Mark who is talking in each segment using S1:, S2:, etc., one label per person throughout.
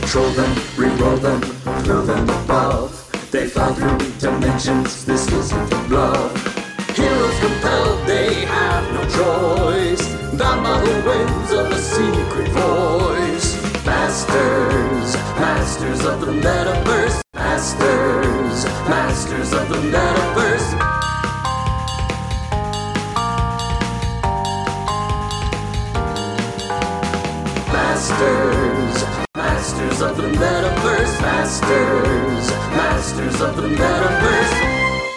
S1: control them, re-roll them, throw them above. They fly through dimensions, this isn't love. Heroes compelled, they have no choice. The mother winds of a secret voice. Masters, masters of the metaverse. Masters, masters of the metaverse. Masters, masters of the metaverse, masters, masters of the metaverse.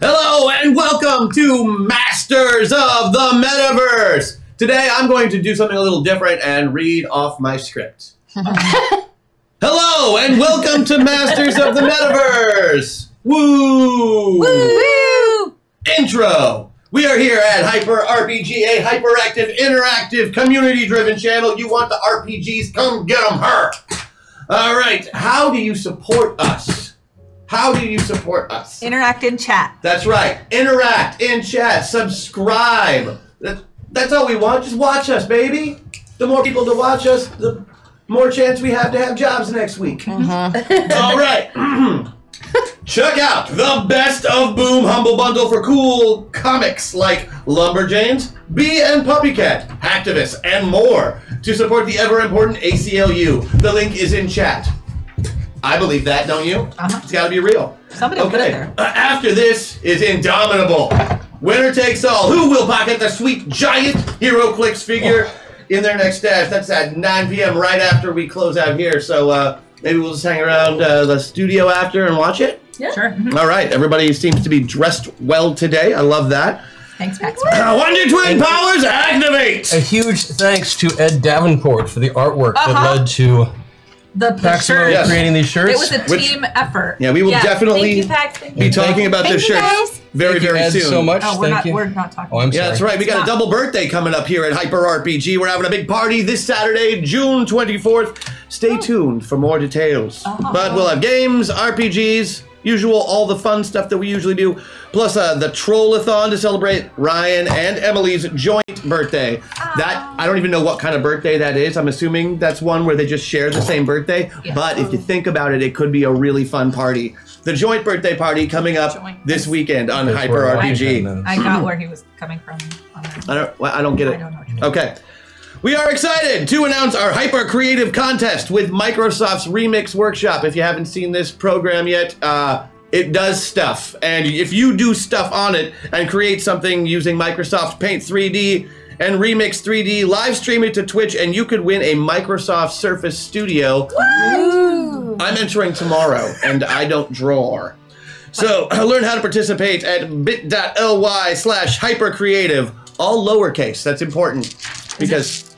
S2: Hello and welcome to Masters of the Metaverse. Today I'm going to do something a little different and read off my script. Hello and welcome to Masters of the Metaverse. Woo!
S3: Woo!
S2: Intro. We are here at Hyper RPG, a hyperactive, interactive, community-driven channel. You want the RPGs? Come get 'em, her. All right. How do you support us? How do you support us?
S3: Interact in chat.
S2: That's right. Interact in chat. Subscribe. That- That's all we want. Just watch us, baby. The more people to watch us, the more chance we have to have jobs next week. All right. Check out the best of Boom Humble Bundle for cool comics like Lumberjanes, Bee and Puppycat, Hacktivist, and more to support the ever important ACLU. The link is in chat. I believe that, don't you?
S3: Uh-huh.
S2: It's got to be real.
S3: Somebody put it there.
S2: Uh, after this is Indomitable. Winner takes all. Who will pocket the sweet giant Hero Clicks figure in their next stash? That's at 9 p.m. right after we close out here. So uh, maybe we'll just hang around uh, the studio after and watch it.
S3: Sure.
S2: All right, everybody seems to be dressed well today. I love that.
S3: Thanks, Max.
S2: Uh, Wonder Twin powers
S4: A
S2: activate.
S4: huge thanks to Ed Davenport for the artwork
S3: Uh-huh.
S4: that led to
S3: The picture.
S4: Maximo
S2: Yes.
S4: creating these
S3: It
S4: shirts.
S3: was a
S2: Which-
S3: team effort.
S2: Yeah, we will definitely
S3: Thank you, Pax. Thank you.
S2: Be talking about
S5: Thank
S2: this
S5: you,
S2: shirt
S5: guys.
S2: very
S4: Thank you,
S2: very
S4: Ed,
S2: soon.
S4: so much.
S3: Oh, we're
S4: Thank
S3: not,
S4: you.
S3: we're not talking.
S4: Oh, I'm
S2: Yeah,
S4: sorry.
S2: that's right. We got a
S3: Stop.
S2: double birthday coming up here at Hyper RPG. We're having a big party this Saturday, June 24th. Stay
S3: Oh.
S2: tuned for more details. But we'll have games, RPGs, usual, all the fun stuff that we usually do, plus uh, the Trollathon to celebrate Ryan and Emily's joint birthday. That I don't even know what kind of birthday that is. I'm assuming that's one where they just share the same birthday.
S3: Yeah.
S2: But if you think about it, it could be a really fun party. The joint birthday party coming up
S3: Joint.
S2: this weekend on
S4: That's
S2: Hyper
S4: where uh, I
S2: RPG.
S4: came in.
S3: I got where he was coming from. on that.
S2: I don't. well, I don't get it.
S3: I don't know.
S2: Okay. We are excited to announce our hyper creative contest with Microsoft's Remix Workshop. If you haven't seen this program yet, uh, it does stuff. And if you do stuff on it and create something using Microsoft Paint 3D and Remix 3D, live stream it to Twitch, and you could win a Microsoft Surface Studio. I'm entering tomorrow, and I don't draw. So learn how to participate at bit.ly slash hypercreative, all lowercase. That's important because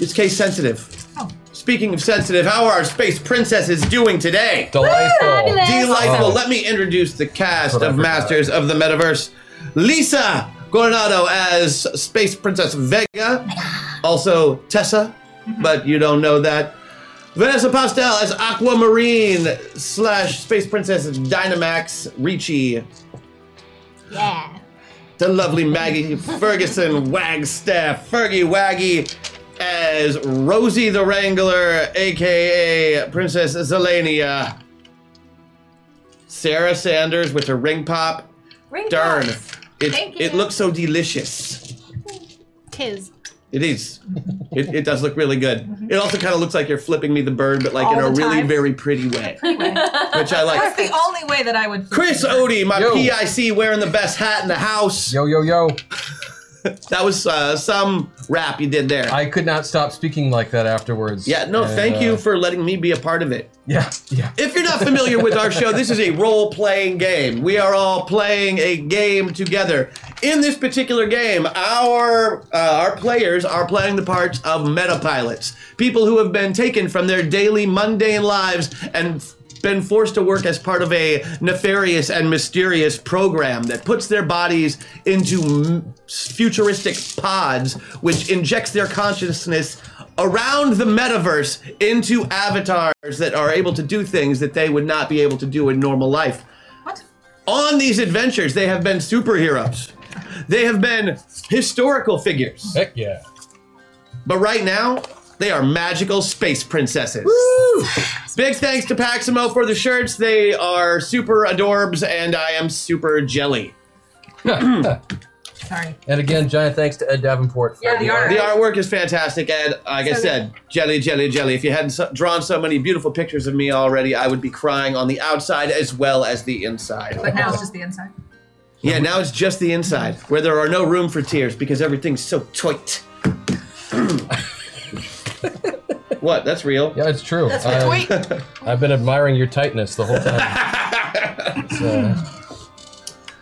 S2: it's case sensitive.
S3: Oh.
S2: Speaking of sensitive, how are our space princesses doing today?
S4: Delightful.
S5: Fabulous.
S2: Delightful.
S4: Oh.
S2: Let me introduce the cast
S4: That's what I
S2: of
S4: forgot.
S2: Masters of the Metaverse. Lisa Coronado as Space Princess Vega, also Tessa, but you don't know that. Vanessa Pastel as Aquamarine slash Space Princess Dynamax Ricci.
S5: Yeah.
S2: The lovely Maggie Ferguson Wagstaff, Fergie Waggy as Rosie the Wrangler, aka Princess Zelania. Sarah Sanders with her ring pop.
S3: Ring
S2: Darn.
S3: bells.
S2: It,
S3: Thank
S2: it
S3: you.
S2: looks so delicious.
S5: Tis.
S2: It is. It, it does look really good. It also kind of looks like you're flipping me the bird, but like in
S3: Mm-hmm. All
S2: a
S3: the
S2: really
S3: time.
S2: very pretty way, which I like.
S3: That's the only way that I would.
S2: Chris Odie, my
S4: Yo.
S2: PIC, wearing the best hat in the house.
S4: Yo, yo, yo.
S2: That was uh, some rap you did there.
S4: I could not stop speaking like that afterwards.
S2: Yeah, no,
S4: And,
S2: thank
S4: uh,
S2: you for letting me be a part of it.
S4: Yeah, yeah.
S2: If you're not familiar with our show, this is a role playing game. We are all playing a game together. In this particular game, our uh, our players are playing the parts of metapilots, people who have been taken from their daily mundane lives and f- been forced to work as part of a nefarious and mysterious program that puts their bodies into m- futuristic pods which injects their consciousness around the metaverse into avatars that are able to do things that they would not be able to do in normal life.
S3: What?
S2: On these adventures, they have been superheroes. They have been historical figures.
S4: Heck yeah.
S2: But right now, They are magical space princesses. Big thanks to Paximo for the shirts. They are super adorbs, and I am super jelly.
S3: Sorry.
S4: And again, giant thanks to Ed Davenport for
S3: Yeah, the
S4: the
S3: art.
S4: art.
S2: The artwork is fantastic, and like I
S3: So
S2: said, jelly, jelly, jelly. If you hadn't so- drawn so many beautiful pictures of me already, I would be crying on the outside as well as the
S3: But
S2: inside.
S3: now it's just the inside.
S2: yeah, now it's just the inside, where there are no room for tears because everything's so tight. what? That's real.
S4: Yeah, it's true.
S3: That's
S2: Uh,
S4: I-
S3: my tweet.
S4: I've been admiring your tightness the whole time.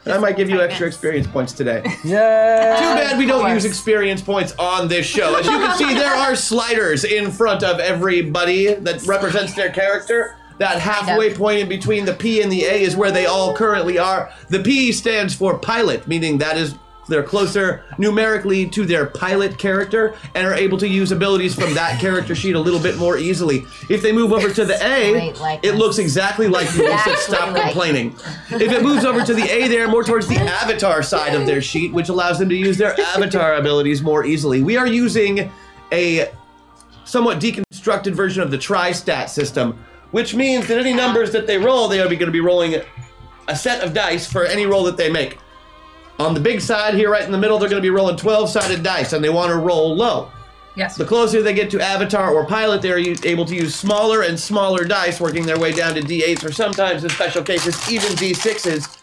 S4: So,
S2: I might give you
S5: Tightness.
S2: extra experience points today.
S4: yeah.
S2: Too bad we don't
S3: course.
S2: use experience points on this show. As you can see, there are sliders in front of everybody that represents their character. That halfway point in between the P and the A is where they all currently are. The P stands for pilot, meaning that is they're closer numerically to their pilot character and are able to use abilities from that character sheet a little bit more easily. If they move over to the A,
S5: Great likeness.
S2: it looks exactly like you and said
S5: Exactly
S2: stop
S5: like-
S2: complaining. If it moves over to the A, they are more towards the avatar side of their sheet, which allows them to use their avatar abilities more easily. We are using a somewhat deconstructed version of the tri-stat system, which means that any numbers that they roll, they are going to be rolling a set of dice for any roll that they make. On the big side here, right in the middle, they're going to be rolling 12-sided dice, and they want to roll low.
S3: Yes.
S2: The closer they get to Avatar or Pilot, they're u- able to use smaller and smaller dice, working their way down to D8s or sometimes, in special cases, even D6s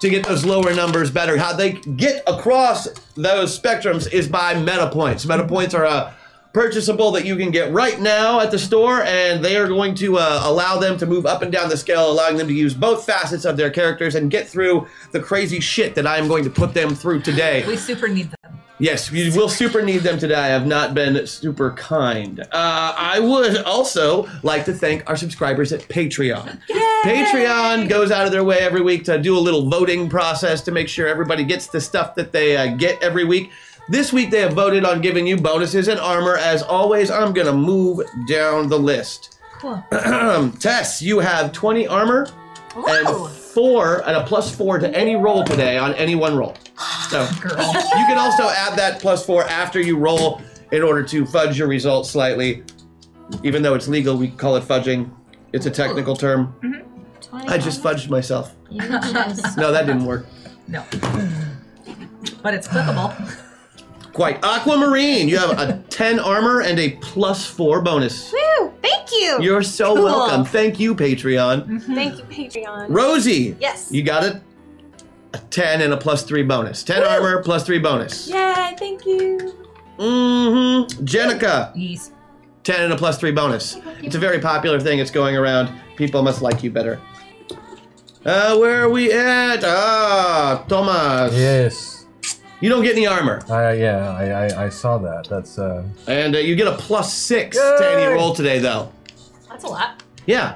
S2: to get those lower numbers better. How they get across those spectrums is by meta points. Meta points are a purchasable that you can get right now at the store, and they are going to uh, allow them to move up and down the scale, allowing them to use both facets of their characters and get through the crazy shit that I am going to put them through today.
S3: We super need them.
S2: Yes, you will super need them today. I have not been super kind. Uh, I would also like to thank our subscribers at Patreon. Patreon goes out of their way every week to do a little voting process to make sure everybody gets the stuff that they uh, get every week. This week they have voted on giving you bonuses and armor. As always, I'm going to move down the list. Um,
S3: Cool.
S2: Tess, you have 20 armor and four and a plus four to any roll today on any one roll. So
S3: Girl.
S2: you can also add that plus four after you roll in order to fudge your results slightly. Even though it's legal, we call it fudging. It's a technical term. I just fudged myself.
S5: You just-
S2: No, that didn't work.
S3: No. But it's clickable.
S2: Quite. Aquamarine, you have a 10 armor and a plus four bonus.
S5: Woo! Thank you.
S2: You're so
S5: Cool. Mm-hmm.
S2: welcome. Thank you, Patreon.
S5: Thank you, Patreon.
S2: Rosie.
S6: Yes.
S2: You got it? A 10 and a plus three bonus. 10 armor, plus three bonus.
S6: Yay, thank you.
S2: Mm-hmm. Jenica.
S3: Yes.
S2: 10 and a plus 3 bonus. It's a very popular thing. It's going around. People must like you better. Uh, where are we at? Ah, Thomas.
S4: Yes.
S2: You don't get any armor.
S4: I, yeah, I, I, I saw that. That's uh,
S2: And uh, you get a plus 6 to any roll today, though.
S5: That's a lot.
S2: Yeah.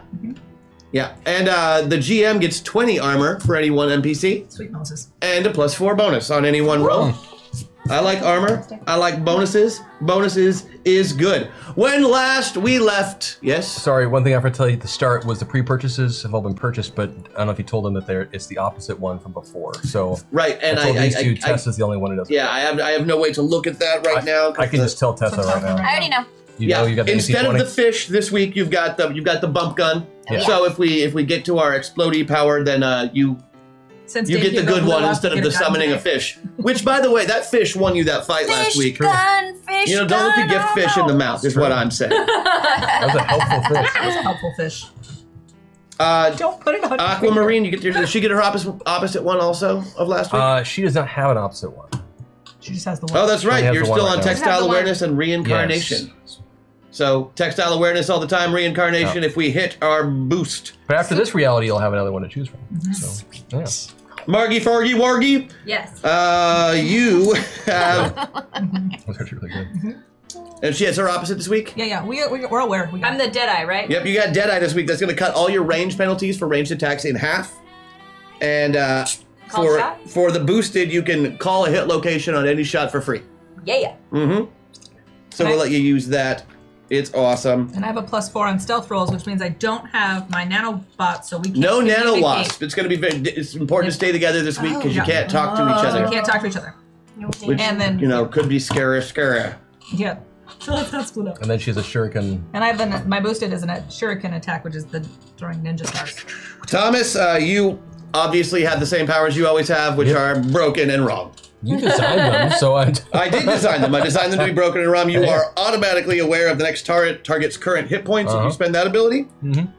S2: Yeah. And uh, the GM gets 20 armor for any one NPC
S3: Sweet Moses.
S2: and a plus 4 bonus on any one roll. I like armor. I like bonuses. Bonuses is good. When last we left, yes?
S4: Sorry, one thing I forgot to tell you at the start was the pre-purchases have all been purchased, but I don't know if you told them that they're it's the opposite one from before. So
S2: Right, and
S4: I told
S2: I- I-
S4: these two.
S2: I- I-
S4: Tess is the only one who doesn't.
S2: Yeah, I have I have no way to look at that right now. 'cause
S4: I can
S2: the-
S4: just tell Tessa right now.
S5: I already know.
S4: You
S2: yeah.
S4: know, you got the
S2: Instead
S4: AC20.
S2: of the fish this week, you've got the you've got the bump gun.
S4: Yeah.
S2: So if we if we get to our explodey power, then uh, you
S3: Since
S2: you
S3: Dave
S2: get the
S3: Hugo
S2: good
S3: blew
S2: one
S3: up,
S2: instead
S3: you
S2: of
S3: get
S2: the
S3: a gun
S2: summoning a
S3: today.
S2: fish. Which, by the way, that fish won you that fight last
S6: Fish
S2: week.
S6: gun, fish
S2: You know, don't look a
S6: gun,
S2: gift
S6: oh
S2: fish in
S6: no.
S2: the mouth. Is what I'm saying.
S4: that was a helpful fish.
S3: That's a helpful fish.
S2: Uh,
S3: Don't put it on. your finger.
S2: Aquamarine, you get your, did she get her opposite opposite one also of last week?
S4: Uh, she does not have an opposite one.
S3: She just has the one.
S2: oh, that's right.
S4: has
S2: You're
S4: the one
S2: still
S4: right
S2: on
S4: now.
S5: Has
S2: textile
S5: the one.
S2: awareness and reincarnation.
S4: Yes.
S2: So textile awareness all the time, reincarnation
S4: Yeah.
S2: if we hit our boost.
S4: But after this reality, you'll have another one to choose from. So, yeah.
S2: Margie Fargie Wargie,
S3: Yes.
S2: uh, you have.
S4: That's actually really good.
S2: and she has her opposite this week?
S3: Yeah, yeah. We, we, we're aware. We got
S6: I'm the Deadeye, right?
S2: Yep, you got Deadeye this week. That's going to cut all your range penalties for ranged attacks in half. And uh,
S6: Call
S2: for,
S6: shot?
S2: for the boosted, you can call a hit location on any shot for free.
S6: Yeah, yeah.
S2: Mm hmm. So
S3: Okay.
S2: we'll let you use that. It's awesome.
S3: And I have a plus four on stealth rolls, which means I don't have my nanobot, so we can't.
S2: No nano
S3: communicate.
S2: wasp. It's going to be very. It's important to stay together this week because you
S3: Yeah. Oh,
S2: can't talk to each
S3: So we
S2: other.
S3: can't talk to each other.
S5: No
S2: Which,
S5: danger.
S3: And then,
S2: you know, could be scary, scary.
S3: yeah. So let's not split up.
S4: And then she has a shuriken.
S3: And I've been my boosted is an a shuriken attack, which is the throwing ninja stars.
S2: Thomas, uh, you obviously have the same powers you always have, which
S4: Yep.
S2: are broken and wrong.
S4: You designed them, so I.
S2: I did design them. I designed them to be broken and wrong. You are automatically aware of the next target target's current hit points if
S4: Uh-huh.
S2: you spend that ability.
S4: Mhm.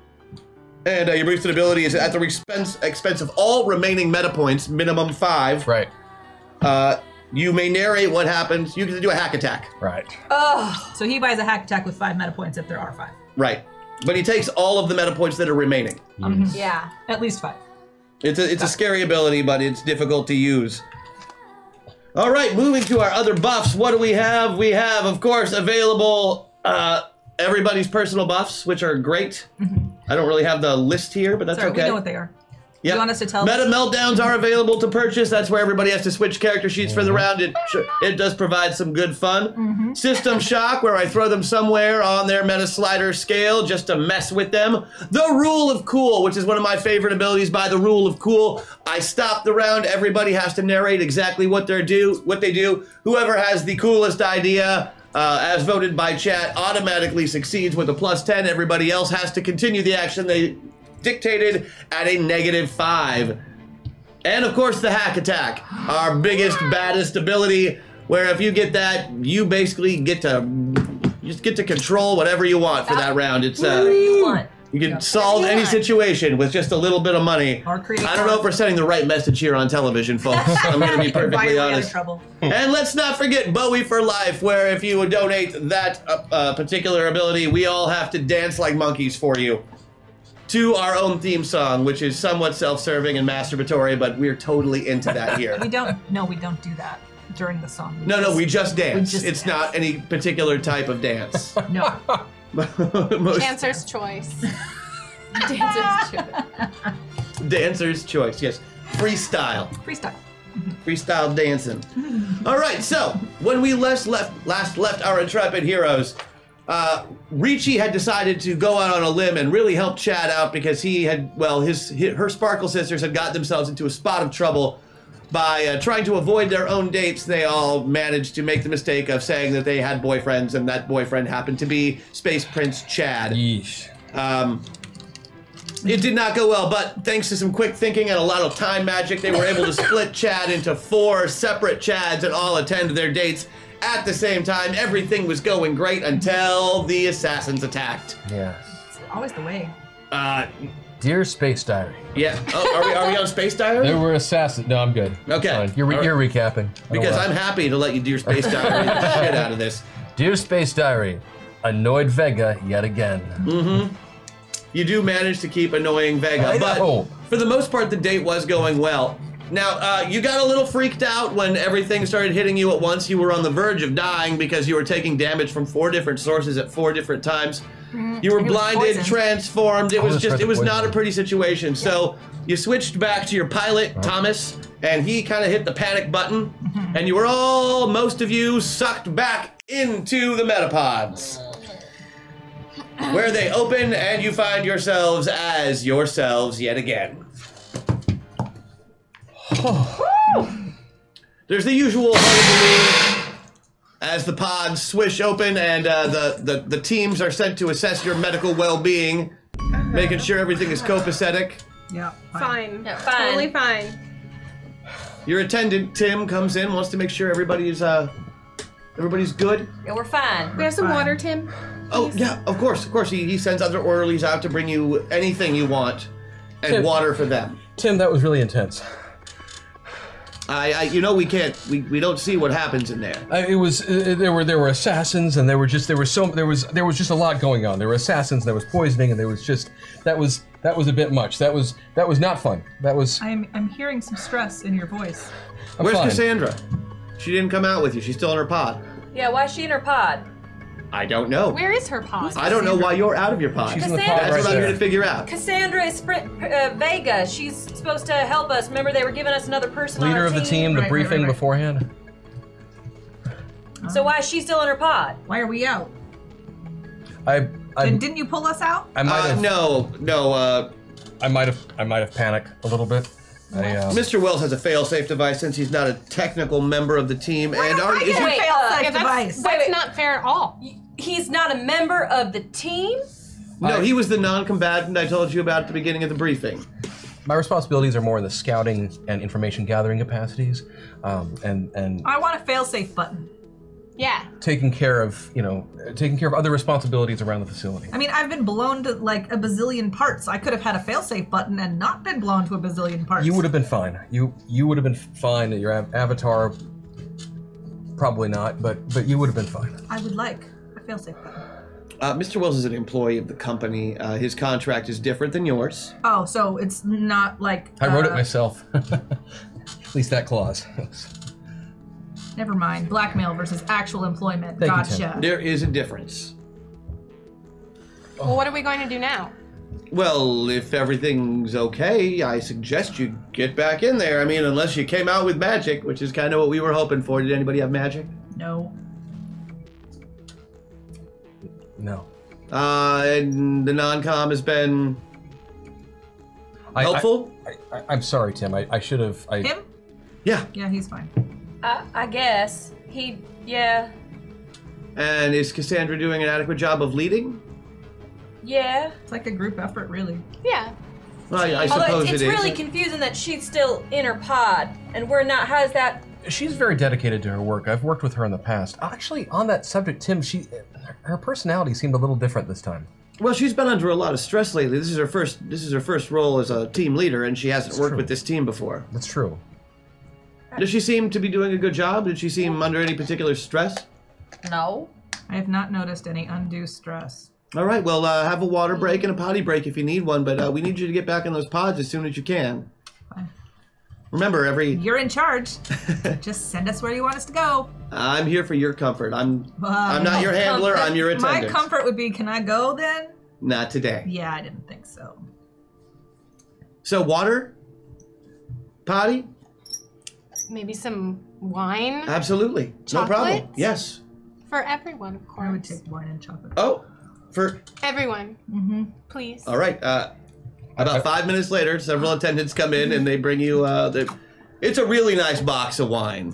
S2: And uh, your boosted ability is at the expense expense of all remaining meta points, minimum five.
S4: Right,
S2: Uh, you may narrate what happens. You can do a hack attack,
S4: right.
S6: Oh,
S3: So he buys a hack attack with five meta points if there are five,
S2: right? But he takes all of the meta points that are remaining.
S4: Yes.
S6: yeah.
S3: at least five.
S2: It's a, it's a scary ability, but it's difficult to use. All right, moving to our other buffs. What do we have? We have, of course, available uh, everybody's personal buffs, which are great. I don't really have the list here, but that's
S3: Mm-hmm. Sorry,
S2: okay.
S3: we know what they are.
S2: Yep.
S3: you want us to tell
S2: Meta
S3: them?
S2: meltdowns are available to purchase. That's where everybody has to switch character sheets for the round. It it does provide some good fun. System shock, where I throw them somewhere on their meta slider scale just to mess with them. The rule of cool, which is one of my favorite abilities. By the rule of cool, I stop the round. Everybody has to narrate exactly what they do. What they do. Whoever has the coolest idea. Uh, as voted by chat, automatically succeeds with a plus 10. Everybody else has to continue the action they dictated at a negative 5. And of course, the hack attack, our biggest, baddest ability, where if you get that, you basically get to you just get to control whatever you want for that round. It's uh,
S3: you want.
S2: you can solve any situation with just a little bit of money.
S3: Or create
S2: I don't know if we're sending the right message here on television, folks. I'm going to be
S3: You can buy
S2: perfectly
S3: your way out of
S2: honest.
S3: trouble.
S2: And let's not forget Bowie for Life, where if you donate that uh, uh, particular ability, we all have to dance like monkeys for you to our own theme song, which is somewhat self serving and masturbatory, but we're totally into that here.
S3: We don't. No, we don't do that during the song.
S2: No, no, we just dance.
S3: just
S2: it's
S3: dance.
S2: not any particular type of dance.
S3: No.
S2: Most
S5: Dancer's choice. Dancer's choice.
S2: dancers' choice, yes. Freestyle.
S3: Freestyle.
S2: freestyle dancing. All right, so when we last left, last left our intrepid heroes, uh, Ricci had decided to go out on a limb and really help Chad out because he had, well, his, hi her Sparkle sisters had got themselves into a spot of trouble by uh, trying to avoid their own dates. They all managed to make the mistake of saying that they had boyfriends, and that boyfriend happened to be Space Prince Chad.
S4: Yeesh.
S2: Um, it did not go well, but thanks to some quick thinking and a lot of time magic, they were able to split Chad into four separate Chads and all attend their dates at the same time. Everything was going great until the assassins attacked.
S4: Yes.
S3: It's always the way.
S2: Uh,
S4: Dear Space Diary,
S2: yeah. Oh, are we are we on Space Diary?
S4: there were assassins. No, I'm good. It's
S2: Okay.
S4: fine. You're, re-
S2: All right.
S4: you're recapping. I don't
S2: Because
S4: wanna-
S2: I'm happy to let you do your Space Diary the shit out of this.
S4: Dear Space Diary, annoyed Vega yet again.
S2: You do manage to keep annoying Vega,
S4: I
S2: but
S4: know.
S2: for the most part, the date was going well. Now, uh, you got a little freaked out when everything started hitting you at once. You were on the verge of dying because you were taking damage from four different sources at four different times. You were
S3: and he was
S2: blinded,
S3: poisoned.
S2: transformed. It was
S4: that's
S2: just,
S4: right,
S2: it was not a
S4: poisoned.
S2: pretty situation. So you switched back to your pilot, Thomas, and he kind of hit the panic button, and you were all, most of you, sucked back into the metapods where they open and you find yourselves as yourselves yet again. There's the usual hullabaloo as the pods swish open and uh, the, the, the teams are sent to assess your medical well being, making sure everything is copacetic.
S3: Yeah.
S5: Fine.
S6: Yeah, fine.
S5: Totally fine.
S2: Your attendant, Tim, comes in, wants to make sure everybody's, uh, everybody's good.
S6: Yeah, we're fine.
S5: We have some
S3: Fine.
S5: water, Tim.
S2: Oh, yeah, of course, of course. He, he sends other orderlies out to bring you anything you want and
S4: Tim.
S2: water for them.
S4: Tim, that was really intense.
S2: I, I you know we can't we, we don't see what happens in there.
S4: I, it was uh, there were there were assassins and there were just there was so there was there was just a lot going on. There were assassins, there was poisoning, and there was just that was that was a bit much. That was that was not fun. That was I'm
S3: I'm I'm hearing some stress in your voice.
S2: Where's
S4: fine.
S2: Cassandra? She didn't come out with you. She's still in her pod.
S6: Yeah, why is she in her pod?
S2: I don't know.
S5: Where is her pod?
S2: I don't know why you're out of your pod.
S4: She's in the
S6: Cassandra-
S4: pod
S2: That's
S4: right
S2: what I'm
S4: there.
S2: here to figure out.
S6: Cassandra is Spr- uh, Vega. She's supposed to help us. Remember, they were giving us another person on
S4: Leader
S6: our
S4: of the team, the
S3: Right, right,
S4: briefing
S3: right, right.
S4: beforehand.
S6: So why is she still in her pod?
S3: Why are we out?
S4: I I,
S3: Did, didn't you pull us out?
S4: I might
S2: Uh,
S4: have
S2: no, no. Uh,
S4: I might have I might have panicked a little bit. I, uh,
S2: Mr. Wells has a fail-safe device since he's not a technical member of the team, and our, is
S3: Get
S2: he-
S6: Wait, uh,
S3: fail-safe
S5: Yeah, that's,
S3: device.
S5: that's
S6: wait.
S5: not fair at all.
S6: He's not a member of the team.
S2: no,
S4: I-
S2: he was the non-combatant I told you about at the beginning of the briefing.
S4: my responsibilities are more in the scouting and information gathering capacities, um, and and
S3: I want a fail-safe button.
S5: Yeah.
S4: taking care of you know uh, taking care of other responsibilities around the facility.
S3: I mean, I've been blown to like a bazillion parts. I could have had a fail-safe button and not been blown to a bazillion parts.
S4: You would have been fine. You you would have been fine. Your av- avatar, probably not, but but you would have been fine.
S3: I would like a fail-safe button.
S2: Uh, Mr. Wells is an employee of the company. Uh, his contract is different than yours.
S3: Oh, so it's not like
S4: I wrote it
S3: uh,
S4: myself. At least that clause.
S3: Never mind. Blackmail versus actual employment.
S4: Thank you,
S3: gotcha.
S2: There is a difference. Oh.
S5: Well, what are we going to do now?
S2: Well, if everything's okay, I suggest you get back in there. I mean, unless you came out with magic, which is kind of what we were hoping for. Did anybody have magic?
S3: no.
S4: no.
S2: Uh, and the non-com has been
S4: I,
S2: helpful.
S4: I, I, am sorry, Tim. I, I should have. I,
S3: Him?
S2: yeah,
S3: Yeah, he's fine.
S6: I, I guess he. Yeah.
S2: and is Cassandra doing an adequate job of leading?
S6: Yeah.
S3: It's like a group effort, really.
S5: Yeah.
S2: Well, I, I
S6: Although
S2: suppose
S6: it's, it's
S2: it is.
S6: really confusing that she's still in her pod and we're not. How's that?
S4: she's very dedicated to her work. I've worked with her in the past. Actually, on that subject, Tim, she her personality seemed a little different this time.
S2: well, she's been under a lot of stress lately. This is her first. This is her first role as a team leader, and she hasn't worked
S4: true.
S2: with this team before.
S4: That's true.
S2: Does she seem to be doing a good job? Did she seem under any particular stress?
S6: No.
S3: I have not noticed any undue stress.
S2: All right. Well, uh, have a water break and a potty break if you need one, but uh, we need you to get back in those pods as soon as you can.
S3: Fine.
S2: Remember, every
S3: You're in charge. Just send us where you want us to go.
S2: I'm here for your comfort. I'm
S3: Uh,
S2: I'm not your handler.
S3: comfort-
S2: I'm your attendant.
S3: My comfort would be, can I go then?
S2: Not today.
S3: Yeah, I didn't think so.
S2: So water, potty,
S5: Maybe some
S2: Uh.
S5: wine
S2: absolutely, no problem.
S5: Chocolate?
S2: Yes.
S5: for everyone, of course.
S3: I would take wine and chocolate.
S2: Oh, for
S5: everyone,
S3: Mm-hmm.
S5: please.
S2: all right. Uh, about five minutes later, several attendants come in and they bring you. Uh, the, it's a really nice box of wine.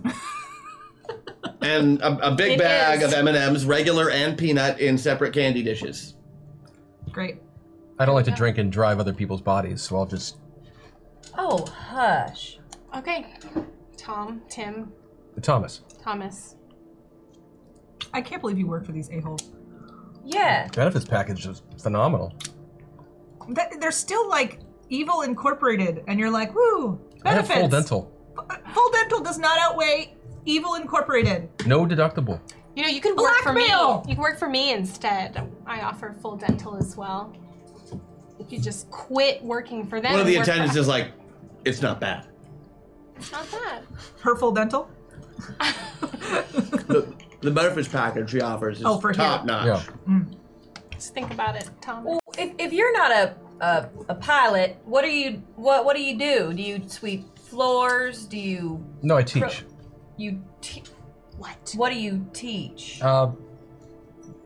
S2: And a, a big
S6: It
S2: bag
S6: is.
S2: of M and M's, regular and peanut, in separate candy dishes.
S3: Great.
S4: I don't like to drink and drive other people's bodies, so I'll just.
S6: Oh, hush.
S5: Okay. Tom, Tim,
S4: Thomas,
S5: Thomas.
S3: I can't believe you work for these a-holes.
S6: Yeah.
S4: benefits package is phenomenal.
S3: That, they're still like evil incorporated, and you're like, woo, benefits. Uh,
S4: I have full dental,
S3: Full dental does not outweigh evil incorporated.
S4: no deductible.
S5: You know, you can work for
S3: Blackmail!
S5: me. You can work for me instead. I offer full dental as well. You could just quit working for them.
S2: One of the
S5: and work for
S2: attendants
S5: us.
S2: is like, "It's not bad."
S5: It's not that.
S3: Her full dental?
S2: The, the benefits package she offers is
S3: Oh, for him.
S2: top notch.
S4: Yeah.
S5: Just think about it, Tom.
S6: Well, if, if you're not a, a a pilot, what are you? What what do you do? Do you sweep floors? Do you
S4: No, I teach.
S6: you? Te-
S5: What?
S6: what do you teach?
S4: Uh,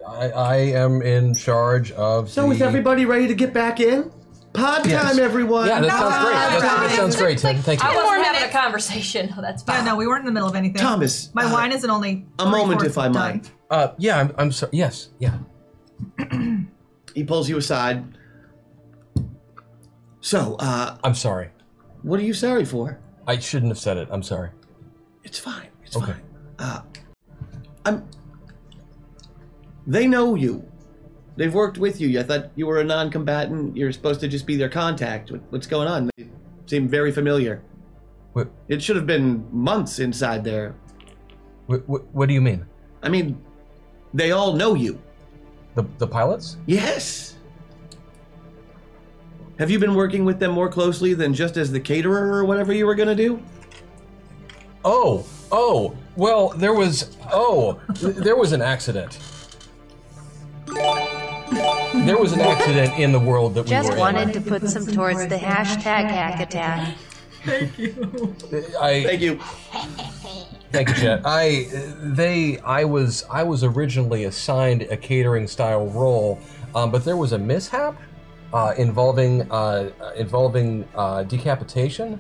S4: I, I am in charge of.
S2: So
S4: the...
S2: is everybody ready to get back in? Pod
S4: Yes.
S2: time, everyone!
S4: Yeah, that sounds great. That, that
S3: Right.
S4: sounds great, Tim. Thank you.
S6: I wasn't
S5: more
S6: having
S5: minutes.
S6: a conversation. Oh, that's
S3: Yeah,
S6: fine.
S3: no, we weren't in the middle of anything.
S2: Thomas,
S3: My
S2: uh,
S3: wine isn't only
S2: a moment,
S3: three-fourths
S2: if I
S3: done.
S2: might.
S4: Uh, yeah, I'm, I'm sorry. Yes, yeah.
S2: He pulls you aside. So, uh,
S4: I'm sorry.
S2: what are you sorry for?
S4: I shouldn't have said it. I'm sorry.
S2: It's fine. It's
S4: Okay.
S2: fine. Uh, I'm. They know you. They've worked with you. I thought you were a non-combatant. You're supposed to just be their contact. What- What's going on? They seem very familiar.
S4: What,
S2: It should have been months inside there.
S4: what, what, what do you mean?
S2: I mean, they all know you.
S4: The, the pilots?
S2: Yes. Have you been working with them more closely than just as the caterer or whatever you were going to do?
S4: Oh, oh. Well, there was. Oh, th- there was an accident. There was an accident in the world that we
S7: Just
S4: were
S7: wanted to put some towards the hashtag hack attack.
S4: in. I,
S2: Thank you.
S4: Thank you, Chad. I they I was I was originally assigned a catering style role, um, but there was a mishap uh, involving uh, uh, involving uh, decapitation,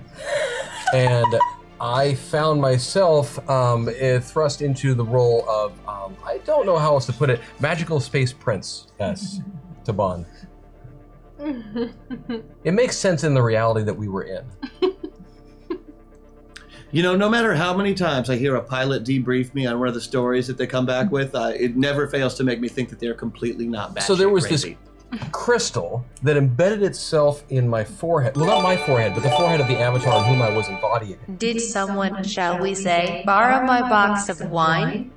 S4: and I found myself um, eh, thrust into the role of um, I don't know how else to put it, magical space prince. Yes, to Bond. it makes sense in the reality that we were in.
S2: You know, no matter how many times I hear a pilot debrief me on one of the stories that they come
S4: Mm-hmm.
S2: back with, uh, it never fails to make me think that they're completely not bad.
S4: So there was this crystal that embedded itself in my forehead. Well, not my forehead, but the forehead of the avatar in whom I was embodying.
S7: Did someone, shall we say, borrow my box of wine?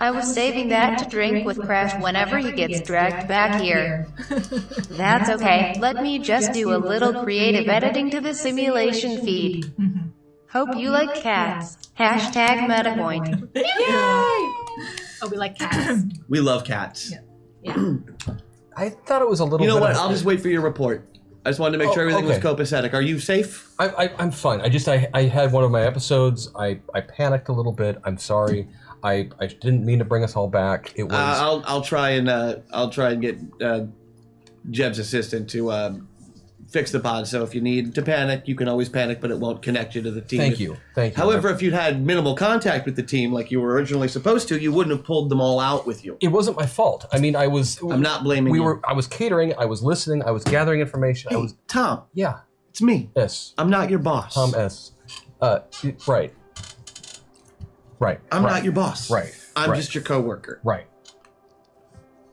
S7: I was saving that to drink with Crash whenever he gets dragged back here. That's okay. Let me just do a little creative editing to the simulation feed. Mm-hmm. Hope you like cats. Hashtag MetaPoint.
S5: Oh, we like cats.
S2: We love cats.
S4: I thought it was a little.
S2: You know
S4: bit
S2: what?
S4: of-
S2: I'll just wait for your report. I just wanted to make sure
S4: Oh,
S2: everything
S4: okay.
S2: was copacetic. Are you safe?
S4: I, I, I'm fine. I just I, I had one of my episodes. I, I panicked a little bit. I'm sorry. I, I didn't mean to bring us all back. It was
S2: Uh, I'll I'll try and uh, I'll try and get uh, Jeb's assistant to um, fix the pod. So if you need to panic, you can always panic, but it won't connect you to the team.
S4: Thank
S2: If-
S4: you. Thank you.
S2: However, if you'd had minimal contact with the team, like you were originally supposed to, you wouldn't have pulled them all out with you.
S4: it wasn't my fault. I mean, I was.
S2: I'm not blaming
S4: We
S2: you.
S4: were. I was catering. I was listening. I was gathering information. I was.
S2: Tom,
S4: Yeah.
S2: it's me.
S4: S.
S2: I'm not your boss.
S4: Tom S. Uh. y- Right. Right.
S2: I'm
S4: right,
S2: not your boss.
S4: Right.
S2: I'm
S4: right,
S2: just your coworker.
S4: Right.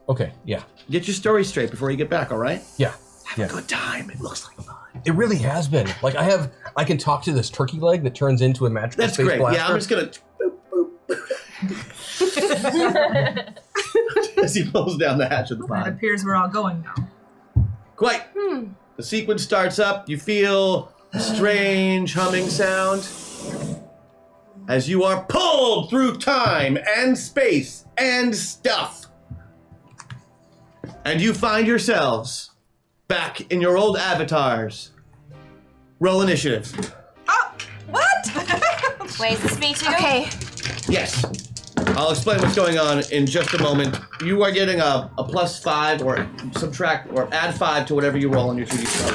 S4: Okay. Yeah.
S2: Get your story straight before you get back, all right?
S4: Yeah. Yeah.
S2: Good time. It looks like fun.
S4: It really has been. Like I have. I can talk to this turkey leg that turns into a magical
S2: That's
S4: space
S2: great.
S4: blaster.
S2: Yeah, I'm just gonna boop, boop, boop. as he pulls down the hatch of the
S3: It
S2: pod.
S3: appears we're all going now.
S2: Quite. The sequence starts up. You feel a strange humming sound as you are pulled through time and space and stuff. And you find yourselves back in your old avatars. Roll initiative.
S3: Oh, what?
S6: Wait, is this me too?
S7: Okay.
S2: Yes. I'll explain what's going on in just a moment. You are getting a, a plus five or subtract or add five to whatever you roll on your 2d12.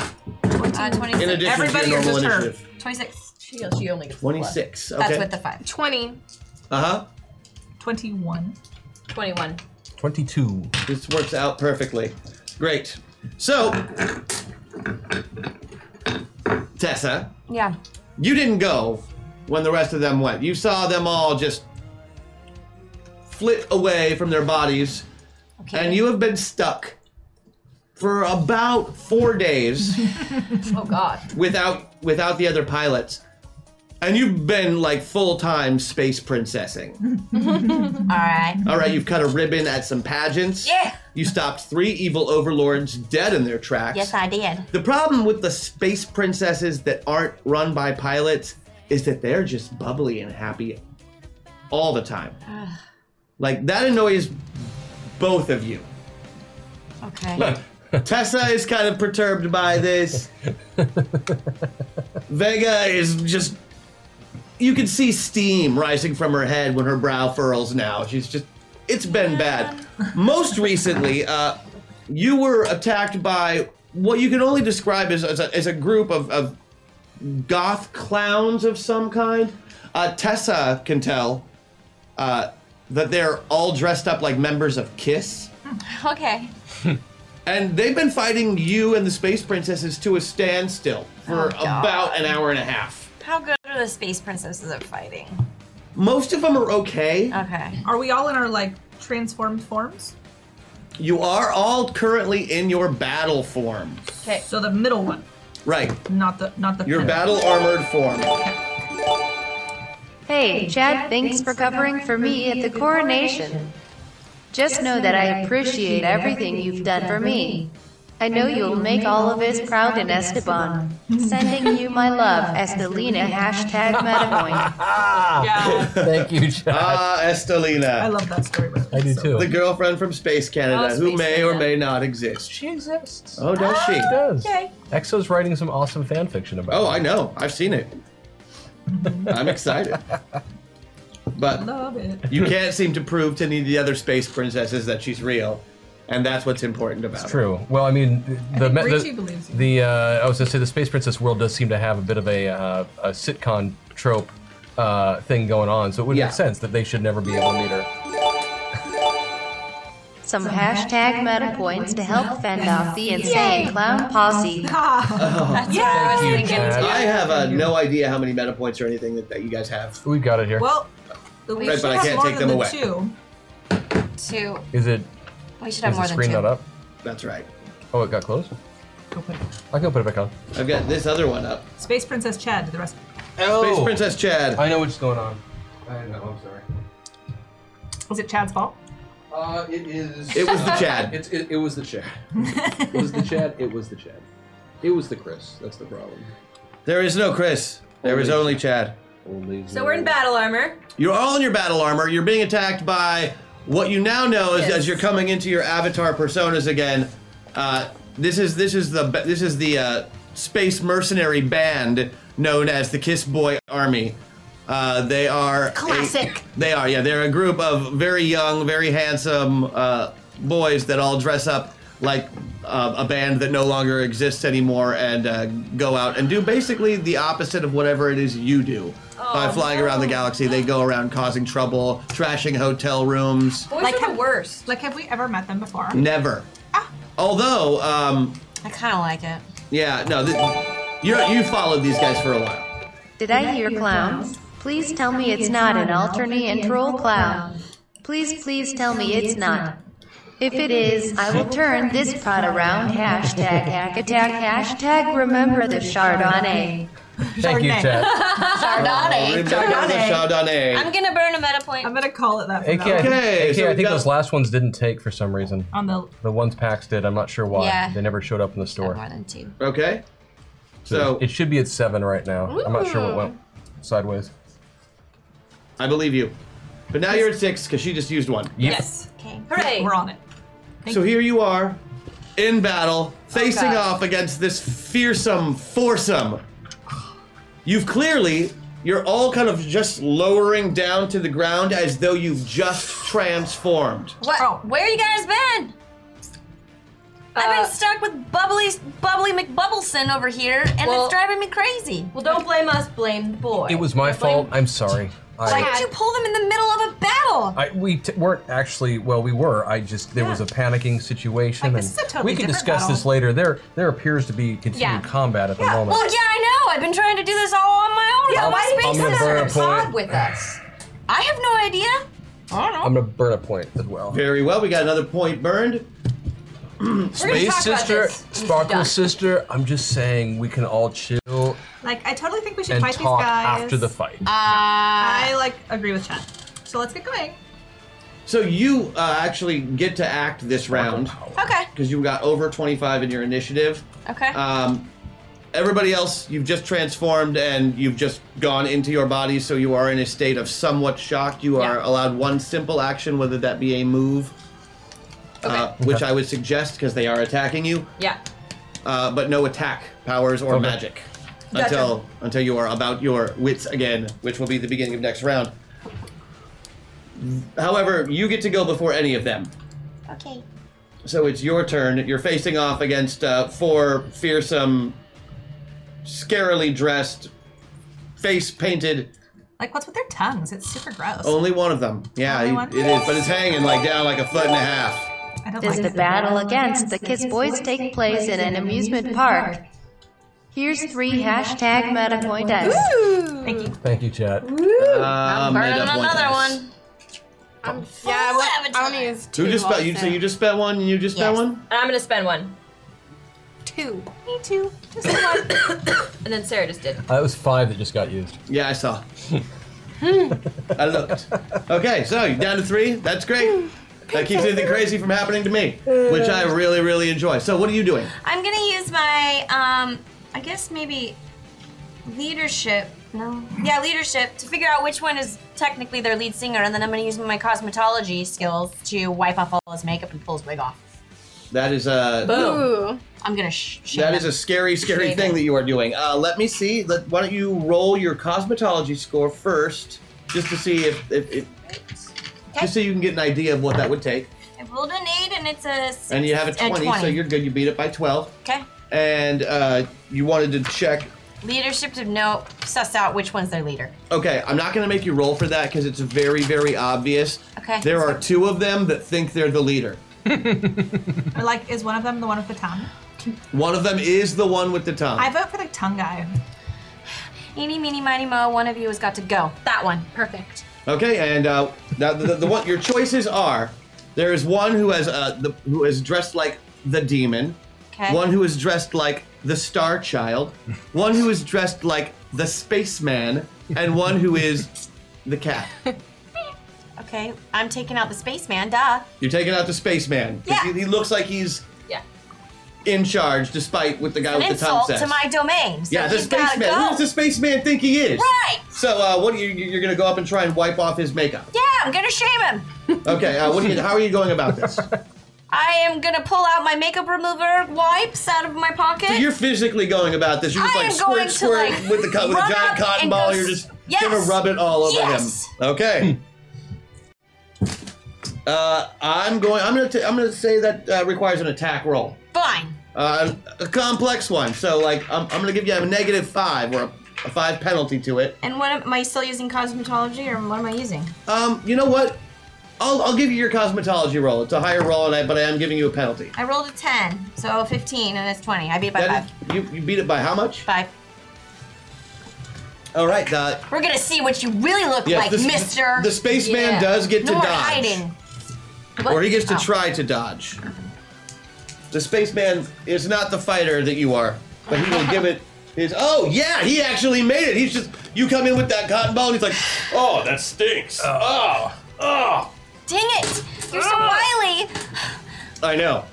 S6: Uh, 26.
S2: In addition
S3: Everybody
S2: to your
S3: or
S2: normal
S3: just her?
S2: initiative.
S6: 26. She, she only gets the plus.
S2: 26. Okay.
S6: That's with the 5.
S5: 20.
S2: Uh huh.
S3: Twenty-one.
S6: 21.
S4: Twenty-two.
S2: This works out perfectly. Great. So, Tessa,
S6: Yeah.
S2: you didn't go when the rest of them went. You saw them all just flit away from their bodies, and you have been stuck for about four days
S6: Oh god.
S2: without without the other pilots. And you've been like full time space princessing.
S6: All right.
S2: All right, you've cut a ribbon at some pageants.
S6: Yeah.
S2: You stopped three evil overlords dead in their tracks.
S6: Yes, I did.
S2: the problem with the space princesses that aren't run by pilots is that they're just bubbly and happy all the time. like that annoys both of you.
S6: Okay.
S2: Tessa is kind of perturbed by this. Vega is just. You can see steam rising from her head when her brow furls now. She's just. It's been bad. Most recently, uh, you were attacked by what you can only describe as, as, a, as a group of, of goth clowns of some kind. Uh, Tessa can tell uh, that they're all dressed up like members of Kiss.
S6: Okay.
S2: And they've been fighting you and the space princesses to a standstill for
S6: Oh, God.
S2: about an hour and a half.
S6: How good are the space princesses at fighting?
S2: Most of them are okay.
S6: Okay.
S3: Are we all in our like transformed forms?
S2: You are all currently in your battle form.
S6: Okay.
S3: So the middle one,
S2: Right.
S3: not the not the.
S2: Your
S3: middle.
S2: battle armored form.
S7: Hey, Chad, thanks for covering for me at the coronation. Just know that I appreciate everything you've done for me. I know you'll make all of us proud in Esteban. Sending you my love, Estelina, hashtag MetaPoint.
S4: Thank you, John.
S2: Ah,
S3: I
S2: Estelina.
S3: love that story. by the way,
S4: I do
S3: so-
S4: too.
S2: the girlfriend from Space Canada,
S6: Oh,
S2: who
S6: Space
S2: may or
S6: Canada. Ah,
S2: may not exist.
S4: she exists.
S2: Oh, does she?
S4: She does.
S6: Okay.
S4: Exo's writing some awesome fan fiction about.
S2: Oh,
S4: her.
S2: I know. I've seen it. I'm excited. But
S3: Love it.
S2: you can't seem to prove to any of the other space princesses that she's real. and that's what's important about it.
S4: True. Well, I mean, the
S3: think
S4: me-
S3: Richie believes
S4: the,
S3: you.
S4: the uh, I was gonna say the Space Princess world does seem to have a bit of a, uh, a sitcom trope uh, thing going on, so it would
S2: Yeah.
S4: make sense that they should never be able to meet her.
S7: Some hashtag meta points to help fend off the insane clown posse.
S3: Ah,
S5: That's what I
S4: Thank
S5: was
S4: you,
S5: thinking
S4: Chad.
S5: too.
S2: I have uh, no idea how many meta points or anything that, that you guys have.
S4: We've got it here. Is
S3: well, we
S2: Right,
S3: should
S2: but I
S3: have
S2: can't
S3: more
S2: take
S3: than
S2: them
S3: the
S2: away.
S3: two.
S8: Two.
S4: it?
S8: We should have
S4: Is
S8: more than
S4: the
S8: two.
S4: screen not up?
S2: That's right.
S4: Oh, it got closed.
S3: Go put it.
S4: I can put it back on.
S2: I've got this other one up.
S3: Space Princess Chad to the rest.
S4: Oh.
S2: Space Princess Chad.
S4: I know what's going on. I know. I'm sorry.
S3: Is it Chad's fault?
S4: Uh, it is.
S2: It was the Chad.
S4: It's, it, it was the Chad. It was the Chad. It was the Chad. It was the Chris. That's the problem.
S2: There is no Chris. There is only Chad.
S4: Only
S6: So we're in
S4: zero.
S6: battle armor.
S2: You're all in your battle armor. You're being attacked by what you now know is
S6: Yes.
S2: as you're coming into your avatar personas again. Uh, this is this is the ba- this is the uh, space mercenary band known as the Kiss Boy Army. Uh, they are a-
S8: Classic.
S2: they are yeah. They're a group of very young, very handsome uh, boys that all dress up like uh, a band that no longer exists anymore and uh, go out and do basically the opposite of whatever it is you do by flying around the galaxy. They go around causing trouble, trashing hotel rooms.
S6: Boys
S3: Like
S6: are
S3: how-
S6: the worst.
S3: Like, have we ever met them before?
S2: Never. Although, um,
S8: I kind of like it.
S2: yeah, no, th- you you followed these guys for a while.
S7: Did I hear clowns? Please tell me it's not an alternate and troll clown. Please, please tell me it's not. If it is, I will turn this pot around. Hashtag hack attack. Hashtag remember the Chardonnay.
S4: Thank you,
S3: Chardonnay.
S4: Chad.
S8: Chardonnay.
S2: Remember the
S6: I'm
S2: Chardonnay.
S6: gonna burn a meta point.
S3: I'm gonna call it that for
S4: AK,
S3: now.
S2: Okay,
S4: AK,
S2: so
S4: I
S2: we've
S4: think
S2: got-
S4: those last ones didn't take for some reason.
S3: On the
S4: The ones Pax did, I'm not sure why.
S8: Yeah.
S4: They never showed up in the
S8: More
S4: store.
S8: than two.
S2: Okay. So
S4: it should be at seven right now. I'm not sure what went sideways.
S2: I believe you, but now you're at six because she just used one.
S3: yes,
S8: Okay.
S6: Hooray!
S3: we're on it.
S2: So here you are, in battle, facing
S6: God.
S2: off against this fearsome foursome. You've clearly, you're all kind of just lowering down to the ground as though you've just transformed.
S6: What?
S3: Oh.
S6: Where you guys been? I've been stuck with bubbly, bubbly McBubbleson over here, and
S8: Well-
S6: it's driving me crazy. Well, don't blame us. Blame the boy.
S4: It was my fault. I'm sorry.
S6: Why
S4: I,
S6: did you pull them in the middle of a battle?
S4: I we t- weren't actually. Well, we were. I just there was a panicking situation,
S3: Like,
S4: and
S3: this is a totally
S4: we can
S3: different
S4: discuss this
S3: battle.
S4: later. There there appears to be continued
S8: Yeah.
S4: combat at the moment.
S6: Well, yeah, I know. I've been trying to do this all on my own. Yeah,
S4: why didn't you come out of the pod
S6: with us? I have no idea.
S4: I'm gonna burn a point as well.
S2: Very well, we got another point burned.
S6: We're gonna
S4: Space
S6: talk about
S4: sister,
S6: this.
S4: sparkle
S6: Done.
S4: sister. I'm just saying we can all chill
S3: Like, I totally think we should
S4: and
S3: fight
S4: talk
S3: these guys
S4: after the fight.
S3: I like agree with Chad. So let's get going.
S2: So you uh, actually get to act this round
S6: Okay.
S2: because you got over 25 in your initiative.
S6: Okay.
S2: Um, everybody else, you've just transformed and you've just gone into your body, so you are in a state of somewhat shock. You are
S6: Yeah.
S2: allowed one simple action, whether that be a move, uh, which I would suggest because they are attacking you,
S6: yeah.
S2: uh, but no attack powers or magic until until you are about your wits again, which will be the beginning of next round. However, you get to go before any of them.
S8: Okay.
S2: So it's your turn. You're facing off against uh, four fearsome, scarily dressed, face painted.
S3: Like, what's with their tongues? It's super gross.
S2: Only one of them. Yeah,
S3: Only
S2: you-
S3: one?
S2: it is. But it's hanging like down like a foot and a half.
S3: I don't
S7: Does
S3: like
S7: the
S3: it.
S7: battle against the Kiss Boys take place in an amusement park? Here's three hashtag meta point dice.
S3: Thank you.
S4: Thank you, chat.
S2: Uh,
S6: burning
S2: made up
S6: another
S2: dice.
S6: one.
S5: Yeah, I went- I only used two.
S2: Who just spent? You
S5: also.
S2: say you just spent one, and you just spent
S8: Yes.
S2: one.
S6: I'm gonna spend one,
S5: two.
S3: Me too. Just
S6: and then Sarah just did.
S4: That was five that just got used.
S2: Yeah, I saw. I looked. Okay, so you're down to three. That's great. That keeps anything crazy from happening to me, which I really, really enjoy. So, what are you doing?
S8: I'm gonna use my, um, I guess maybe leadership. No.
S6: Yeah, leadership to figure out which one is technically their lead singer, and then I'm gonna use my cosmetology skills to wipe off all his makeup and pull his wig off.
S2: That is uh,
S6: Boom.
S5: Ooh.
S6: I'm gonna sh- shave
S2: That
S6: him.
S2: is a scary, scary
S6: Shave
S2: thing
S6: it.
S2: that you are doing. Uh, let me see. Let, why don't you roll your cosmetology score first, just to see if, if, if just so you can get an idea of what that would take.
S8: I rolled an eight and it's a six.
S2: And you have a
S8: a
S2: 20, so you're good. You beat it by 12.
S8: Okay.
S2: And uh, you wanted to check.
S8: Leadership to know, suss out which one's their leader.
S2: Okay, I'm not going to make you roll for that because it's very, very obvious.
S8: Okay.
S2: There are two of them that think they're the leader.
S3: Or, like, is one of them the one with the tongue?
S2: One of them is the one with the tongue.
S3: I vote for the tongue guy.
S8: Eeny, meeny, miny, mo, one of you has got to go. That one.
S5: Perfect.
S2: Okay, and uh, now the, the, the one your choices are: there is one who has uh, the who is dressed like the demon,
S8: Okay.
S2: one who is dressed like the Star Child, one who is dressed like the spaceman, and one who is the cat.
S8: Okay, I'm taking out the spaceman, duh.
S2: You're taking out the spaceman. 'cause
S8: Yeah.
S2: He, he looks like he's
S5: Yeah.
S2: in charge, despite what Oh, the guy
S8: An
S2: with the tongue
S8: insult
S2: says.
S8: to my domain. So
S2: yeah, the
S8: he's gotta
S2: spaceman.
S8: go.
S2: Who does the spaceman think he is?
S8: Right!
S2: So, uh, what are you? You're gonna go up and try and wipe off his makeup.
S8: Yeah, I'm gonna shame him.
S2: Okay. Uh, what are you, how are you going about this?
S8: I am gonna pull out my makeup remover wipes out of my pocket.
S2: So you're physically going about this. You're just
S8: I
S2: like
S8: am going
S2: squirt,
S8: to,
S2: squirt
S8: like,
S2: with the co- with a
S8: rub
S2: giant
S8: up
S2: cotton
S8: and
S2: ball.
S8: go s-
S2: You're just gonna
S8: Yes.
S2: rub it all over
S8: Yes.
S2: him. Okay. uh, I'm going. I'm gonna. T- I'm gonna say that uh, requires an attack roll,
S8: Fine.
S2: uh, a complex one. So like, I'm, I'm gonna give you a negative five or a, a five penalty to it.
S8: And what am, am I still using cosmetology or what am I using?
S2: Um, you know what? I'll, I'll give you your cosmetology roll. It's a higher roll, and I, but I am giving you a penalty.
S8: I rolled a 10, so 15, and it's 20. I beat it by
S2: That
S8: five.
S2: is- you, you beat it by how much?
S8: Five.
S2: All right. Uh,
S8: We're gonna see what you really look
S2: yes,
S8: like,
S2: the, s-
S8: mister.
S2: The spaceman
S5: Yeah.
S2: does get to
S8: no more
S2: dodge.
S8: hiding.
S2: Or he gets to
S8: Oh.
S2: try to dodge. The spaceman is not the fighter that you are, but he will give it his. Oh yeah, he actually made it. He's just you come in with that cotton ball, and he's like, oh, that stinks. Oh, oh.
S8: Dang it! You're so wily!
S2: I know.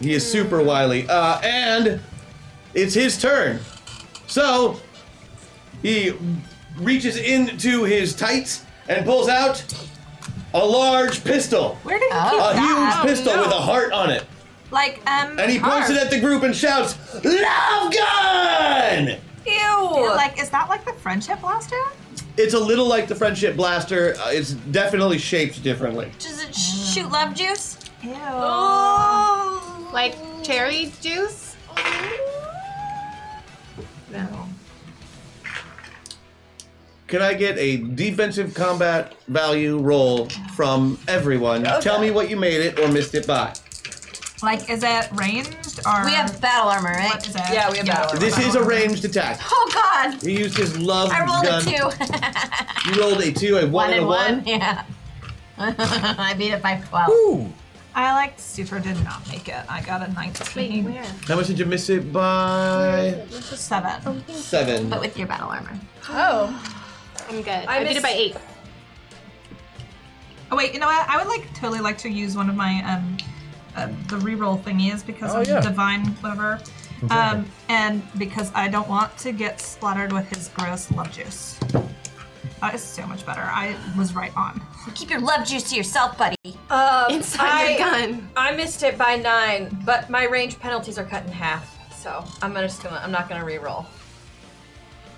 S2: He is super wily. Uh, and it's his turn. So he reaches into his tights and pulls out a large pistol,
S3: Where did he
S2: a
S3: keep that?
S2: huge pistol
S3: no.
S2: with a heart on it.
S3: Like, um.
S2: And he points it at the group and shouts, Love Gun!
S3: Ew. Like, is that like the friendship blaster?
S2: It's a little like the friendship blaster. Uh, it's definitely shaped differently.
S8: Does it shoot love juice?
S3: Ew.
S8: Oh.
S5: Like cherry juice? No.
S2: Can I get a defensive combat value roll from everyone? Tell me what you made it or missed it by.
S3: Like, is it ranged or?
S8: We have battle armor,
S3: What
S8: right?
S3: is it?
S5: Yeah, we have battle
S2: This is a ranged attack.
S8: Oh god!
S2: He used his love
S8: I rolled
S2: gun.
S8: a two.
S2: You rolled a two, a one,
S8: one
S2: and
S8: and
S2: a
S8: one.
S2: one.
S8: Yeah. I beat it by 12.
S4: Ooh.
S3: I like super did not make it. I got a 19.
S2: How much did you miss it by?
S3: Seven.
S2: Seven.
S8: But with your battle armor.
S5: Oh. I'm good. I, did it by eight.
S3: Oh wait, you know what? I would like totally like to use one of my um uh, the reroll thingies because
S4: Oh,
S3: of
S4: yeah.
S3: divine whatever. Um, and because I don't want to get splattered with his gross love juice. That is so much better. I was right on.
S8: Keep your love juice to yourself, buddy.
S9: Um,
S5: Inside your
S9: I-
S5: gun.
S9: I missed it by nine, but my range penalties are cut in half. So I'm gonna- just gonna, I'm not gonna re-roll.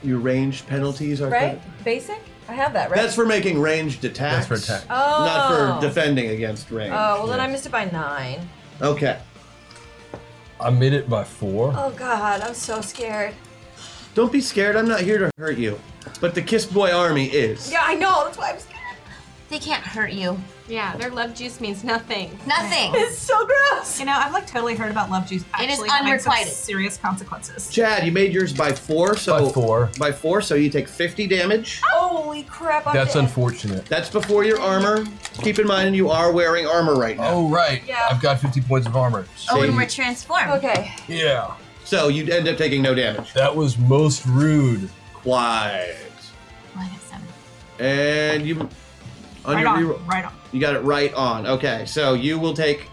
S2: Your range penalties are.
S9: Right? Basic? I have that, right?
S2: That's for making ranged
S4: That's
S2: attacks.
S4: for attack.
S9: oh.
S2: Not for defending against range.
S9: Oh, well then I missed it by nine.
S2: Okay.
S4: I made it by four.
S9: Oh god, I'm so scared.
S2: Don't be scared. I'm not here to hurt you. But the Kiss Boy Army is.
S9: Yeah, I know, that's why I'm scared.
S8: They can't hurt you.
S5: Yeah, their love juice means nothing.
S8: Nothing.
S9: It's so gross.
S3: You know, I've like totally heard about love juice.
S8: It is
S3: Actually, having some
S8: unrequited.
S3: serious consequences.
S2: Chad, you made yours by four, so
S4: By four.
S2: by four, so you take 50 damage.
S9: Holy crap, I'm
S4: That's
S9: dead.
S4: unfortunate.
S2: That's before your armor. Keep in mind you are wearing armor right now.
S4: Oh right.
S9: Yeah.
S4: I've got 50 points of armor.
S8: Oh,
S2: See?
S8: and we're transformed.
S9: Okay.
S4: Yeah.
S2: So you end up taking no damage.
S4: That was most rude.
S2: Quiet.
S8: Well, I got seven.
S2: And you on
S3: right
S2: your
S3: on.
S2: reroll.
S3: Right on.
S2: You got it right on. Okay, so you will take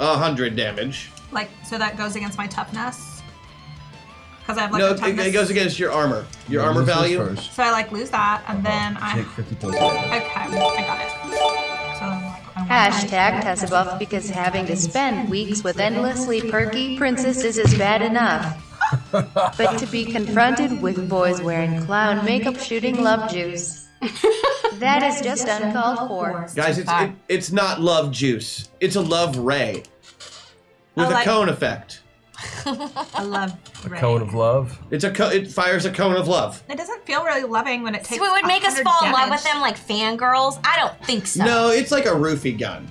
S2: a hundred damage.
S3: Like so that goes against my toughness. Because I have like
S2: no,
S3: a
S2: it,
S3: toughness.
S2: it goes against your armor. Your
S4: Well,
S2: armor
S4: this is
S2: value.
S4: First.
S3: So I like lose that and then I
S4: Take 50 points of damage.
S3: Okay, I got it. So I'm like, I want
S7: Hashtag Tessebuff because having to spend weeks with endlessly perky princesses is bad enough. But to be confronted with boys wearing clown makeup shooting love juice. That is just uncalled for.
S2: Guys, it's it, it's not love juice. It's a love ray with
S3: Oh,
S2: a
S3: like-
S2: cone effect.
S3: I love Ray.
S4: Cone of love.
S2: It's a co- it fires a cone of love.
S3: It doesn't feel really loving when it takes.
S8: So it would make us
S3: 100
S8: fall in love with
S3: damage.
S8: them like fangirls? I don't think so.
S2: No, it's like a roofie gun.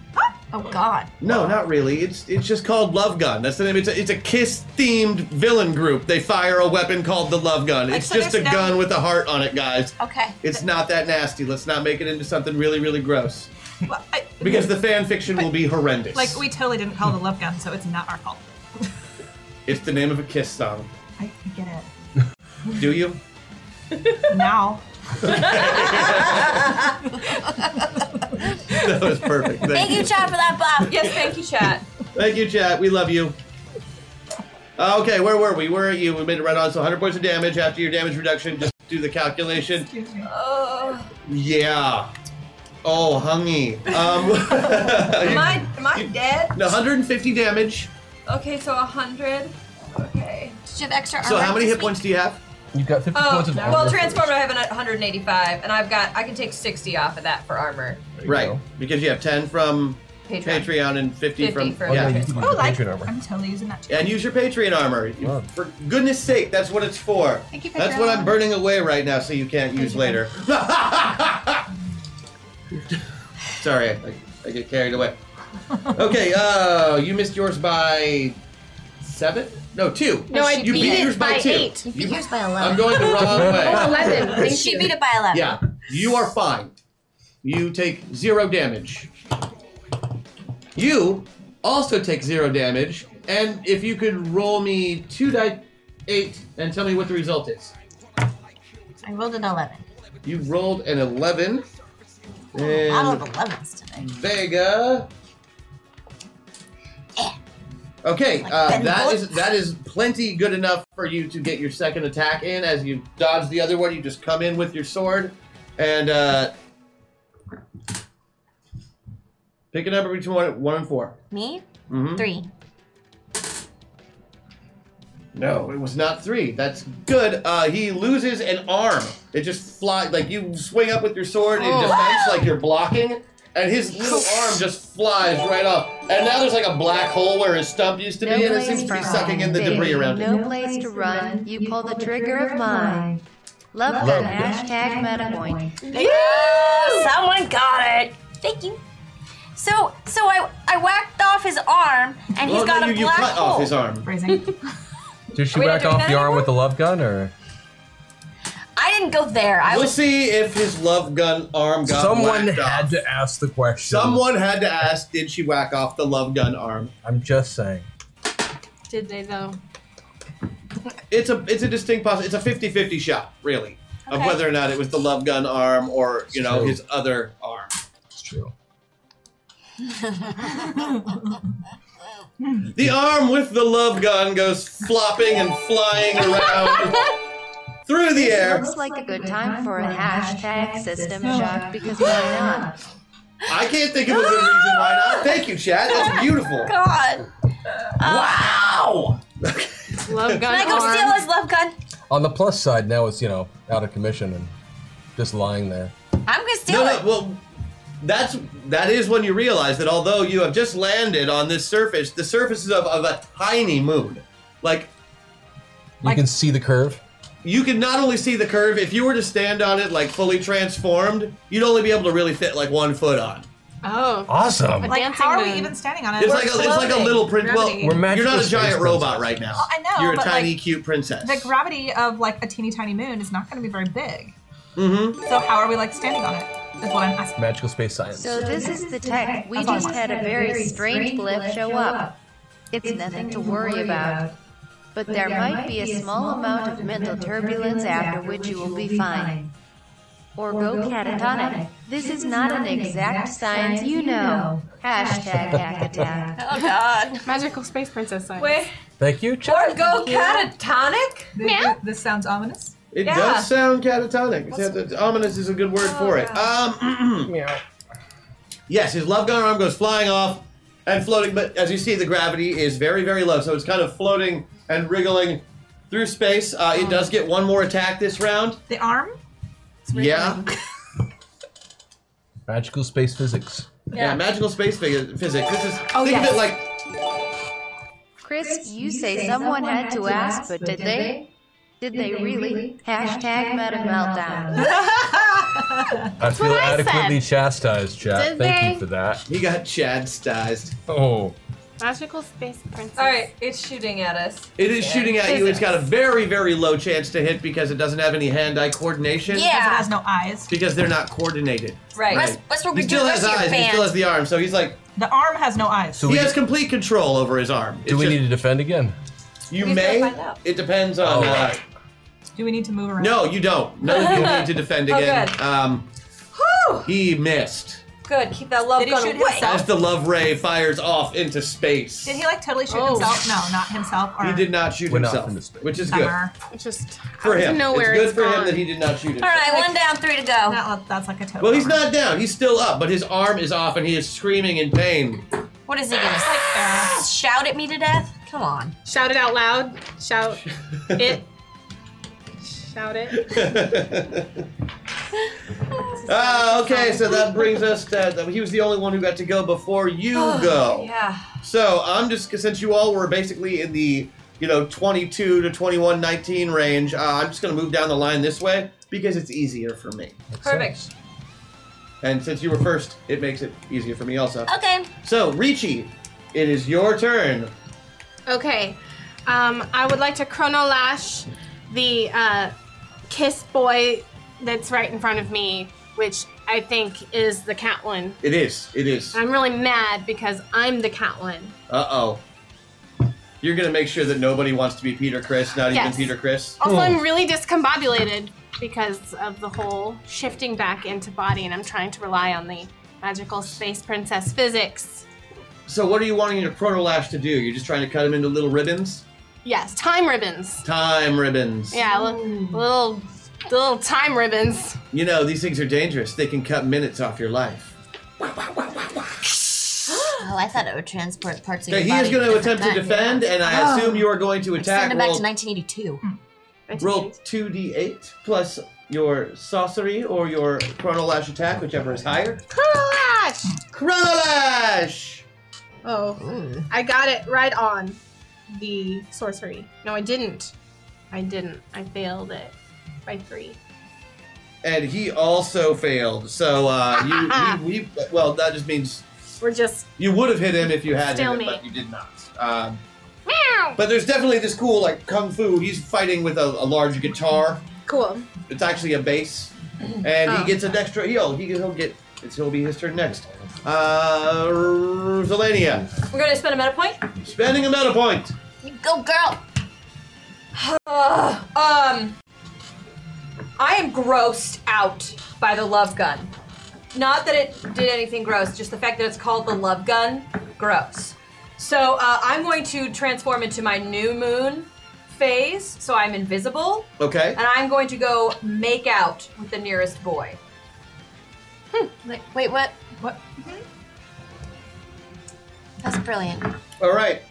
S8: Oh, God.
S2: No, not really. It's it's just called Love Gun. That's the name. It's a, it's a kiss themed villain group. They fire a weapon called the Love Gun. It's
S3: so
S2: just a
S3: there's no-
S2: gun with a heart on it, guys.
S8: Okay.
S2: It's not that nasty. Let's not make it into something really really gross
S3: Well, I-
S2: because the fan fiction will be horrendous.
S3: like we totally didn't call it a love gun, so it's not our fault.
S2: it's the name of a kiss song.
S3: I, I get it
S2: Do you?
S3: now.
S2: That was perfect. Thank
S8: Thank you, Chad, for that buff.
S9: Yes, thank you, chat.
S2: Thank you, chat. We love you. Uh, okay, where were we? Where are you? We made it right on. So 100 points of damage after your damage reduction. Just do the calculation.
S3: Excuse me.
S9: Oh,
S2: Yeah. Oh, hungy. Um,
S9: Am I, am I dead?
S2: no, 150 damage.
S9: Okay, so 100. Okay.
S8: Did you have extra armor?
S2: So how many
S8: this
S2: hit
S8: week?
S2: points do you have?
S4: You've got 50
S9: Oh,
S4: points of armor.
S9: well, Transformer, I have an 185, and I've got, I can take 60 off of that for armor.
S4: There you
S2: Right,
S4: go.
S2: because you have 10 from
S9: Patreon.
S2: Patreon and 50,
S9: 50
S2: from
S9: for-
S4: Oh, yeah,
S2: yeah.
S4: you do
S3: Oh,
S4: get
S3: like
S4: Patreon armor.
S3: I'm totally using that. Too.
S2: And use your Patreon armor. You-
S4: Wow.
S2: For goodness sake, that's what it's for.
S3: Thank you,
S2: That's
S3: Patreon.
S2: what I'm burning away right now, so you can't use later. Sorry, I, I get carried away. Okay, uh, you missed yours by seven? No, two.
S5: No, I
S2: you
S5: beat it
S2: yours by,
S5: by
S2: two.
S5: eight.
S8: You beat yours by
S2: I'm
S8: 11.
S2: going the wrong
S5: Oh,
S2: way.
S5: 11. Thank
S8: she
S5: you.
S8: beat it by 11.
S2: Yeah, you are fine. You take zero damage. You also take zero damage, and if you could roll me two die eight and tell me what the result is.
S8: I rolled an 11.
S2: You rolled an 11.
S8: A lot of
S2: And
S8: 11s today.
S2: Vega. Okay,
S8: Like
S2: uh,
S8: Ben
S2: that
S8: Bolt.
S2: is that is plenty good enough for you to get your second attack in. As you dodge the other one, you just come in with your sword and uh, pick it up between one, one and 4
S8: Me?
S2: Mm-hmm.
S8: Three.
S2: No, it was not three. That's good. Uh, he loses an arm. It just flies like you swing up with your sword in
S8: Oh.
S2: defense, like you're blocking, and his little arm just flies right off. And now there's like a black hole where his stump used to
S7: No
S2: be, and it
S7: place
S2: seems to
S7: for
S2: be sucking in the
S7: hiding,
S2: debris
S7: baby.
S2: around it.
S7: No place to run. You pull the trigger of mine. Love gun. Hashtag meta point.
S8: Someone got it. Thank you. So, so I, I whacked off his arm, and he's
S2: Well,
S8: got
S2: no,
S8: a
S2: you, you
S8: black
S2: cut
S8: hole.
S2: off his arm.
S3: Phrasing.
S4: Did she
S9: Are we not
S4: whack
S9: doing
S4: off
S9: that
S4: the arm
S9: anymore?
S4: with the love gun, or
S8: I didn't go there. I
S2: We'll
S8: was.
S2: see if his love gun arm got
S4: someone
S2: whacked
S4: had
S2: off.
S4: to ask the question?
S2: Someone had to ask, did she whack off the love gun arm?
S4: I'm just saying.
S5: Did they though?
S2: It's a it's a distinct poss. It's a 50-50 shot, really, of
S8: Okay.
S2: whether or not it was the love gun arm or you know
S4: True.
S2: his other arm.
S4: It's true.
S2: The arm with the love gun goes flopping and flying around through the air.
S7: Looks like a good time for a hashtag system shock because why not?
S2: I can't think of a good reason why not. Thank you, Chad. That's beautiful.
S8: God.
S2: Wow.
S5: Love gun
S8: Can I go
S5: arm.
S8: steal his love gun?
S4: On the plus side, now it's you know out of commission and just lying there.
S8: I'm gonna steal
S2: No,
S8: it.
S2: no. Well, that's that is when you realize that although you have just landed on this surface, the surface is of, of a tiny moon. Like
S4: You can see the curve.
S2: you can not only see the curve if you were to stand on it like fully transformed, you'd only be able to really fit like one foot on.
S5: Oh.
S4: Awesome.
S5: Like-
S3: like,
S5: Dancing
S3: how are we
S5: moon.
S3: even standing on it?
S2: It's
S3: We're
S2: like a, it's like a
S3: floating.
S2: little prin Well,
S3: Gravity.
S4: We're
S2: you're not
S4: magical
S2: a giant
S4: space
S2: robot
S4: princesses.
S2: right now.
S3: I know,
S2: You're a
S3: but,
S2: tiny,
S3: like,
S2: cute princess.
S3: the gravity of like a teeny tiny moon is not going to be very big.
S2: mm-hmm.
S3: So how are we like standing on it? Is what I'm asking.
S4: Magical space science.
S7: So this is the tech. We just had a very strange glyph show up. It's nothing to worry about. But there might be a small amount of mental turbulence after which you will be fine. Or go catatonic. This is not an exact science, you know. Hashtag hack attack.
S8: Oh God.
S5: Magical space princess sign.
S9: Wait,
S4: Thank you,
S9: or
S4: Chad.
S9: go catatonic?
S3: Th- This sounds ominous.
S2: It
S9: Yeah.
S2: does sound catatonic. Except that ominous is a good
S3: Oh,
S2: word for it. Um, yes, his love gun arm goes flying off and floating, but as you see, the gravity is very, very low, so it's kind of floating and wriggling through space. Uh,
S3: Oh.
S2: it does get one more attack this round.
S3: The arm.
S2: Yeah.
S4: Magical space physics.
S2: Yeah, magical space phy- physics. This is
S5: Oh,
S2: think
S5: yes.
S2: of it like
S7: Chris, you say someone had to ask, but did they? Did they really? Hashtag meta meltdown.
S4: I feel
S8: what I
S4: adequately chastised, chat.
S5: Did
S4: Thank
S5: they?
S4: you for that.
S2: he got Chad sized.
S4: Oh,
S5: Magical space princess.
S9: All right, it's shooting at us.
S2: It is shooting at you. It's got a very very low chance to hit because it doesn't have any hand-eye coordination.
S3: Because it
S6: Yeah.
S3: has no eyes.
S2: Because they're not coordinated.
S9: Right.
S2: Right.
S6: Westbrook
S2: He
S6: could do
S2: still
S6: the
S2: has
S6: rest of your
S2: eyes. and He
S6: band.
S2: still has the arm. So he's like,
S3: The arm has no eyes.
S4: So
S2: he
S4: we,
S2: has complete control over his arm.
S4: do we need to defend again?
S2: You
S9: We've gotta
S2: may.
S9: find out.
S2: It depends on.
S4: Oh,
S2: uh,
S4: right.
S3: Do we need to move around?
S2: No, you don't. None of you need to defend again.
S9: good.
S2: um,
S9: Whew!
S2: he missed.
S9: Good. Keep that love
S3: Did he
S9: gun
S3: shoot
S9: away.
S2: As
S3: himself?
S2: the love ray fires off into space,
S3: Did he like totally shoot
S5: Oh.
S3: himself? No, not himself. Or
S2: He did not shoot
S4: Went off
S2: himself,
S4: into space.
S2: which is good
S3: Summer.
S5: It's just
S2: for
S5: I don't
S2: him.
S5: Know where
S2: it's good
S5: it's
S2: for him
S5: gone.
S2: that he did not shoot himself.
S6: All right, one down, three to go.
S3: That, uh, that's like a total.
S2: Well, he's
S3: armor.
S2: not down. He's still up, but his arm is off, and he is screaming in pain.
S6: What is he gonna say? Shout at me to death? Come on.
S5: Shout it out loud. Shout it. Shout it.
S2: Ah, okay. So that brings us to he was the only one who got to go before you go.
S9: Yeah.
S2: So I'm just since you all were basically in the you know 22 to 21, 19 range, uh, I'm just gonna move down the line this way because it's easier for me.
S9: Perfect.
S2: And since you were first, it makes it easier for me also.
S6: Okay.
S2: So Richie, it is your turn.
S5: Okay. Um, I would like to chronolash the uh, kiss boy that's right in front of me, which I think is the Catlin.
S2: It is. It is. Uh
S5: I'm really mad because I'm the Catlin.
S2: oh. You're gonna make sure that nobody wants to be Peter Chris, not even
S5: Yes.
S2: Peter Chris.
S5: Also, I'm really discombobulated because of the whole shifting back into body, and I'm trying to rely on the magical space princess physics.
S2: So what are you wanting your proto lash to do? You're just trying to cut him into little ribbons?
S5: Yes, time ribbons.
S2: Time ribbons.
S5: Yeah, li- little little time ribbons.
S2: You know, these things are dangerous. They can cut minutes off your life.
S6: Oh, I thought it would transport parts of
S2: Okay,
S6: your
S2: he
S6: body.
S2: is going to
S6: different
S2: attempt to
S6: back-
S2: defend, and I assume you are going to attack.
S6: Extend Oh. it back
S2: Roll,
S6: to 1982.
S2: roll 2d8 plus your sorcery or your chrono lash attack, whichever is higher.
S5: Chronolash!
S2: Chrono lash! Hmm.
S5: Oh, I got it right on the sorcery. No, I didn't. I didn't. I failed it by three.
S2: And he also failed. So uh, you, you, you, well, that just means
S5: We're just
S2: you would have hit him if you had
S5: Still
S2: hit him,
S5: me.
S2: but you did not. Um, but there's definitely this cool like kung fu. He's fighting with a, a large guitar.
S5: cool.
S2: It's actually a base, and
S5: Oh.
S2: he gets an extra heal. He, he'll get. It's, he'll be his turn next. Uh, Zelania,
S9: We're gonna spend a meta point.
S2: spending a meta point.
S6: You go, girl.
S9: Ugh. um, I am grossed out by the love gun. Not that it did anything gross, just the fact that it's called the love gun, gross. So uh, I'm going to transform into my new moon phase, so I'm invisible,
S2: Okay.
S5: Uh,
S9: and I'm going to go make out with the nearest boy.
S6: Wait, wait, what? What? That's brilliant.
S2: All right.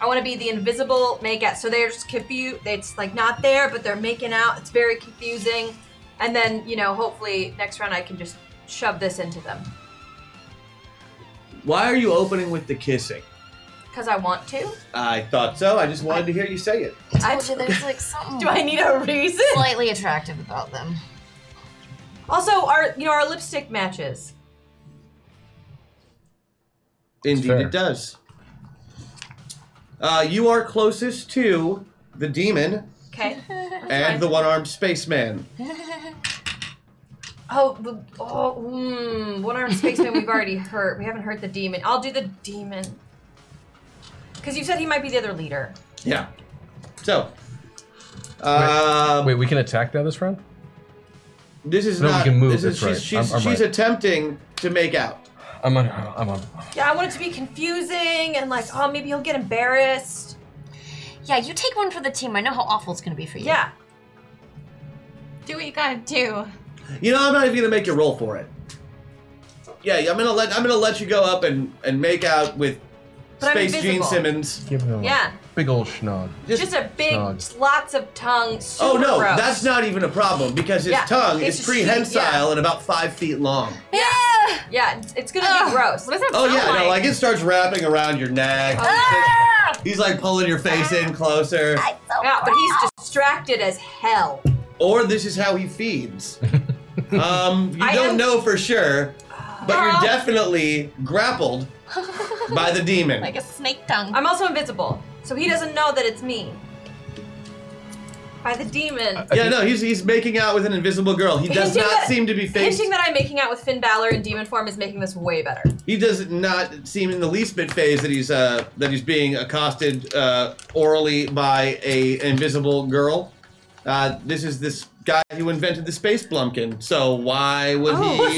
S9: I want to be the invisible make out. So they're just confused. It's like not there, but they're making out. It's very confusing. And then, you know, hopefully next round I can just shove this into them
S2: Why are you opening with the kissing?
S9: because I want to.
S2: I thought so. I just wanted to hear you say it.
S6: I told you there's like something
S9: Do I need a reason?
S6: slightly attractive about them.
S9: Also, our you know our lipstick matches.
S2: Indeed,
S4: fair.
S2: it does. Uh, you are closest to the demon
S9: Okay.
S2: and the one-armed spaceman.
S9: Oh, the, oh, mm, one armed spaceman we've already hurt. We haven't hurt the demon. I'll do the demon. Because you said he might be the other leader.
S2: Yeah. So, uh,
S4: Wait, we can attack now this round?
S2: this is
S4: No, we
S2: not.
S4: can move,
S2: This is,
S4: that's right.
S2: she's she's,
S4: I'm- I'm
S2: she's
S4: right.
S2: attempting to make out.
S4: I'm on. I'm on.
S9: Yeah, I want it to be confusing and like, oh, maybe he'll get embarrassed.
S6: Yeah, you take one for the team. I know how awful it's gonna be for you.
S9: Yeah.
S5: Do what you gotta do.
S2: You know, I'm not even gonna make you roll for it. Yeah, I'm gonna let I'm gonna let you go up and and make out with
S9: But I'm
S2: Space Gene
S9: invisible.
S2: Simmons.
S4: Give him
S9: Yeah.
S4: big old schnog.
S2: Just,
S9: Just a big,
S4: Snog.
S9: lots of tongue. Super
S2: oh no,
S9: gross.
S2: that's not even a problem because his
S9: Yeah,
S2: tongue
S9: it's
S2: is
S9: just- yeah.
S2: prehensile and about five feet long.
S9: Yeah. Yeah, it's- it's gonna be gross. Oh,
S5: What does that
S2: Oh
S5: sound
S2: yeah,
S5: like?
S2: no, like it starts wrapping around your neck.
S6: Ah!
S2: He's like pulling your face in closer.
S9: Yeah, but he's distracted as hell.
S2: Or this is how he feeds. Um, you
S9: I
S2: don't
S9: am-
S2: know for sure, but you're definitely grappled by the demon.
S6: Like a snake tongue.
S9: I'm also invisible, so he doesn't know that it's me. By the demon.
S2: yeah, no, he's he's making out with an invisible girl. He Uh, does
S9: Hinting
S2: not
S9: that-
S2: seem to be phased.
S9: Hinting that I'm making out with Finn Balor in demon form is making this way better.
S2: He does not seem in the least bit phased that he's uh, that he's being accosted uh, orally by a invisible girl. Uh, this is this guy who invented the space blumpkin. So why would
S9: Oh,
S2: he?
S5: What's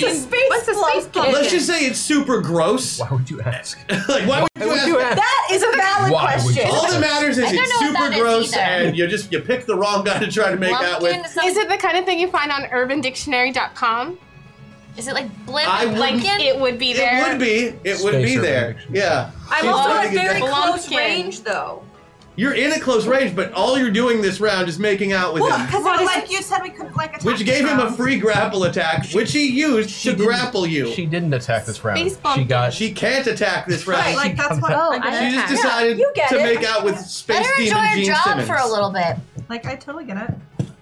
S5: the space
S9: blumpkin?
S2: Let's just say it's super gross.
S4: Why would you ask?
S2: like why would you
S4: Why would
S2: ask?
S4: you ask?
S9: That is a valid
S4: Why would
S9: question.
S4: you-
S2: All that matters is
S6: I don't
S2: it's
S6: know what
S2: super
S6: that is
S2: gross,
S6: either.
S2: and you just you pick the wrong guy to try to make out
S6: Lumpkin
S2: with.
S6: is, not-
S5: Is it the kind of thing you find on UrbanDictionary.com?
S6: is it like blimp?
S2: I wouldn't-
S6: Blinkin?
S5: It would be there.
S2: It would be. It would
S4: Space
S2: be
S4: urban
S2: there.
S4: dictionary.
S2: Yeah.
S9: I'm
S2: She's
S9: also at
S2: doing it
S9: very
S2: that-
S9: close
S5: Blumpkin.
S9: range, though.
S2: You're in a close range, but all you're doing this round is making out with him.
S3: Because
S5: What is
S3: like you said, we couldn't like attack.
S2: which gave him a free grapple attack, which he used to
S4: didn't-
S2: grapple you.
S4: She
S2: She,
S4: didn't attack this round.
S5: Space
S4: She
S5: bumpkin.
S4: got.
S2: can't attack this round.
S3: Right, like that's what.
S5: Oh,
S3: I
S5: I
S2: she
S3: get it.
S2: just
S5: Yeah,
S2: decided
S9: you get
S2: to
S9: it.
S2: make out with space
S6: Let her enjoy
S2: demon
S6: her
S2: Gene
S6: job
S2: Simmons.
S6: for a little bit.
S3: Like I totally get it.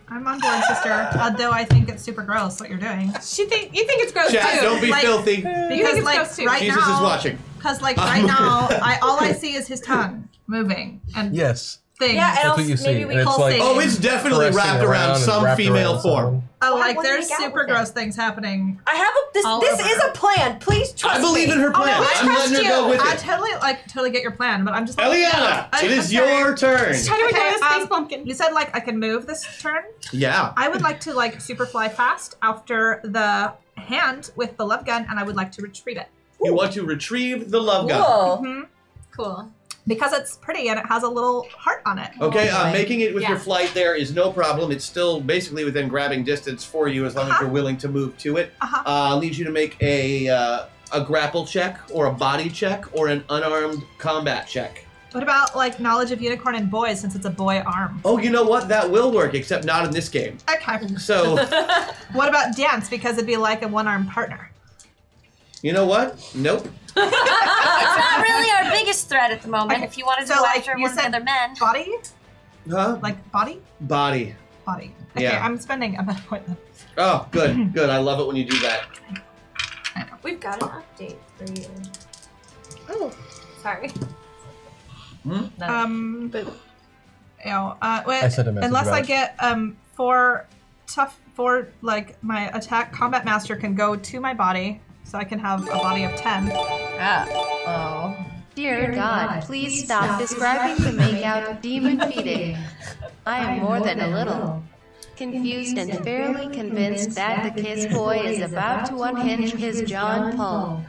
S3: I'm on board, sister. Although I think it's super gross what you're doing.
S5: She think you think it's gross
S2: Chat,
S5: too.
S2: don't be
S3: like-
S2: filthy.
S3: Because
S5: it's
S3: like
S5: gross too.
S3: right
S2: Jesus
S3: now,
S2: is watching.
S3: Because like right now, I all I see is his tongue moving and
S4: Yes.
S3: things.
S9: Yeah, and
S4: That's
S9: also
S4: what you see.
S9: maybe we
S4: And it's
S9: call
S4: like-
S2: Oh, it's definitely
S4: Caressing
S2: wrapped around,
S4: and
S2: some
S4: wrapped
S2: female
S4: around
S2: form.
S4: someone.
S3: oh, like
S9: wouldn't
S3: there's
S9: he get
S3: super
S9: with it?
S3: gross things happening.
S9: I have a this.
S3: All
S9: this
S3: over.
S9: is a plan. Please trust
S2: Oh I believe
S9: me.
S2: in her plan.
S3: Oh, I
S2: I'm letting her
S3: trust
S2: go
S3: you.
S2: with
S3: I
S2: it.
S3: totally like totally get your plan, but I'm just like,
S2: Eliana,
S3: no. I-
S2: it
S3: I'm
S2: is
S3: sorry.
S2: your turn.
S5: How do we
S3: Okay,
S5: okay, space
S3: um,
S5: pumpkin?
S3: You said like I can move this turn.
S2: Yeah.
S3: I would like to like super fly fast after the hand with the love gun, and I would like to retrieve it.
S2: You want to retrieve the love gun.
S9: Whoa.
S6: Cool.
S3: because it's pretty and it has a little heart on it.
S2: Okay,
S6: Oh,
S2: uh,
S6: boy.
S2: making it with your
S6: Yeah.
S2: flight there is no problem. It's still basically within grabbing distance for you as long as
S3: Uh-huh.
S2: you're willing to move to it.
S3: Uh-huh.
S2: Uh, I'll need you to make a uh, a grapple check or a body check or an unarmed combat check.
S3: What about like knowledge of unicorn and boys since it's a boy arm?
S2: Oh, you know what? That will work, except not in this game.
S3: Okay.
S2: So,
S3: What about dance because it'd be like a one armed partner?
S2: you know what? Nope.
S6: It's not really our biggest threat at the moment. If you wanted to
S3: So,
S6: go
S3: like,
S6: after
S3: you
S6: one of the
S3: said-
S6: other men,
S3: Body?
S2: Huh?
S3: Like body?
S2: Body.
S3: Body. Okay,
S2: Yeah.
S3: I'm spending a bad point then.
S2: Oh, good, good. I love it when you do that.
S9: We've got an update for you. Oh, sorry.
S3: Um but you know, uh wait,
S4: I sent a message
S3: unless I
S4: about it.
S3: get um four tough four like my attack combat master can go to my body. So I can have a body of ten.
S7: Dear God, please stop describing the makeout demon feeding. I am more than a little confused and fairly convinced that the kiss boy is about to unhinge his John Paul.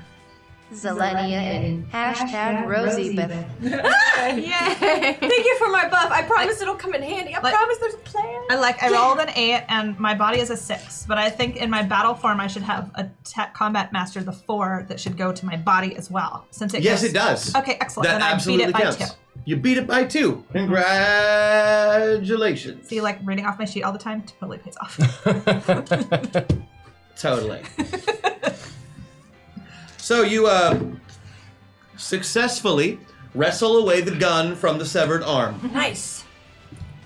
S7: Zelenia and hashtag Rosie Beth.
S9: Thank you for my buff. I promise it'll come in handy. I
S3: Like-
S9: promise there's a plan.
S3: I like I rolled an eight and my body is a six, but I think in my battle form I should have a ta- combat master the four that should go to my body as well, since it
S2: Yes,
S3: goes-
S2: it does.
S3: Okay, excellent.
S2: That
S3: then I beat
S2: absolutely
S3: it by
S2: counts.
S3: two.
S2: You beat it by two. Congratulations.
S3: See, like reading off my sheet all the time totally pays off.
S2: Totally. so you uh, successfully wrestle away the gun from the severed arm.
S9: Nice.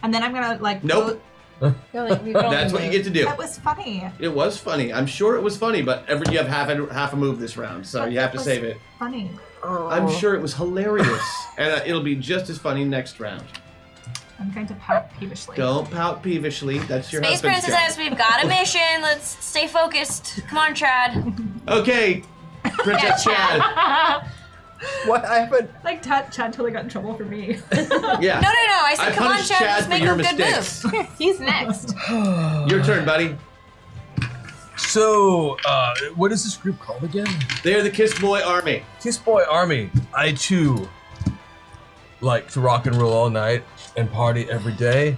S3: and then I'm gonna like.
S2: Nope. That's what you get to do.
S3: That was funny.
S2: It was funny. I'm sure it was funny, but every you have half a, half a move this round, so you have to save it.
S3: Funny.
S2: I'm sure it was hilarious, and uh, it'll be just as funny next round.
S3: I'm going to pout peevishly.
S2: Don't pout peevishly. That's your
S6: Space
S2: husband's
S6: Princess says we've got a mission. Let's stay focused. Come on, Trad.
S2: job. Okay, Princess Chad.
S4: What? I haven't.
S3: Like Chad, Chad totally got in trouble for me.
S2: Yeah.
S6: No, no, no. I said,
S2: I
S6: come on,
S2: punished
S6: Chad.
S2: Chad
S6: Let's
S2: for
S6: make
S2: your
S6: a good
S2: mistakes.
S6: move.
S5: He's next.
S2: Your turn, buddy.
S4: So, uh, what is this group called again?
S2: They're the Kiss Boy Army.
S4: Kiss Boy Army. I too like to rock and roll all night and party every day.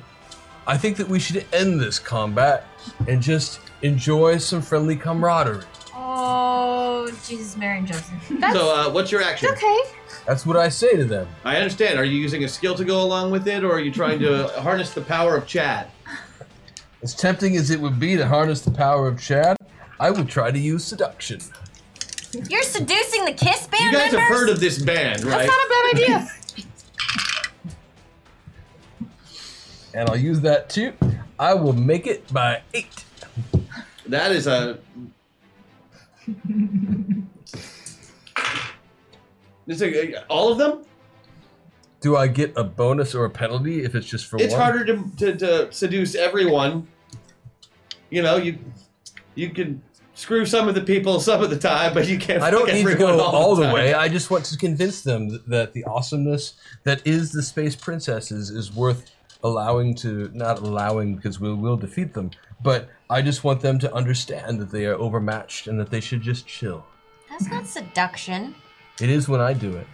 S4: I think that we should end this combat and just enjoy some friendly camaraderie.
S6: Oh, Jesus, Mary, and Joseph.
S2: so, uh, what's your action?
S5: Okay.
S4: That's what I say to them.
S2: I understand. Are you using a skill to go along with it, or are you trying to harness the power of Chad?
S4: As tempting as it would be to harness the power of Chad, I would try to use seduction.
S8: You're seducing the Kiss Band
S2: You guys
S8: members?
S2: have heard of this band, right?
S5: not a bad idea.
S4: And I'll use that too. I will make it by eight.
S2: That is a. It's a, uh, all of them?
S4: Do I get a bonus or a penalty if it's just for
S2: It's
S4: one?
S2: harder to, to, to seduce everyone. You know, you you can screw some of the people some of the time, but you can't.
S4: I don't
S2: fuck
S4: need to
S2: everyone
S4: go all, the,
S2: time.
S4: way. I just want to convince them th- that the awesomeness that is the Space Princesses is worth allowing to not allowing because we will defeat them. But I just want them to understand that they are overmatched and that they should just chill.
S8: That's not seduction.
S4: It is when I do it.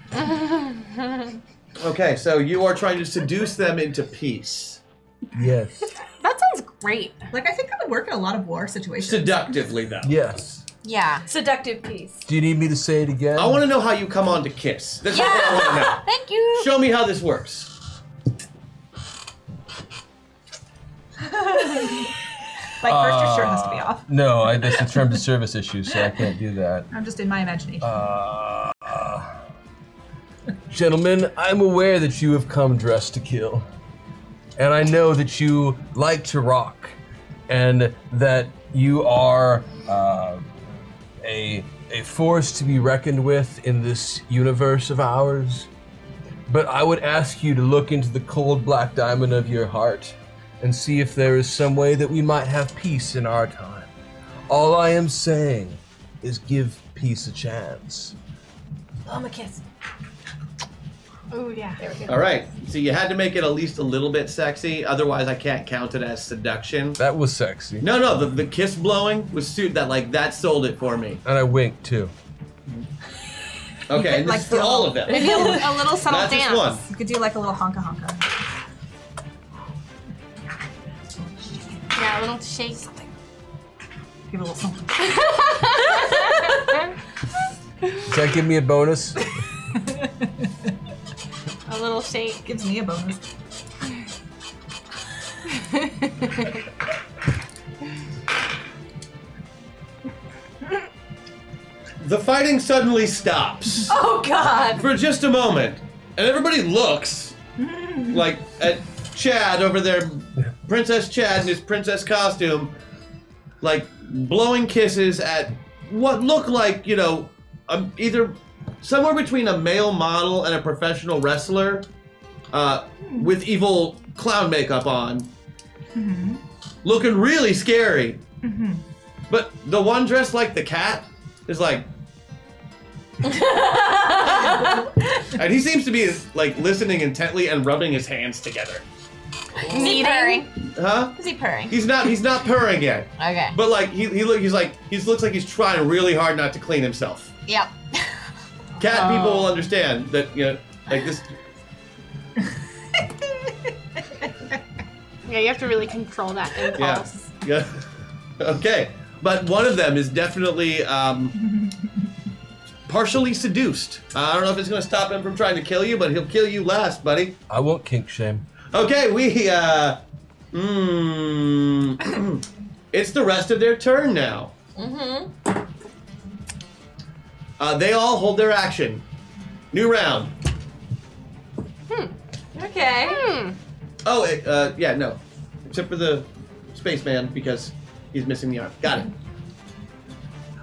S2: Okay, so you are trying to seduce them into peace
S4: Yes.
S5: That sounds great.
S3: Like I think that would work in a lot of war situations.
S2: seductively, though.
S4: Yes.
S8: Yeah.
S9: Seductive piece.
S4: Do you need me to say it again?
S2: I want to know how you come on to kiss. That's what I want to know.
S8: Thank you.
S2: Show me how this works.
S3: Like first your shirt has to be
S2: Uh.
S3: off.
S4: No, I, that's a terms of service issue, so I can't do that.
S3: I'm just in my imagination.
S4: Uh, gentlemen, I'm aware that you have come dressed to kill. And I know that you like to rock. And that you are uh, a, a force to be reckoned with in this universe of ours. But I would ask you to look into the cold black diamond of your heart and see if there is some way that we might have peace in our time. All I am saying is give peace a chance.
S5: Oh yeah. There we go.
S2: All right. So you had to make it at least a little bit sexy, otherwise I can't count it as seduction.
S4: That was sexy.
S2: No, no, the, the kiss blowing was suit that like that sold it for me.
S4: And I winked too.
S2: Okay, and
S3: like,
S2: this is for
S3: do a
S2: all
S3: little-
S2: of them.
S5: Maybe a, a little subtle
S2: Not just
S5: dance.
S2: one.
S3: you could do like a little honka honka.
S5: Yeah, a little shake.
S3: Give it a little something.
S4: Does that give me a bonus?
S5: A little shake.
S3: Gives me a bonus.
S2: The fighting suddenly stops
S9: Oh God.
S2: for just a moment, and everybody looks like at Chad over there, Princess Chad in his princess costume, like blowing kisses at what look like you know um, either somewhere between a male model and a professional wrestler, uh, with evil clown makeup on, looking really scary. But the one dressed like the cat is like.
S9: Mm-hmm.
S2: and he seems to be like listening intently and rubbing his hands together.
S8: Is he purring?
S2: Huh?
S8: Is he purring?
S2: He's not he's not purring yet.
S8: Okay.
S2: But like he, he look he's like he looks like he's trying really hard not to clean himself.
S8: Yep.
S2: Cat people will understand that you know like this
S5: Yeah, you have to really control that
S2: yeah.
S5: impulse.
S2: yeah. okay. But one of them is definitely um, partially seduced. Uh, I don't know if it's gonna stop him from trying to kill you, but he'll kill you last, buddy.
S4: I won't kink shame.
S2: Okay, we uh mm, it's the rest of their turn now. Mm-hmm. Uh, they all hold their action. New round.
S9: Okay.
S5: Hmm.
S2: Oh, it, uh, yeah, no. Except for the spaceman because he's missing the arm. Got it.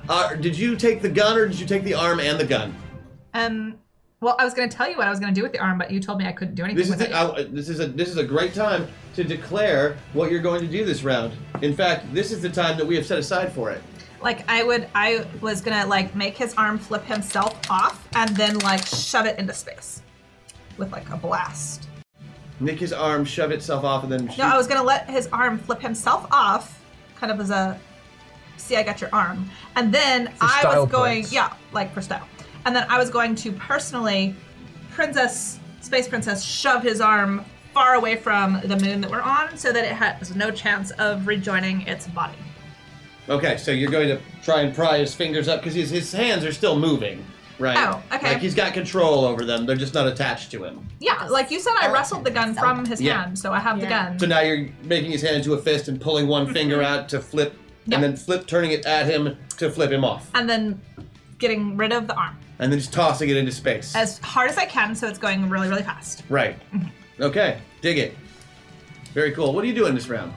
S2: Uh, did you take the gun or did you take the arm and the gun?
S3: Um. Well, I was gonna tell you what I was gonna do with the arm, but you told me I couldn't do anything
S2: This is the,
S3: with it.
S2: I, this is a this is a great time to declare what you're going to do this round. In fact, this is the time that we have set aside for it.
S3: like I would, I was gonna like make his arm flip himself off and then like shove it into space with like a blast.
S2: Make his arm shove itself off and then shoot.
S3: No, I was gonna let his arm flip himself off, kind of as a, see, I got your arm, and then I
S4: style
S3: was going,
S4: points.
S3: yeah, like for style, and then I was going to personally, Princess Space Princess shoved his arm far away from the moon that we're on, so that it has no chance of rejoining its body.
S2: Okay, so you're going to try and pry his fingers up because his, his hands are still moving, right?
S3: Oh, okay.
S2: Like he's got control over them; they're just not attached to him.
S3: Yeah, like you said, I wrestled the gun from his
S2: Yeah.
S3: hand, so I have the
S5: Yeah.
S3: gun.
S2: So now you're making his hand into a fist and
S3: Mm-hmm.
S2: pulling one finger out to flip,
S3: Yeah.
S2: and then flip, turning it at him to flip him off.
S3: and then getting rid of the arm
S2: and then just tossing it into space.
S3: as Mm-hmm. hard as I can, so it's going really, really fast.
S2: right. Okay. Dig it. Very cool. What are you doing this round?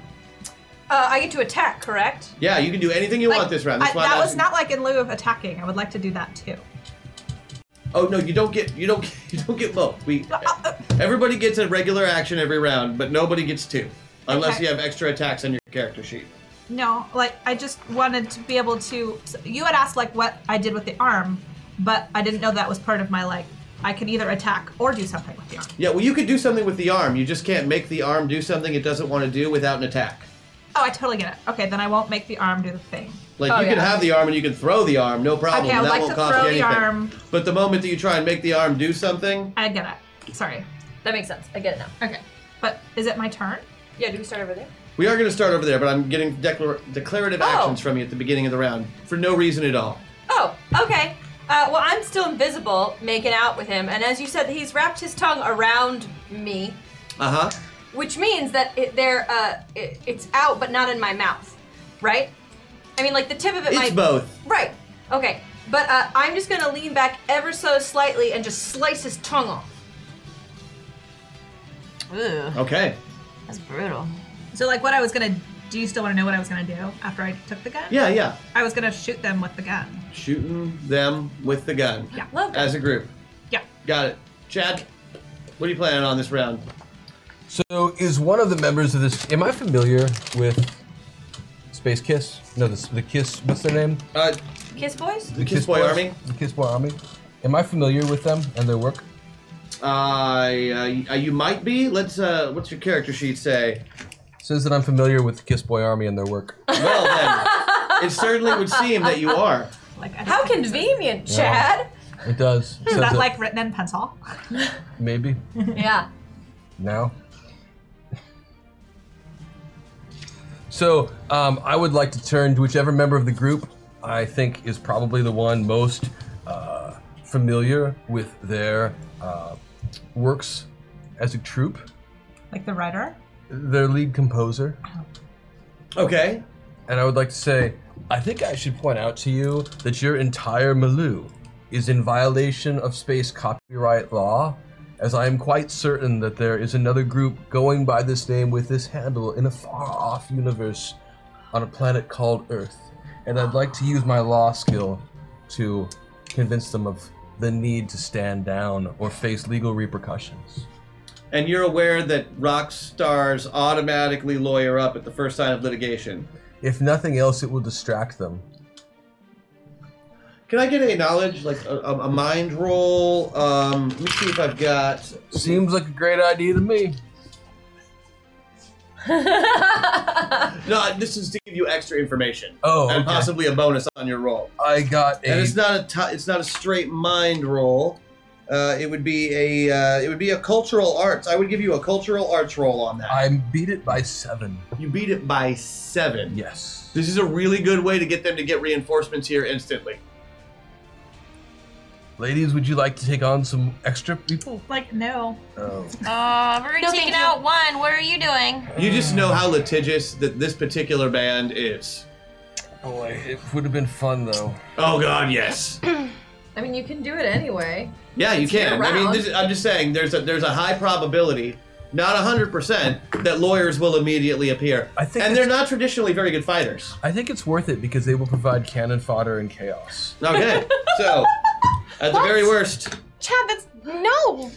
S9: Uh, I get to attack, correct?
S2: Yeah, you can do anything you want this round. That's
S3: I-
S2: why I'm
S3: that was
S2: asking-
S3: not like in lieu of attacking. I would like to do that too.
S2: Oh no, you don't get you don't you don't get both. We
S3: uh,
S2: everybody gets a regular action every round, but nobody gets two, unless
S3: Okay.
S2: you have extra attacks on your character sheet.
S3: No, like I just wanted to be able to. so you had asked like what I did with the arm, but I didn't know that was part of my like. I could either attack or do something with the arm.
S2: Yeah, well, you could do something with the arm. You just can't make the arm do something it doesn't want to do without an attack.
S3: Oh, I totally get it. Okay, then I won't make the arm do the thing.
S2: Like
S9: Oh,
S2: you can
S9: yeah.
S2: have the arm and you can throw the arm, no problem.
S3: Okay, I would
S2: that
S3: like
S2: won't
S3: to
S2: cost
S3: throw
S2: you
S3: the
S2: anything.
S3: arm.
S2: But the moment that you try and make the arm do something,
S3: I get it. Sorry.
S9: That makes sense. I get it now.
S3: Okay, but is it my turn?
S9: Yeah, do we start over there?
S2: we are going to start over there. But I'm getting declar- declarative
S9: Oh.
S2: actions from you at the beginning of the round for no reason at all.
S9: Oh, okay. Uh, well, I'm still invisible, making out with him, and as you said, he's wrapped his tongue around me,
S2: Uh huh.
S9: which means that it, they're, uh, it, it's out but not in my mouth, right? I mean, like the tip of it
S2: It's
S9: might.
S2: both.
S9: Right. Okay. But uh, I'm just gonna lean back ever so slightly and just slice his tongue off.
S6: Ooh,
S2: Okay.
S6: that's brutal.
S3: So like what I was gonna. Do you still want to know what I was gonna do after I took the gun?
S2: Yeah, yeah.
S3: I was gonna shoot them with the gun.
S2: Shooting them with the gun.
S3: Yeah.
S9: Love
S2: As a group.
S3: Yeah.
S2: Got it. Chad, what are you planning on this round?
S4: So is one of the members of this? Am I familiar with Space Kiss? No, the, the Kiss. What's their name?
S2: Uh,
S9: Kiss boys?
S2: the Kiss Boy
S4: Boys?
S2: Army.
S4: The Kiss Boy Army. Am I familiar with them and their work?
S2: I, uh, you might be. Let's. Uh, what's your character sheet say?
S4: Says that I'm familiar with the Kiss Boy Army and their work.
S2: Well then, it certainly would seem that you are.
S3: Like I
S9: How
S3: don't think-
S9: convenient, Chad.
S4: It does. Says
S3: Is that
S4: it-
S3: like written in pencil?
S4: maybe
S9: Yeah.
S4: now. So um, I would like to turn to whichever member of the group I think is probably the one most uh, familiar with their uh, works as a troupe.
S3: Like the writer?
S4: their lead composer,
S2: Okay.
S4: and I would like to say, I think I should point out to you that your entire milieu is in violation of space copyright law, as I am quite certain that there is another group going by this name with this handle in a far off universe on a planet called Earth. And I'd like to use my law skill to convince them of the need to stand down or face legal repercussions.
S2: And you're aware that rock stars automatically lawyer up at the first sign of litigation.
S4: If nothing else, it will distract them.
S2: Can I get a knowledge, like a, a a mind roll? Um, let me see if I've got.
S4: Seems like a great idea to me.
S2: No, this is to give you extra information
S4: Oh,
S2: and
S4: okay.
S2: possibly a bonus on your roll.
S4: I got
S2: And
S4: a
S2: it's not a t- it's not a straight mind roll. Uh, it would be a uh, it would be a cultural arts. I would give you a cultural arts roll on that.
S4: I beat it by seven.
S2: you beat it by seven.
S4: Yes.
S2: This is a really good way to get them to get reinforcements here instantly.
S4: Ladies, would you like to take on some extra people?
S3: Like no.
S4: Oh.
S6: Uh, we're
S8: No,
S6: taking
S8: thank you.
S6: out one. What are you doing?
S2: You just know how litigious that this particular band is.
S4: Oh, Boy, it would have been fun though.
S2: Oh God, yes.
S9: I mean, you can do it anyway.
S2: Yeah, you can. I mean,
S9: year-round.
S2: this, is- I'm just saying there's a there's a high probability, not hundred percent, that lawyers will immediately appear.
S4: I think
S2: and they're not traditionally very good fighters.
S4: I think it's worth it because they will provide cannon fodder and chaos.
S2: Okay, so at the very worst,
S5: Chad, that's no.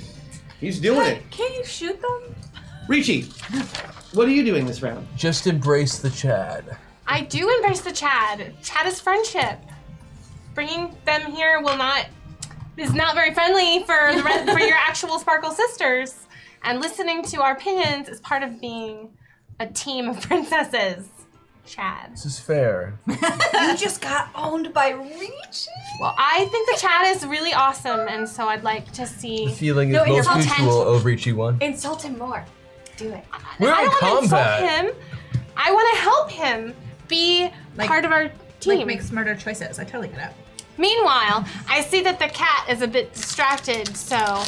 S2: he's doing it.
S9: Can't you shoot them?
S2: Richie, what are you doing this round?
S4: Just embrace the Chad.
S5: I do embrace the Chad. Chad is friendship. Bringing them here will not is not very friendly for the rest, for your actual Sparkle sisters. And listening to our opinions is part of being a team of princesses. Chad.
S4: This is fair.
S9: You just got owned by Reach?
S5: Well, I think the Chad is really awesome, and so I'd like to see.
S4: The feeling
S9: No,
S4: is
S9: and you're
S4: most
S9: content.
S4: mutual, Overreachy one.
S9: Insult him more. Do it.
S4: We're
S5: I
S4: in
S5: don't want to insult
S4: combat.
S5: him. I want to help him be
S3: Like-
S5: part of our team.
S3: Like makes smarter choices. I totally get it.
S5: Meanwhile, I see that the cat is a bit distracted, so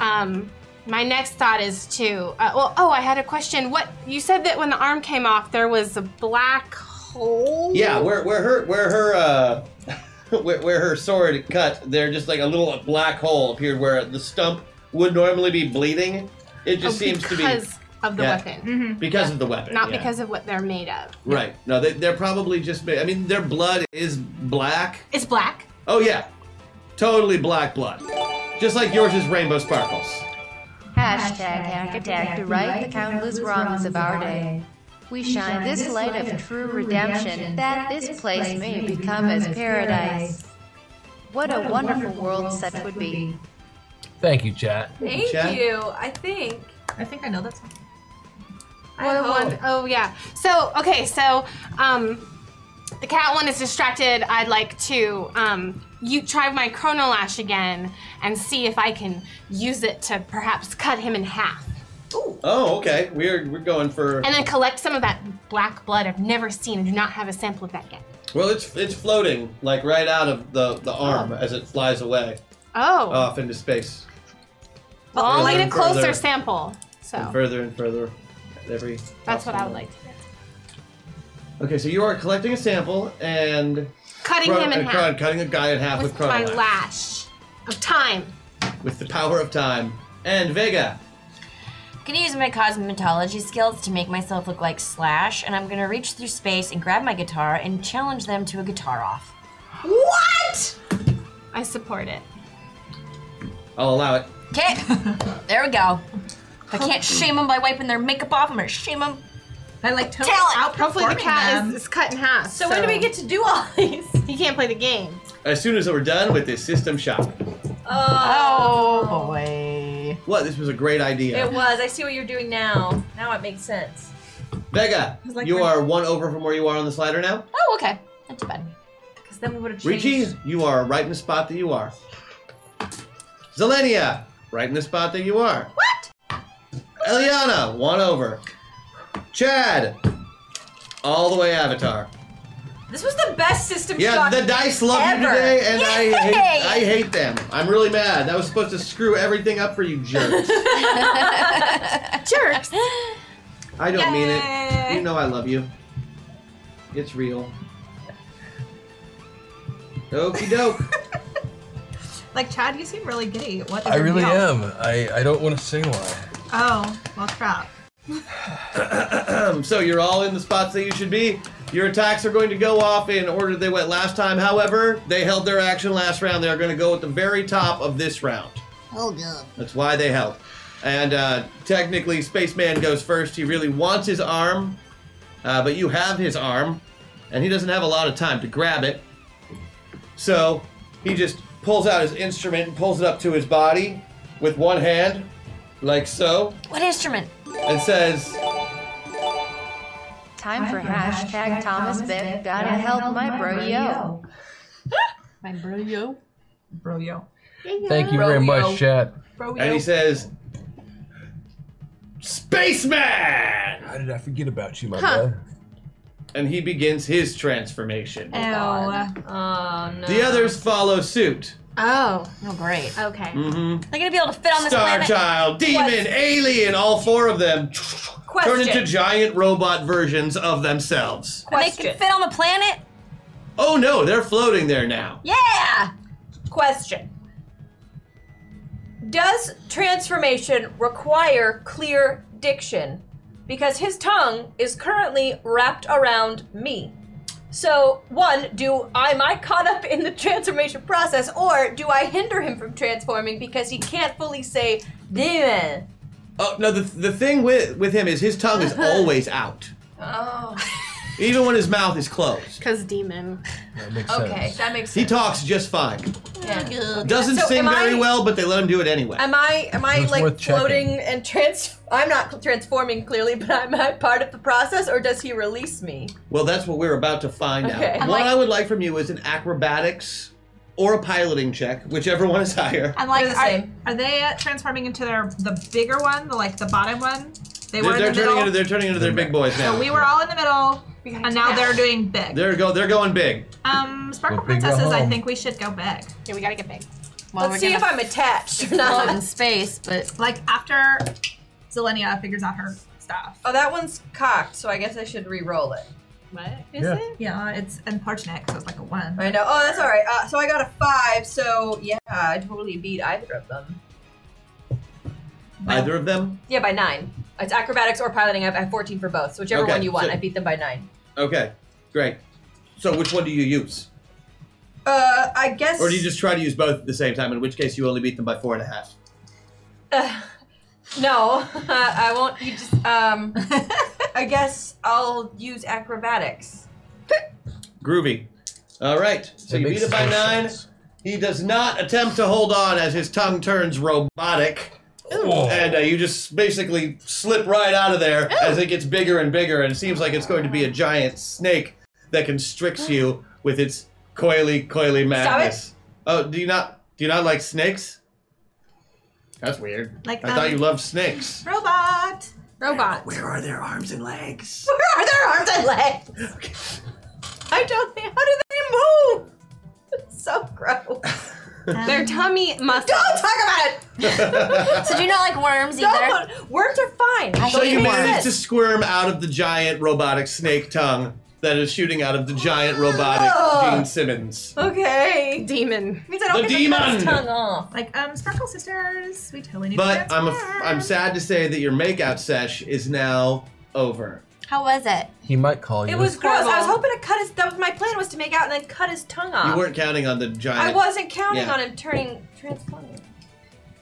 S5: um, my next thought is to. Uh, well, oh, I had a question. What you said that when the arm came off, there was a black hole.
S2: Yeah, where where her where her uh where, where her sword cut, there just like a little black hole appeared where the stump would normally be bleeding. It just seems to be
S5: Oh, because of the
S2: Yeah.
S5: weapon,
S2: because of the weapon.
S5: not
S2: yeah.
S5: because of what they're made of.
S2: Right. No, they, they're probably just. ma- I mean, their blood is black.
S6: It's black.
S2: Oh yeah, totally black blood, just like yours is rainbow sparkles.
S7: Hashtag hack attack to right the countless wrongs of our day. We shine this light of true redemption that this place may become as paradise. What a wonderful world such would be.
S4: Thank you, chat.
S9: Thank
S2: Chad?
S9: you. I think.
S3: I think I know that song.
S9: I
S5: What a
S9: hope.
S5: one- oh yeah. So okay, so um, the cat one is distracted. I'd like to um, you try my chrono lash again and see if I can use it to perhaps cut him in half,
S2: Oh, okay. We're we're going for.
S5: and then collect some of that black blood I've never seen and do not have a sample of that yet.
S2: Well, it's it's floating like right out of the the arm as it flies away
S5: Oh,
S2: off into space,
S5: well, I'll
S2: further
S5: need a
S2: and
S5: closer
S2: Oh, further.
S5: sample. So
S2: further and further. at Every.
S5: that's what I would
S2: possible-
S5: like. to do.
S2: Okay, so you are collecting a sample and
S5: Cutting
S2: cro-
S5: him in
S2: uh,
S5: half
S2: cro- cutting a guy in half with,
S5: with my
S2: chrono lash.
S5: lash of time.
S2: with the power of time and Vega.
S6: Can use my cosmetology skills to make myself look like Slash, and I'm gonna reach through space and grab my guitar and challenge them to a guitar off.
S9: What?
S5: I support it.
S2: I'll allow it.
S6: Okay, there we go. If I can't shame them by wiping their makeup off, I'm gonna shame them.
S3: I like totally
S6: Tell it.
S3: outperforming
S5: Hopefully the cat
S3: them.
S5: is, is cut in half.
S9: So, when do we get to do all these?
S5: He can't play the game.
S2: As soon as we're done with this system shock.
S6: Oh boy.
S2: What? This was a great idea.
S9: It was. I see what you're doing now. Now it makes sense.
S2: Vega,
S3: like
S2: you
S3: we're-
S2: are one over from where you are on the slider now.
S6: Oh, okay. Not too bad.
S9: Because then we would have changed.
S2: Richie, you are right in the spot that you are. Zelenia, right in the spot that you are. What? Eliana, one over. Chad, all the way Avatar.
S9: This was the best system
S2: Yeah,
S9: shock.
S2: the dice love you
S9: ever.
S2: today, and I hate,
S6: Yay!
S2: I hate them. I'm really mad. That was supposed to screw everything up for you jerks.
S5: Jerks.
S2: I don't mean it. You know I love you. It's real. Okie doke.
S3: Like Chad, you seem really giddy. What? Is
S4: I
S3: your
S4: really
S3: deal?
S4: am. I, I don't want to say why.
S3: Oh, well, crap.
S2: Um, so you're all in the spots that you should be. Your attacks are going to go off in order they went last time. However, they held their action last round. They are going to go at the very top of this round. Oh, God. That's why they held. And uh, technically, Spaceman goes first. He really wants his arm, uh, but you have his arm, and he doesn't have a lot of time to grab it. So he just pulls out his instrument and pulls it up to his body with one hand, like so,
S6: What instrument?
S2: and says,
S7: Time for hashtag Thomas Bibb. Gotta help my bro yo.
S5: My bro yo.
S3: Bro, yo.
S4: Thank you very much, chat.
S3: Bro,
S2: And
S3: yo.
S2: he says, Spaceman!
S4: How did I forget about you, my
S5: Huh.
S4: brother?
S2: And he begins his transformation.
S3: Ew.
S9: Oh no.
S2: The others follow suit.
S5: Oh,
S6: Oh, great.
S5: okay.
S2: Mm-hmm.
S6: They're gonna be able to fit on this
S2: Star
S6: planet.
S2: Child, Demon, Alien, all four of them turn into
S9: Question.
S2: giant robot versions of themselves.
S6: And they can
S9: Question.
S6: fit on the planet.
S2: Oh no, they're floating there now.
S6: Yeah.
S9: Question. Does transformation require clear diction? Because his tongue is currently wrapped around me. So, one, do am I caught up in the transformation process, or do I hinder him from transforming because he can't fully say demon?
S2: Oh no, the, the thing with, with him is his tongue
S9: Uh-huh.
S2: is always out,
S9: Oh,
S2: even when his mouth is closed.
S5: Because demon.
S4: That makes
S9: okay,
S4: sense.
S9: that makes
S2: He
S9: sense.
S2: talks just fine.
S6: Yeah.
S2: Doesn't
S9: So
S2: sing
S9: am
S2: very
S9: I-
S2: well, but they let him do it anyway.
S9: Am I am I
S4: It's
S9: like
S4: worth checking.
S9: floating and trans? I'm not transforming clearly, but am I part of the process, or does he release me?
S2: Well, that's what we're about to find
S9: Okay.
S2: out.
S9: I'm
S2: What
S6: like-
S2: I would like from you is an acrobatics or a piloting check, whichever one is higher.
S3: And like,
S9: They're the
S3: are,
S9: same.
S3: are they uh, transforming into their the bigger one, the like the bottom one? They
S2: They're,
S3: were
S2: they're
S3: in the
S2: turning
S3: middle.
S2: into they're turning into their big boys now.
S3: so we were all in the middle, and now they're doing big.
S2: they're go they're going big.
S3: Um, Sparkle
S4: Well, big go
S3: Princesses, I
S4: home.
S3: think we should go big.
S5: Okay, we gotta get big.
S6: Well,
S9: Let's
S6: we're
S9: see if
S6: gonna
S9: I'm attached or
S6: float
S9: not.
S6: in space, but
S3: Like after Zelenia figures out her stuff. Oh.
S9: Oh, that one's cocked, so I guess I should re-roll it.
S5: What is
S4: Yeah.
S5: it?
S3: Yeah, it's and parched neck, so it's like a one.
S9: I know. Oh, that's all right. Uh, so I got a five. So yeah, I totally beat either of them.
S2: Either of them?
S9: Yeah, by nine. It's acrobatics or piloting. I have I have 14 for both. So whichever
S2: Okay,
S9: one you want,
S2: so-
S9: I beat them by nine.
S2: Okay, great. So which one do you use?
S9: Uh, I guess.
S2: Or do you just try to use both at the same time, in which case you only beat them by four and a half?
S9: Uh, no, I won't. You just. Um, I guess I'll use acrobatics.
S2: Groovy. All right, so
S4: It
S2: you
S4: makes
S2: beat it by
S4: no
S2: nine.
S4: sense.
S2: He does not attempt to hold on as his tongue turns robotic.
S3: Oh.
S4: Whoa.
S2: And uh, you just basically slip right out of there as it gets bigger and bigger and seems like it's going to be a giant snake that constricts you with its coily, coily madness. Oh, do you not do you not like snakes? That's weird.
S3: Like,
S2: I thought
S3: um,
S2: you loved snakes.
S3: Robot.
S9: Robot.
S1: Where are their arms and legs?
S9: Where are their arms and legs? I don't think. How do they move? It's so gross.
S2: Um,
S5: Their tummy muscles.
S9: Don't talk about it.
S8: So do you not like worms either?
S9: Don't. Worms are fine.
S2: So you
S9: They
S2: manage
S9: exist.
S2: to squirm out of the giant robotic snake tongue that is shooting out of the giant robotic
S9: Ugh.
S2: Gene Simmons.
S9: Okay.
S5: Demon.
S9: Means I
S2: The
S9: don't get to cut
S2: demon.
S9: his tongue off.
S3: Like, um, Sparkle Sisters, we totally need to
S2: But
S3: dance
S2: I'm a,
S3: around.
S2: I'm sad to say that your makeout sesh is now over.
S8: How was it?
S4: He might
S2: Oh,
S4: call you.
S9: It was gross. I was
S5: horrible.
S9: hoping to cut his. That was my plan was to make out and then cut his tongue off.
S2: You weren't counting on the giant.
S9: Ah. I wasn't counting
S2: Yeah.
S9: on him turning transforming.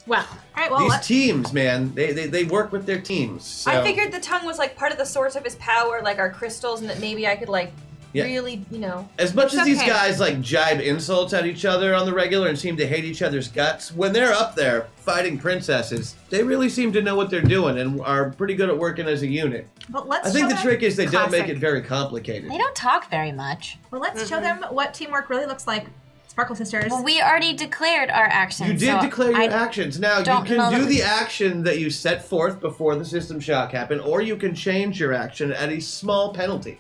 S5: Well,
S3: All right, well,
S2: These
S3: let-
S2: teams, man, they, they they work with their teams. So
S9: I figured the tongue was like part of the source of his power, like our crystals, and that maybe I could like
S2: Yeah.
S9: really, you know.
S2: as much
S9: it's
S2: as these
S9: okay.
S2: guys like jibe insults at each other on the regular and seem to hate each other's guts, when they're up there fighting princesses, they really seem to know what they're doing and are pretty good at working as a unit.
S3: but let's
S2: I think
S3: show
S2: the
S3: them,
S2: trick is they don't make
S5: Classic.
S2: it very complicated.
S8: They don't talk very much.
S3: Well, let's show them what teamwork really looks like. Sparkle Sisters.
S8: Well, we already declared our actions.
S2: You
S8: so
S2: did declare your
S8: I-
S2: actions. Now you
S8: don't know
S2: can do
S8: that-
S2: the action that you set forth before the system shock happened, or you can change your action at a small penalty.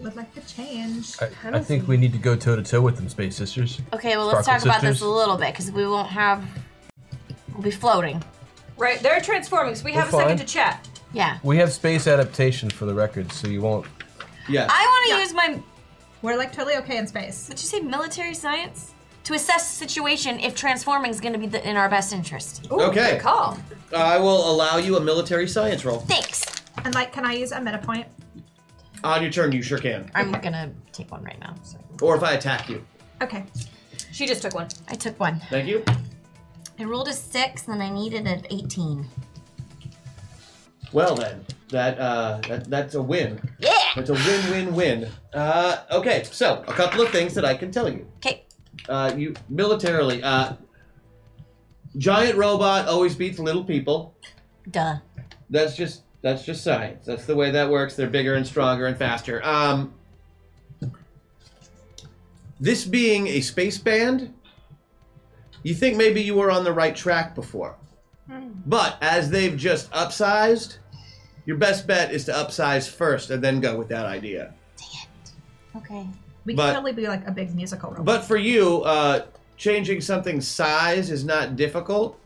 S3: would like to change.
S4: I, I think we need to go toe to toe with them, Space Sisters.
S8: Okay, well, let's
S4: Sparkle
S8: talk about this
S4: sisters.
S8: a little bit because we won't have. We'll be floating.
S9: Right, they're transforming, so we have a
S4: We're
S9: second to
S4: fine.
S9: chat.
S8: Yeah.
S4: We have space adaptation for the record, so you won't.
S2: Yeah.
S8: I want to use my.
S3: We're like totally okay in space.
S8: Did you say military science? To assess the situation if transforming is going to be the, in our best interest.
S9: Ooh,
S2: Okay.
S9: Good call.
S2: I will allow you a military science roll.
S8: Thanks.
S3: And like, can I use a meta point?
S2: On your turn, you sure can.
S8: I'm gonna take one right now. So.
S2: Or if I attack you.
S3: Okay.
S9: She just took one.
S8: I took one.
S2: Thank you.
S8: I rolled a six, and I needed an 18.
S2: Well then, that uh, that that's a win. Yeah. It's a win-win-win. Uh, okay, so a couple of things that I can tell you.
S8: 'Kay.
S2: Uh, you militarily, uh, giant robot always beats little people.
S8: Duh.
S2: That's just that's just science. That's the way that works. They're bigger and stronger and faster. Um, this being a space band, you think maybe you were on the right track before,
S8: Hmm.
S2: but as they've just upsized, your best bet is to upsize first and then go with that idea.
S8: Okay.
S3: We
S2: But-
S3: could totally be like a big musical robot.
S2: But for you, uh, changing something's size is not difficult.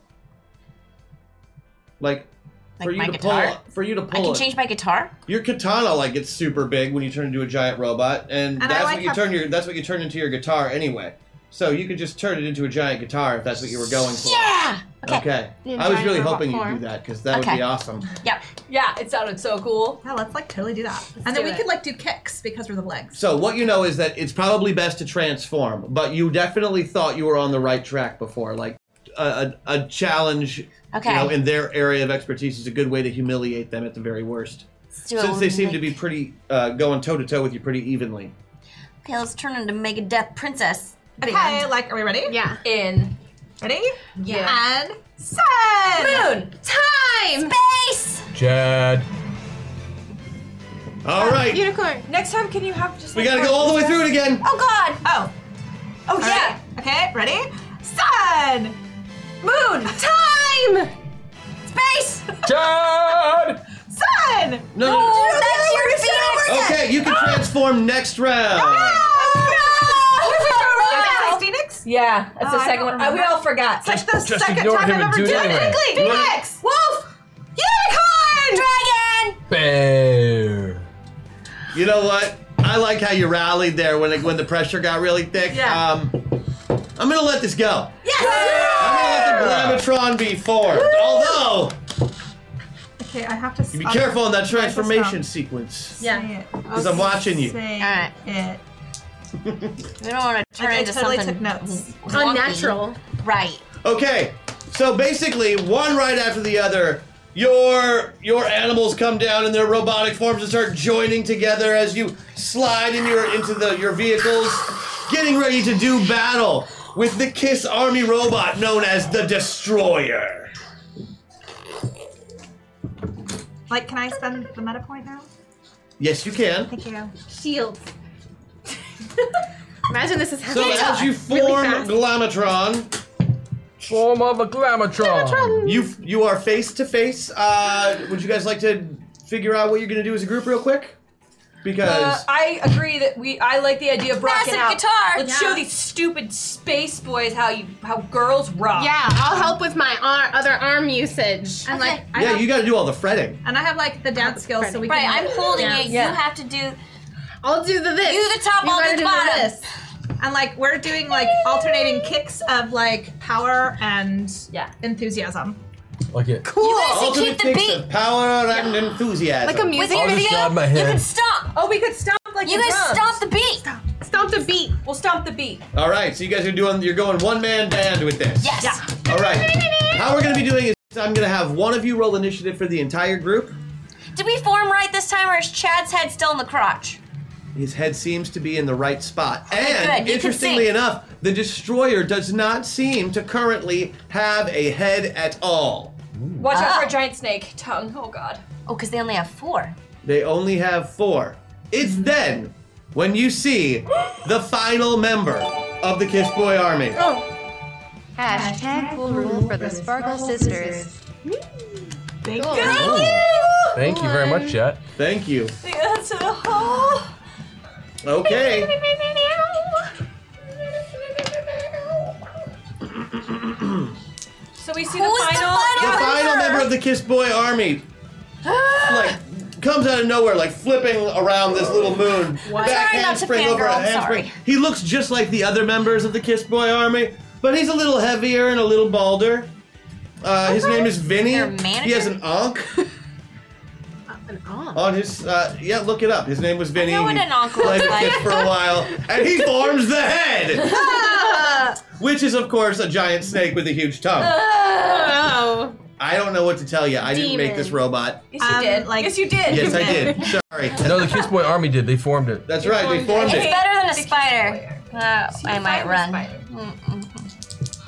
S2: Like,
S8: Like
S2: for you
S8: my
S2: to
S8: guitar?
S2: pull, for you to
S8: I
S2: pull
S8: can
S2: it.
S8: change my guitar.
S2: Your katana like gets super big when you turn into a giant robot, and,
S3: And I
S2: that's
S3: like
S2: what you
S3: how-
S2: turn your that's what you turn into your guitar anyway. So you could just turn it into a giant guitar if that's what you were going for.
S8: Yeah. Okay.
S2: Okay.
S5: In
S2: I was
S5: giant
S2: really
S5: robot
S2: hoping you'd
S5: form.
S2: do that because that would
S8: Okay.
S2: be awesome.
S9: Yeah, it sounded so cool.
S3: yeah, let's like totally do that. and then
S9: do
S3: we
S9: it.
S3: could like do kicks because we're the legs.
S2: So what you know is that it's probably best to transform, but you definitely thought you were on the right track before. Like a, a, a challenge,
S8: Okay.
S2: you know, in their area of expertise is a good way to humiliate them at the very worst,
S8: Let's do it
S2: since
S8: when
S2: they
S8: we
S2: seem to
S8: make-
S2: be pretty uh, going toe to toe with you pretty evenly.
S8: Okay, let's turn into Mega Death Princess.
S3: Okay, like, are we ready?
S5: Yeah.
S9: In
S3: Ready?
S9: yeah.
S3: And set!
S9: Moon.
S8: Time. Space.
S4: Jad.
S2: All right.
S5: Unicorn.
S9: Next time, can you have just?
S2: We
S9: like
S2: gotta go
S9: one-
S2: all the way through it again.
S9: Oh God.
S3: Oh,
S9: Oh
S3: all
S9: yeah.
S3: right. Okay, ready? Sun!
S9: Moon. Time.
S8: Space.
S4: Jad!
S3: Sun!
S2: No, no, no.
S8: that's your
S2: Okay, you can
S3: Ah!
S2: transform next round.
S3: Oh, Wow. Phoenix?
S9: Yeah, that's
S3: Oh,
S9: the
S3: I
S9: second
S3: don't
S9: one. Uh, we
S3: remember.
S9: all forgot.
S3: Like the
S4: just
S3: second
S4: ignore
S3: time
S4: him
S3: I've
S4: and
S3: ever
S4: do it
S3: done
S4: anyway.
S3: Technically, Phoenix!
S9: Wolf. Unicorn.
S8: Dragon.
S4: Bear.
S2: You know what? I like how you rallied there when it, when the pressure got really thick.
S3: Yeah.
S2: Um, I'm gonna let this go.
S3: Yes!
S2: I'm gonna let the Blamatron be formed. Although,
S3: Okay, I have to.
S2: you be
S3: I'll-
S2: careful in that
S3: I'll just stop.
S2: transformation sequence.
S3: Yeah.
S8: Yeah.
S3: Because
S2: I'm watching you.
S3: Say
S6: Alright.
S3: it.
S6: We don't want to turn
S3: Like, I
S6: into
S3: totally
S6: something
S3: took notes.
S6: wonky. Right.
S2: Okay, so basically, one right after the other, your your animals come down in their robotic forms and start joining together as you slide in your into the your vehicles, getting ready to do battle with the Kiss Army robot known as the Destroyer.
S3: Like, can I spend the meta point now?
S2: Yes, you can.
S3: Thank you.
S10: Shields. Imagine this is
S2: So
S10: happening.
S2: as you form Glamatron,
S4: Form of a Glamatron.
S2: you you are face to face. Uh, Would you guys like to figure out what you're gonna do as a group real quick?
S9: Uh,
S2: Because
S9: I agree that we. I like the idea of rocking
S8: Massive
S9: out.
S8: guitar.
S9: Let's
S3: Yeah.
S9: show these stupid space boys how you how girls rock.
S10: Yeah, I'll help with my ar- other arm usage.
S3: And like, I
S2: yeah,
S3: have,
S2: you got to do all the fretting.
S3: and I have like the dance skills, so we
S8: Right,
S3: can.
S8: I'm holding
S3: Yeah.
S8: it.
S9: Yeah.
S8: You have to do.
S10: I'll do the this.
S8: You the top, I'll
S10: gotta
S8: do
S10: do
S8: the bottom.
S10: this.
S3: And like, we're doing like alternating kicks of like power and
S9: Yeah.
S3: enthusiasm.
S4: Like it.
S8: You guys can
S2: Ultimate
S8: keep the
S2: takes
S8: beat.
S2: of power and enthusiasm.
S10: Like a
S8: With
S10: music.
S8: your
S4: I'll just
S8: feet
S4: nod
S8: up,
S4: my
S8: You
S4: head.
S8: can stomp.
S9: Oh, we could stomp like
S8: You
S9: the
S8: guys
S9: drums.
S8: stomp the beat.
S10: Stomp the beat.
S9: We'll stomp the beat.
S2: All right, so you guys are doing. You're going one man band with this.
S8: Yes.
S2: All right. How we're gonna be doing is I'm gonna have one of you roll initiative for the entire group.
S8: Did we form right this time, or is Chad's head still in the crotch?
S2: His head seems to be in the right spot. And
S8: good, you can
S2: interestingly
S8: see.
S2: enough, the destroyer does not seem to currently have a head at all.
S9: Watch out for a giant snake tongue. Oh God.
S6: Oh, because they only have four.
S2: They only have four. It's then when you see the final member of the Kiss Boy Army.
S8: Oh,
S7: Hashtag cool rule for the Sparkle Sisters.
S3: Thank
S10: Cool.
S3: you.
S4: Thank you very much, Jet.
S2: Thank you.
S9: That's a oh.
S2: Okay.
S9: So we see
S8: Who's
S9: the
S8: the
S9: final.
S8: final?
S2: The
S8: Yeah.
S2: final member of the Kiss Boy Army, like, comes out of nowhere, like flipping around this little moon. Back
S8: Sorry, not to
S2: handspring
S8: fangirl,
S2: over a
S8: I'm
S2: handspring.
S8: sorry.
S2: He looks just like the other members of the Kiss Boy Army, but he's a little heavier and a little balder. Uh, his name is Vinny.
S6: Their
S2: He has
S6: manager?
S2: an onk
S10: An arm.
S2: on his. Uh, yeah, look it up. His name was Vinny.
S8: know what
S2: He
S8: an onk looks
S2: played with
S8: like.
S2: Kiss for a while, and he forms the head,
S8: Ah!
S2: which is of course a giant snake with a huge tongue.
S8: Ah!
S10: Oh.
S2: I don't know what to tell you. I didn't make this
S10: Demon.
S2: robot.
S9: Yes, you
S3: Um,
S9: did.
S3: like-
S9: yes, you did.
S2: Yes, I did. Sorry.
S4: No, the Kiss Boy Army did. They formed it.
S2: That's right. They formed
S8: It's
S2: it.
S8: better than a spider. Oh,
S6: Uh, I might
S9: Spider,
S6: run.
S9: spider.
S6: Mm-mm,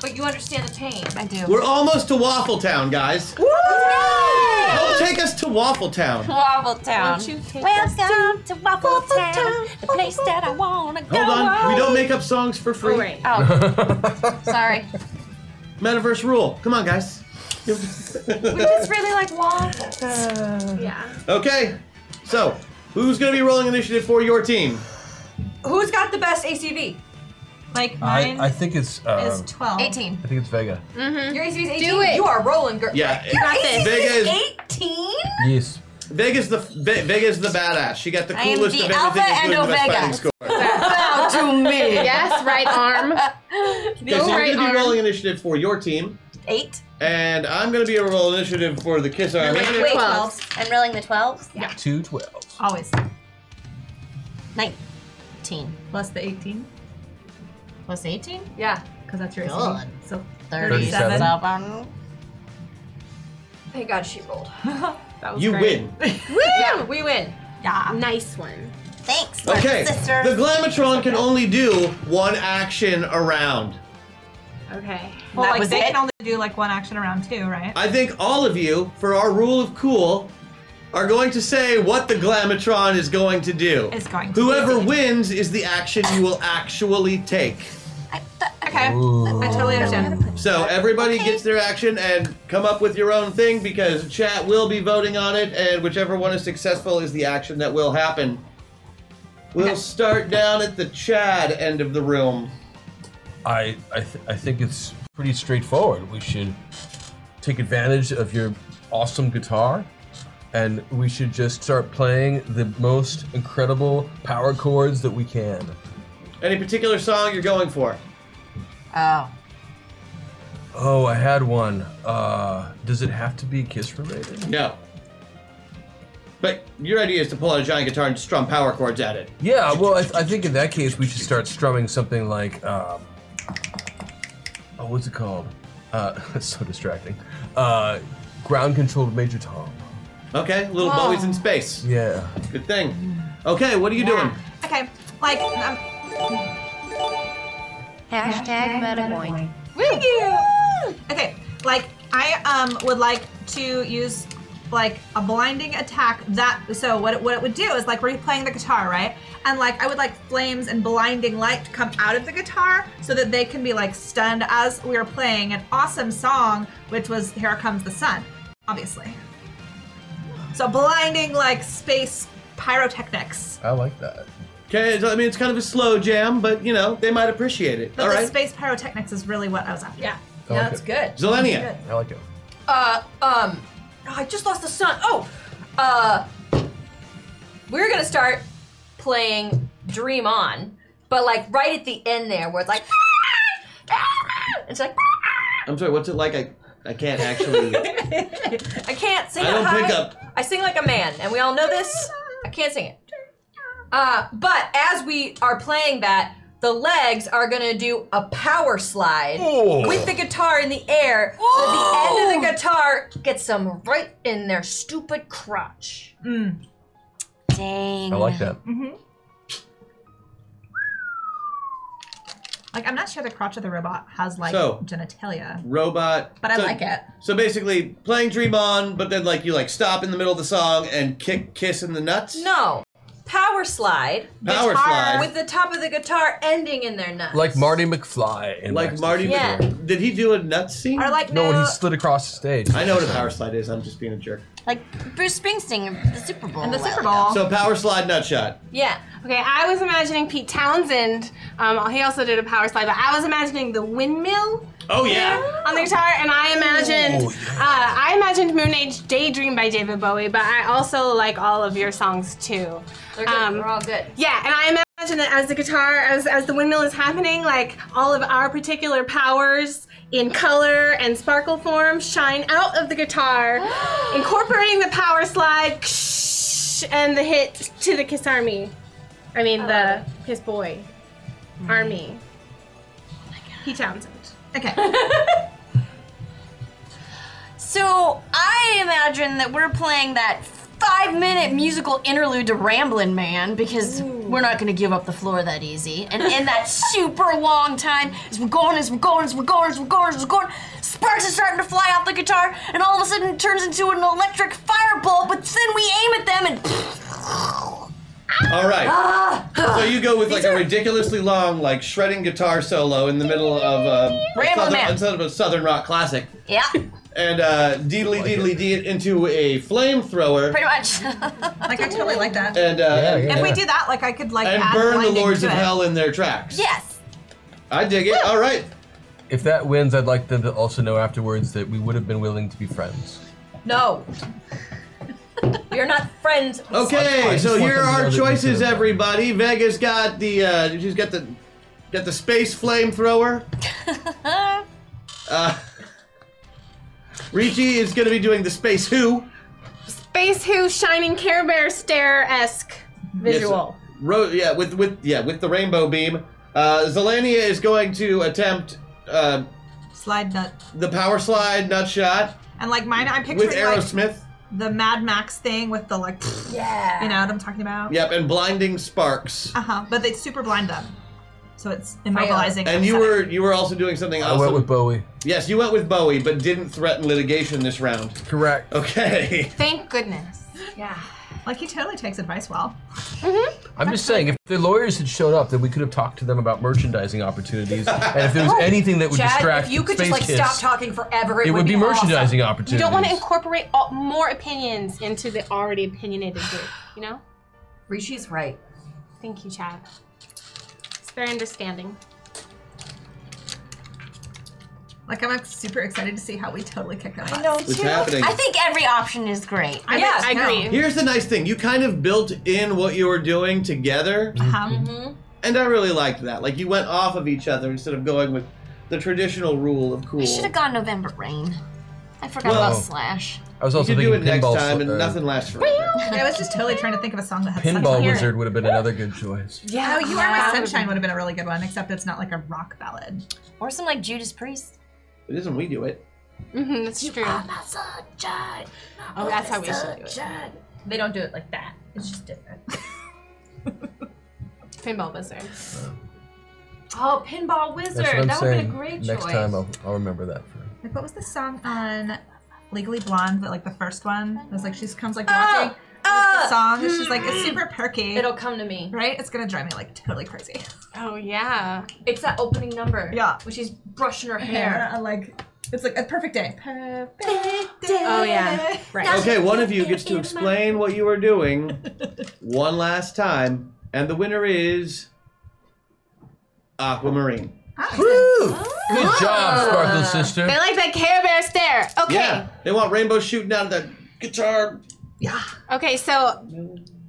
S9: But you understand the pain.
S6: I do.
S2: We're almost to Waffle Town, guys. Don't take us to Waffle Town.
S6: Waffle Town.
S10: Won't you take
S6: Welcome to Waffle Town, the place that I wanna go.
S2: Hold on. We don't make up songs for free.
S10: Oh, wait.
S6: Oh, sorry.
S2: Metaverse rule. Come on, guys.
S8: It's really like waffle.
S10: Yeah.
S2: okay. So, who's gonna be rolling initiative for your team?
S9: Who's got the best ACV?
S3: Like mine
S4: I, I think it's.
S3: is
S4: Uh,
S3: twelve.
S6: 18.
S4: I think it's Vega.
S9: Your ACV is 18.
S10: Do it.
S9: You are rolling, girl.
S2: Yeah.
S10: this.
S2: Vega is
S9: 18?
S4: Yes.
S2: Vega's the Ve- Vega's the badass. She got the
S6: am
S2: coolest
S6: the
S2: of everything,
S6: alpha and
S2: including the best
S6: omega.
S2: fighting score.
S6: Bow to me.
S10: Yes, right arm.
S2: Okay, so
S10: right
S2: you're gonna
S10: arm.
S2: be rolling initiative for your team,
S6: Eight.
S2: and I'm gonna be a roll initiative for the Kiss Army.
S10: Wait,
S6: Twelves. I'm rolling the twelves. Yeah.
S4: Two twelves.
S3: Always.
S6: Nineteen
S3: Plus the 18,
S6: plus eighteen.
S9: Yeah.
S3: because that's your
S6: God.
S3: ACV. So
S4: Thirty-seven.
S6: Up on-
S9: Thank God she rolled.
S10: That was
S2: You
S10: great.
S2: win.
S9: yeah, we win.
S3: yeah.
S10: Nice one.
S6: Thanks, my
S2: Okay.
S6: sister.
S2: The Glamatron can only do one action around.
S10: Okay.
S3: Well,
S6: That
S3: like
S6: was
S3: they
S6: it?
S3: can only do like one action around two, right?
S2: I think all of you, for our rule of cool, are going to say what the Glamatron is going to do.
S3: Is going to
S2: Whoever
S3: do.
S2: wins is the action you will actually take.
S3: Okay.
S4: Ooh.
S3: I totally understand.
S2: So everybody gets their action and come up with your own thing because chat will be voting on it, and whichever one is successful is the action that will happen. We'll start down at the Chad end of the room.
S4: I I, th- I think it's pretty straightforward. We should take advantage of your awesome guitar and we should just start playing the most incredible power chords that we can.
S2: Any particular song you're going for?
S6: Oh.
S4: Oh, I had one. Uh, does it have to be Kiss related?
S2: No. But your idea is to pull out a giant guitar and strum power chords at it.
S4: Yeah, well, I, I think in that case we should start strumming something like, um, oh, what's it called? Uh, it's so distracting. Uh, ground controlled Major Tom.
S2: Okay, little
S3: Oh.
S2: Bowie's in space.
S4: Yeah.
S2: Good thing. Okay, what are you doing?
S3: Okay, like, um,
S7: Hashtag MetaPoint.
S3: Thank you. Okay, like I um would like to use like a blinding attack that so what it, what it would do is like we're playing the guitar right and like I would like flames and blinding light to come out of the guitar so that they can be like stunned as we are playing an awesome song which was here comes the sun obviously so blinding like space pyrotechnics
S4: I like that.
S2: Okay, so, I mean it's kind of a slow jam, but you know they might appreciate it.
S3: but
S2: All
S3: the
S2: right,
S3: space pyrotechnics is really what I was after
S9: Yeah.
S4: I
S9: No,
S4: like
S9: that's
S4: it.
S9: good.
S2: Zelenia.
S4: I like it.
S9: Uh, um, oh, I just lost the sun. Oh, uh, we're gonna start playing Dream On, but like right at the end there, where it's like, "Ah, it's like "Ah,
S2: I'm sorry. What's it like? I I can't actually.
S9: I can't sing
S2: I
S9: it
S2: don't
S9: high.
S2: pick up.
S9: I sing like a man, and we all know this. I can't sing it. Uh, but as we are playing that, the legs are gonna do a power slide
S4: Oh.
S9: with the guitar in the air, so the end
S3: Oh.
S9: of the guitar gets them right in their stupid crotch.
S6: Dang.
S4: I like that.
S3: like I'm not sure the crotch of the robot has like
S2: So-
S3: genitalia
S2: Robot.
S3: But I
S2: so,
S3: like it.
S2: So basically, playing Dream On, but then like you like stop in the middle of the song and kick kiss in the nuts.
S9: No, power slide
S2: Power slide.
S9: with the top of the guitar ending in their nuts.
S4: Like Marty McFly. In
S2: like
S4: Back to the
S2: Marty.
S4: Future.
S9: Yeah.
S2: Did he do a nut scene?
S3: or like
S4: No,
S3: no
S4: when he slid across the stage.
S2: I know what a power slide is. I'm just being a jerk.
S6: Like Bruce Springsteen in the Super Bowl.
S3: in the
S6: a while
S3: Super
S6: ago.
S3: Bowl
S2: So power slide nut shot.
S9: yeah,
S5: Okay, I was imagining Pete Townsend. Um, he also did a power slide, but I was imagining the windmill
S2: Oh
S5: on the guitar, and I imagined uh, I imagined Moon Age Daydream by David Bowie, but I also like all of your songs too.
S9: they're good.
S5: Um,
S9: We're all Oh, good.
S5: Yeah, and I imagine that as the guitar, as as the windmill is happening, like all of our particular powers in color and sparkle form shine out of the guitar, incorporating the power slide and the hit to the Kiss Army. I mean the Kiss Boy
S6: Mm-hmm.
S5: Army.
S6: Oh
S5: He Townsend.
S3: okay
S6: So I imagine that we're playing that five minute musical interlude to Ramblin' Man because we're not gonna give up the floor that easy. And in that super long time, as we're going, as we're going, as we're going, as we're going, as we're going, sparks are starting to fly off the guitar, and all of a sudden it turns into an electric fireball, but then we aim at them and
S2: All right.
S3: Ah!
S2: so you go with like a ridiculously long, like shredding guitar solo in the middle of uh, a
S6: Rambo
S2: southern,
S6: Man.
S2: instead of a southern rock classic,
S6: Yeah,
S2: and uh, deedly deedly dee it into a flamethrower,
S6: pretty much.
S3: like I totally like that
S2: and uh, and,
S3: If we do that, like I could like
S2: and
S3: add
S2: burn the
S3: blinding
S2: lords
S3: to
S2: of
S3: it.
S2: hell in their tracks.
S6: yes.
S2: I dig it. All right.
S4: If that wins, I'd like them to also know afterwards that we would have been willing to be friends.
S9: No, you're not friends. with
S2: Okay,
S4: I just
S2: so
S4: want
S2: here
S4: them to know
S2: are
S4: that we
S2: choices,
S4: could've-
S2: everybody. Vega's got the uh, she's got the got the space flamethrower. uh, Richie is gonna be doing the space who.
S5: Space Who shining Care Bear stare esque visual.
S2: Yes, ro- yeah, with with yeah with the rainbow beam. Uh, Zelania is going to attempt uh,
S3: slide nut.
S2: the power slide nut shot
S3: And like mine, I'm picturing
S2: with
S3: like
S2: Aerosmith.
S3: the Mad Max thing with the like,
S9: Yeah.
S3: you know what I'm talking about?
S2: Yep, and blinding sparks.
S3: Uh huh. But they super blind them, so it's immobilizing.
S2: And you
S3: upsetting.
S2: were you were also doing something
S4: I
S2: awesome.
S4: went with Bowie.
S2: yes, you went with Bowie, but didn't threaten litigation this round.
S4: Correct.
S2: Okay.
S6: Thank goodness.
S3: like he totally takes advice well.
S4: I'm just saying, if the lawyers had showed up, then we could have talked to them about merchandising opportunities. and if there was anything that would
S9: Chad,
S4: distract
S9: if you could
S4: Space
S9: just like
S4: Kiss,
S9: stop talking forever, it,
S4: it would be
S9: awesome.
S4: merchandising
S5: You
S4: opportunities.
S5: don't want to incorporate all, more opinions into the already opinionated group, you know?
S9: Rishi's right.
S5: Thank you, Chad. It's very understanding.
S3: Like I'm like, super excited to see how we totally kick that. I
S8: know.
S2: What's happening?
S6: I think every option is great.
S3: I
S9: Yeah,
S3: think
S9: I
S3: so.
S9: agree.
S2: Here's the nice thing you kind of built in what you were doing together,
S3: Um,
S2: and I really liked that. Like, you went off of each other instead of going with the traditional rule of cool.
S6: I should have gone November Rain. I forgot
S2: Well-
S6: about Slash.
S4: I was
S2: You
S4: also
S2: could do
S4: thinking
S2: it next
S4: pinball.
S2: time,
S4: sl-
S2: and
S4: uh,
S2: nothing lasts forever.
S3: I was just totally trying to think of a song that had
S4: pinball
S3: sunshine.
S4: wizard would have been another good choice.
S3: Yeah, oh, you are my sunshine would have been a really good one, except it's not like a rock ballad.
S6: Or some like Judas Priest.
S2: It isn't we do it.
S5: Mm-hmm, that's true. Oh, that's how we should do it.
S3: They don't do it like that. It's just different.
S5: Pinball Wizard.
S8: Oh, Pinball Wizard.
S4: That's what
S8: that
S4: I'm
S8: would have
S4: saying.
S8: been a great
S4: next
S8: choice.
S4: time, I'll, I'll remember that. For
S3: Like what was the song on Legally Blonde? That like the first one. It was like she comes like
S9: Oh, hmm.
S3: walking. Oh, the song. and She's like it's super perky.
S9: It'll come to me.
S3: right. It's gonna drive me like totally crazy.
S5: Oh yeah.
S9: It's that opening number.
S3: Yeah.
S9: When she's brushing her
S3: Hair.
S9: hair.
S3: I like. It's like a perfect day. Perfect day.
S5: Oh yeah. Right.
S2: Okay, one of you gets to explain what you were doing one last time, and the winner is Aquamarine.
S4: Woo! Good job, Sparkle Sister.
S5: They like that Care Bear stare. Okay.
S2: Yeah, they want rainbow shooting out of that guitar.
S5: Okay, so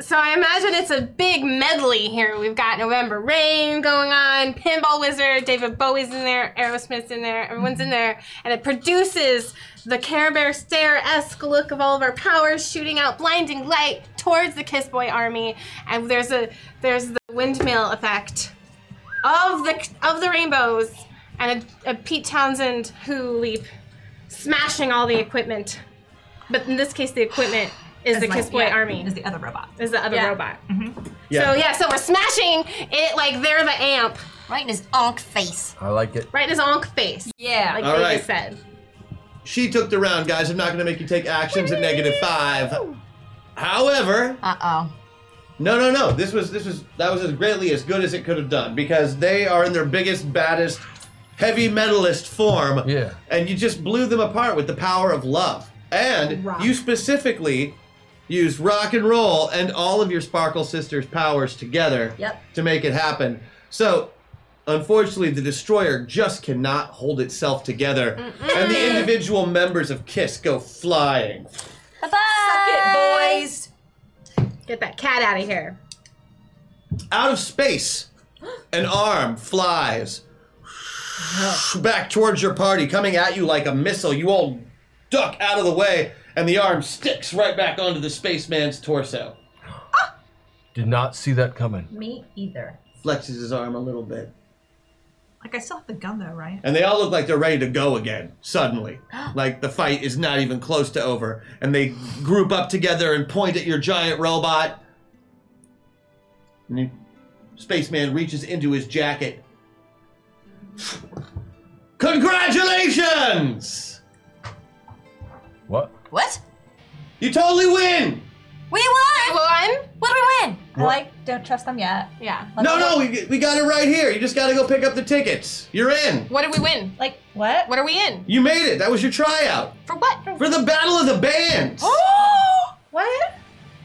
S5: so I imagine it's a big medley here. We've got November Rain going on, Pinball Wizard, David Bowie's in there, Aerosmith's in there, everyone's in there, and it produces the Care Bear stare esque look of all of our powers shooting out blinding light towards the Kiss Boy army, and there's a there's the windmill effect of the of the rainbows, and a, a Pete Townsend who leap smashing all the equipment, but in this case the equipment. Is the
S3: It's
S5: Kiss
S3: like-
S5: Boy
S3: yeah,
S5: Army
S3: is the other robot.
S5: is the other robot.
S2: Mm-hmm. Yeah.
S5: So yeah, so we're smashing it like they're the amp,
S6: Right in his onk face.
S4: I like it.
S5: right in his onk face.
S9: Yeah.
S5: Like
S2: All
S5: they
S2: right.
S5: just said.
S2: She took the round, guys. I'm not going to make you take actions at negative five. However,
S6: Uh oh.
S2: no, no, no. This was this was that was as greatly as good as it could have done because they are in their biggest, baddest, heavy metalist form.
S4: Yeah.
S2: and you just blew them apart with the power of love. And you specifically used rock and roll and all of your Sparkle Sisters powers together
S9: Yep.
S2: to make it happen. So, unfortunately, the destroyer just cannot hold itself together, and the individual members of Kiss go flying.
S9: Suck it, boys.
S5: Get that cat out of here.
S2: out of space, an arm flies back towards your party, coming at you like a missile. You all duck out of the way, and the arm sticks right back onto the spaceman's torso.
S4: Did not see that coming.
S3: Me either.
S2: Flexes his arm a little bit.
S3: Like I still have the gun though, right?
S2: And they all look like they're ready to go again, suddenly. like the fight is not even close to over. And they group up together and point at your giant robot. And the spaceman reaches into his jacket. Congratulations!
S4: What?
S6: What?
S2: You totally win!
S6: We won!
S5: One.
S6: What do we win?
S3: I like don't trust them yet.
S5: Yeah.
S2: No, no, we, we got it right here. You just gotta go pick up the tickets. You're in.
S5: What did we win? Like
S3: What?
S5: what are we in?
S2: You made it. That was your tryout
S5: For what?
S2: for the Battle of the Bands.
S5: What?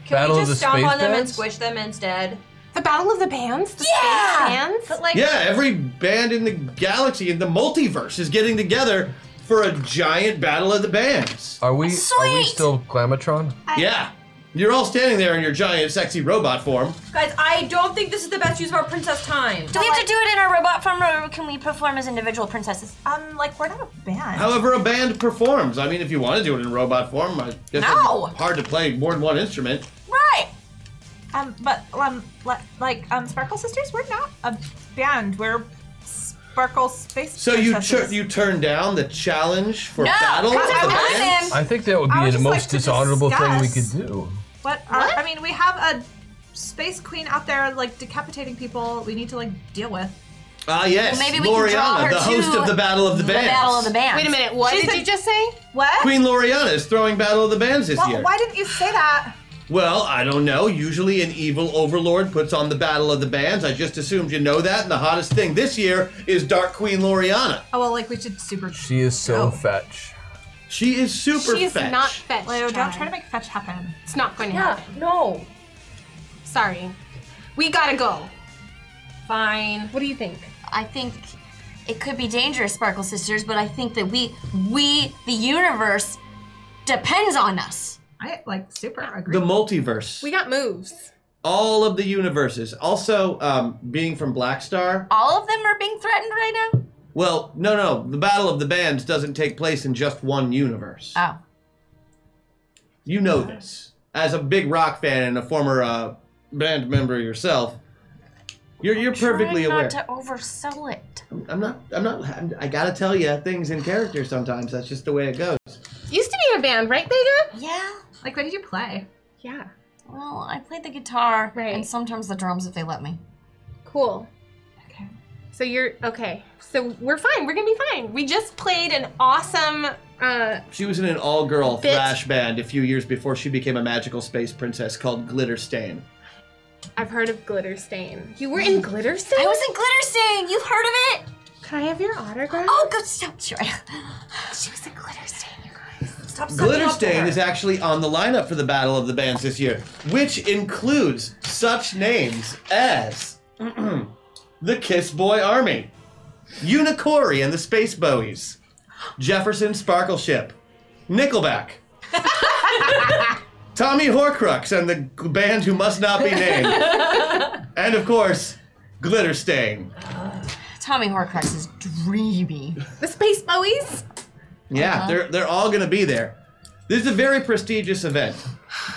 S9: Can
S4: Battle
S9: we
S4: of
S9: just
S4: Oh, the
S9: stomp
S4: Space
S9: on them and
S4: Bands?
S9: squish them instead?
S5: The Battle of the Bands? The yeah! Space Bands?
S9: Like,
S2: Yeah, every band in the galaxy in the multiverse is getting together for a giant battle of the bands.
S4: Are we? Are we
S6: Sweet!
S4: still Glamatron?
S2: Yeah. You're all standing there in your giant sexy robot form.
S9: guys, I don't think this is the best use of our princess time.
S6: Do we have to do it in our robot form or can we perform as individual princesses? Uh,
S3: Um, like we're not a band.
S9: Oh,
S2: However, a band performs. I mean, if you want to do it in robot form, I guess
S6: No.
S2: it's hard to play more than one instrument.
S6: Right!
S3: Um, but um, le- like um, Sparkle Sisters, we're not a band. We're Sparkle Space.
S2: So you tur
S3: Princesses.
S2: you turn down the challenge for battle of
S3: I
S2: the
S3: want
S2: bands?
S4: I think that would be
S3: I would
S4: the
S3: just like
S4: most
S3: to
S4: dishonorable thing we
S3: discuss-
S4: could do.
S3: what? Are, I mean, we have a space queen out there like decapitating people. We need to like deal with.
S2: Ah, yes.
S6: Well, maybe we can draw
S2: Loriana,
S6: her
S2: the host
S6: to
S2: of the Battle of the
S6: The
S2: Bands.
S6: Battle of the Bands.
S5: Wait a minute, what did you just say?
S3: What?
S2: Queen Loriana is throwing Battle of the Bands this
S3: well,
S2: year.
S3: why didn't you say that?
S2: Well, I don't know. Usually an evil overlord puts on the Battle of the Bands. I just assumed you know that. And the hottest thing this year is Dark Queen Loriana.
S3: Oh well, like we should super.
S4: She is so
S3: Oh.
S4: fetch.
S2: She is super
S5: She's
S2: fetch.
S5: not fetch.
S3: Leo, don't
S5: Chad.
S3: try to make fetch happen.
S5: It's not going to
S9: Yeah,
S5: happen.
S9: no.
S5: Sorry. We gotta go.
S9: Fine.
S5: What do you think?
S6: I think It could be dangerous, Sparkle Sisters, but I think that we, we, the universe, depends on us.
S3: I like super agree.
S2: The multiverse.
S5: We got moves.
S2: all of the universes. Also, um, being from Black Star.
S6: All of them are being threatened right now.
S2: Well, no, no, the Battle of the Bands doesn't take place in just one universe.
S6: Oh,
S2: You know this. As a big rock fan and a former uh, band member yourself, you're you're perfectly
S6: Try
S2: aware.
S6: Not to oversell it.
S2: I'm not. I'm not. I'm, I am not i am not i got to tell you things in character sometimes. That's just the way it goes.
S5: Used to be in a band, right, Vega?
S6: Yeah.
S3: Like, what did you play?
S5: Yeah.
S6: Well, I played the guitar
S5: Right.
S6: and sometimes the drums if they let me.
S5: Cool.
S3: Okay.
S5: So you're okay. So we're fine. We're gonna be fine. We just played an awesome. Uh,
S2: She was in an all-girl
S5: Bit.
S2: thrash band a few years before she became a magical space princess called Glitter Stain.
S5: I've heard of Glitter Stain. You were in Glitter Stain.
S6: I was in Glitter Stain. You've heard of it?
S5: Can I have your autograph?
S6: Oh, go stop, sure. She was in Glitter Stain, you guys. Stop sucking
S2: Glitter
S6: up to
S2: Stain
S6: her.
S2: is actually on the lineup for the Battle of the Bands this year, which includes such names as the Kiss Boy Army, Unicori and the Space Bowies, Jefferson Sparkleship, Nickelback, Tommy Horcrux and the band who must not be named, and of course, Glitter Stain.
S6: Tommy Horcrux is dreamy.
S5: The Space Bowies.
S2: Yeah,
S3: Uh-huh.
S2: they're they're all gonna be there. This is a very prestigious event.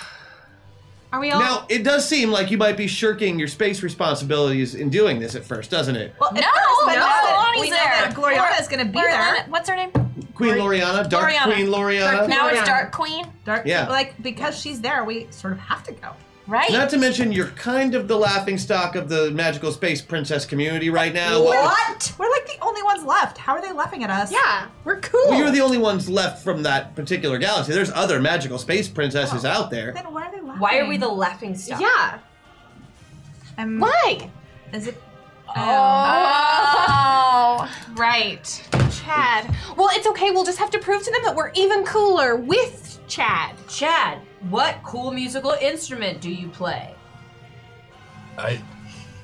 S3: Are we all?
S2: Now, it does seem like you might be shirking your space responsibilities in doing this at first, doesn't it?
S3: well, no,
S6: no, Lonnie's
S3: we know
S6: there.
S3: that Gloriana is going to be
S6: Where-
S3: there.
S6: What's her name?
S2: Queen Loriana, Dark
S6: Loriana.
S2: Queen Loriana.
S6: Now it's
S5: Gloriana.
S6: Dark Queen,
S3: Dark,
S2: Yeah.
S3: Like because she's there, we sort of have to go.
S6: right?
S2: Not to mention, you're kind of the laughing stock of the magical space princess community right now.
S3: What? We're like the only ones left. How are they laughing at us?
S5: Yeah, we're cool.
S2: Well, you're the only ones left from that particular galaxy. There's other magical space princesses
S3: Oh.
S2: out there.
S3: Then why are they laughing?
S9: Why are we the laughing stock?
S5: yeah.
S3: Um,
S5: Why?
S3: Is it?
S9: Oh.
S3: um,
S11: Oh, right.
S5: Chad. Well, it's okay. We'll just have to prove to them that we're even cooler with Chad.
S9: Chad, what cool musical instrument do you play?
S4: I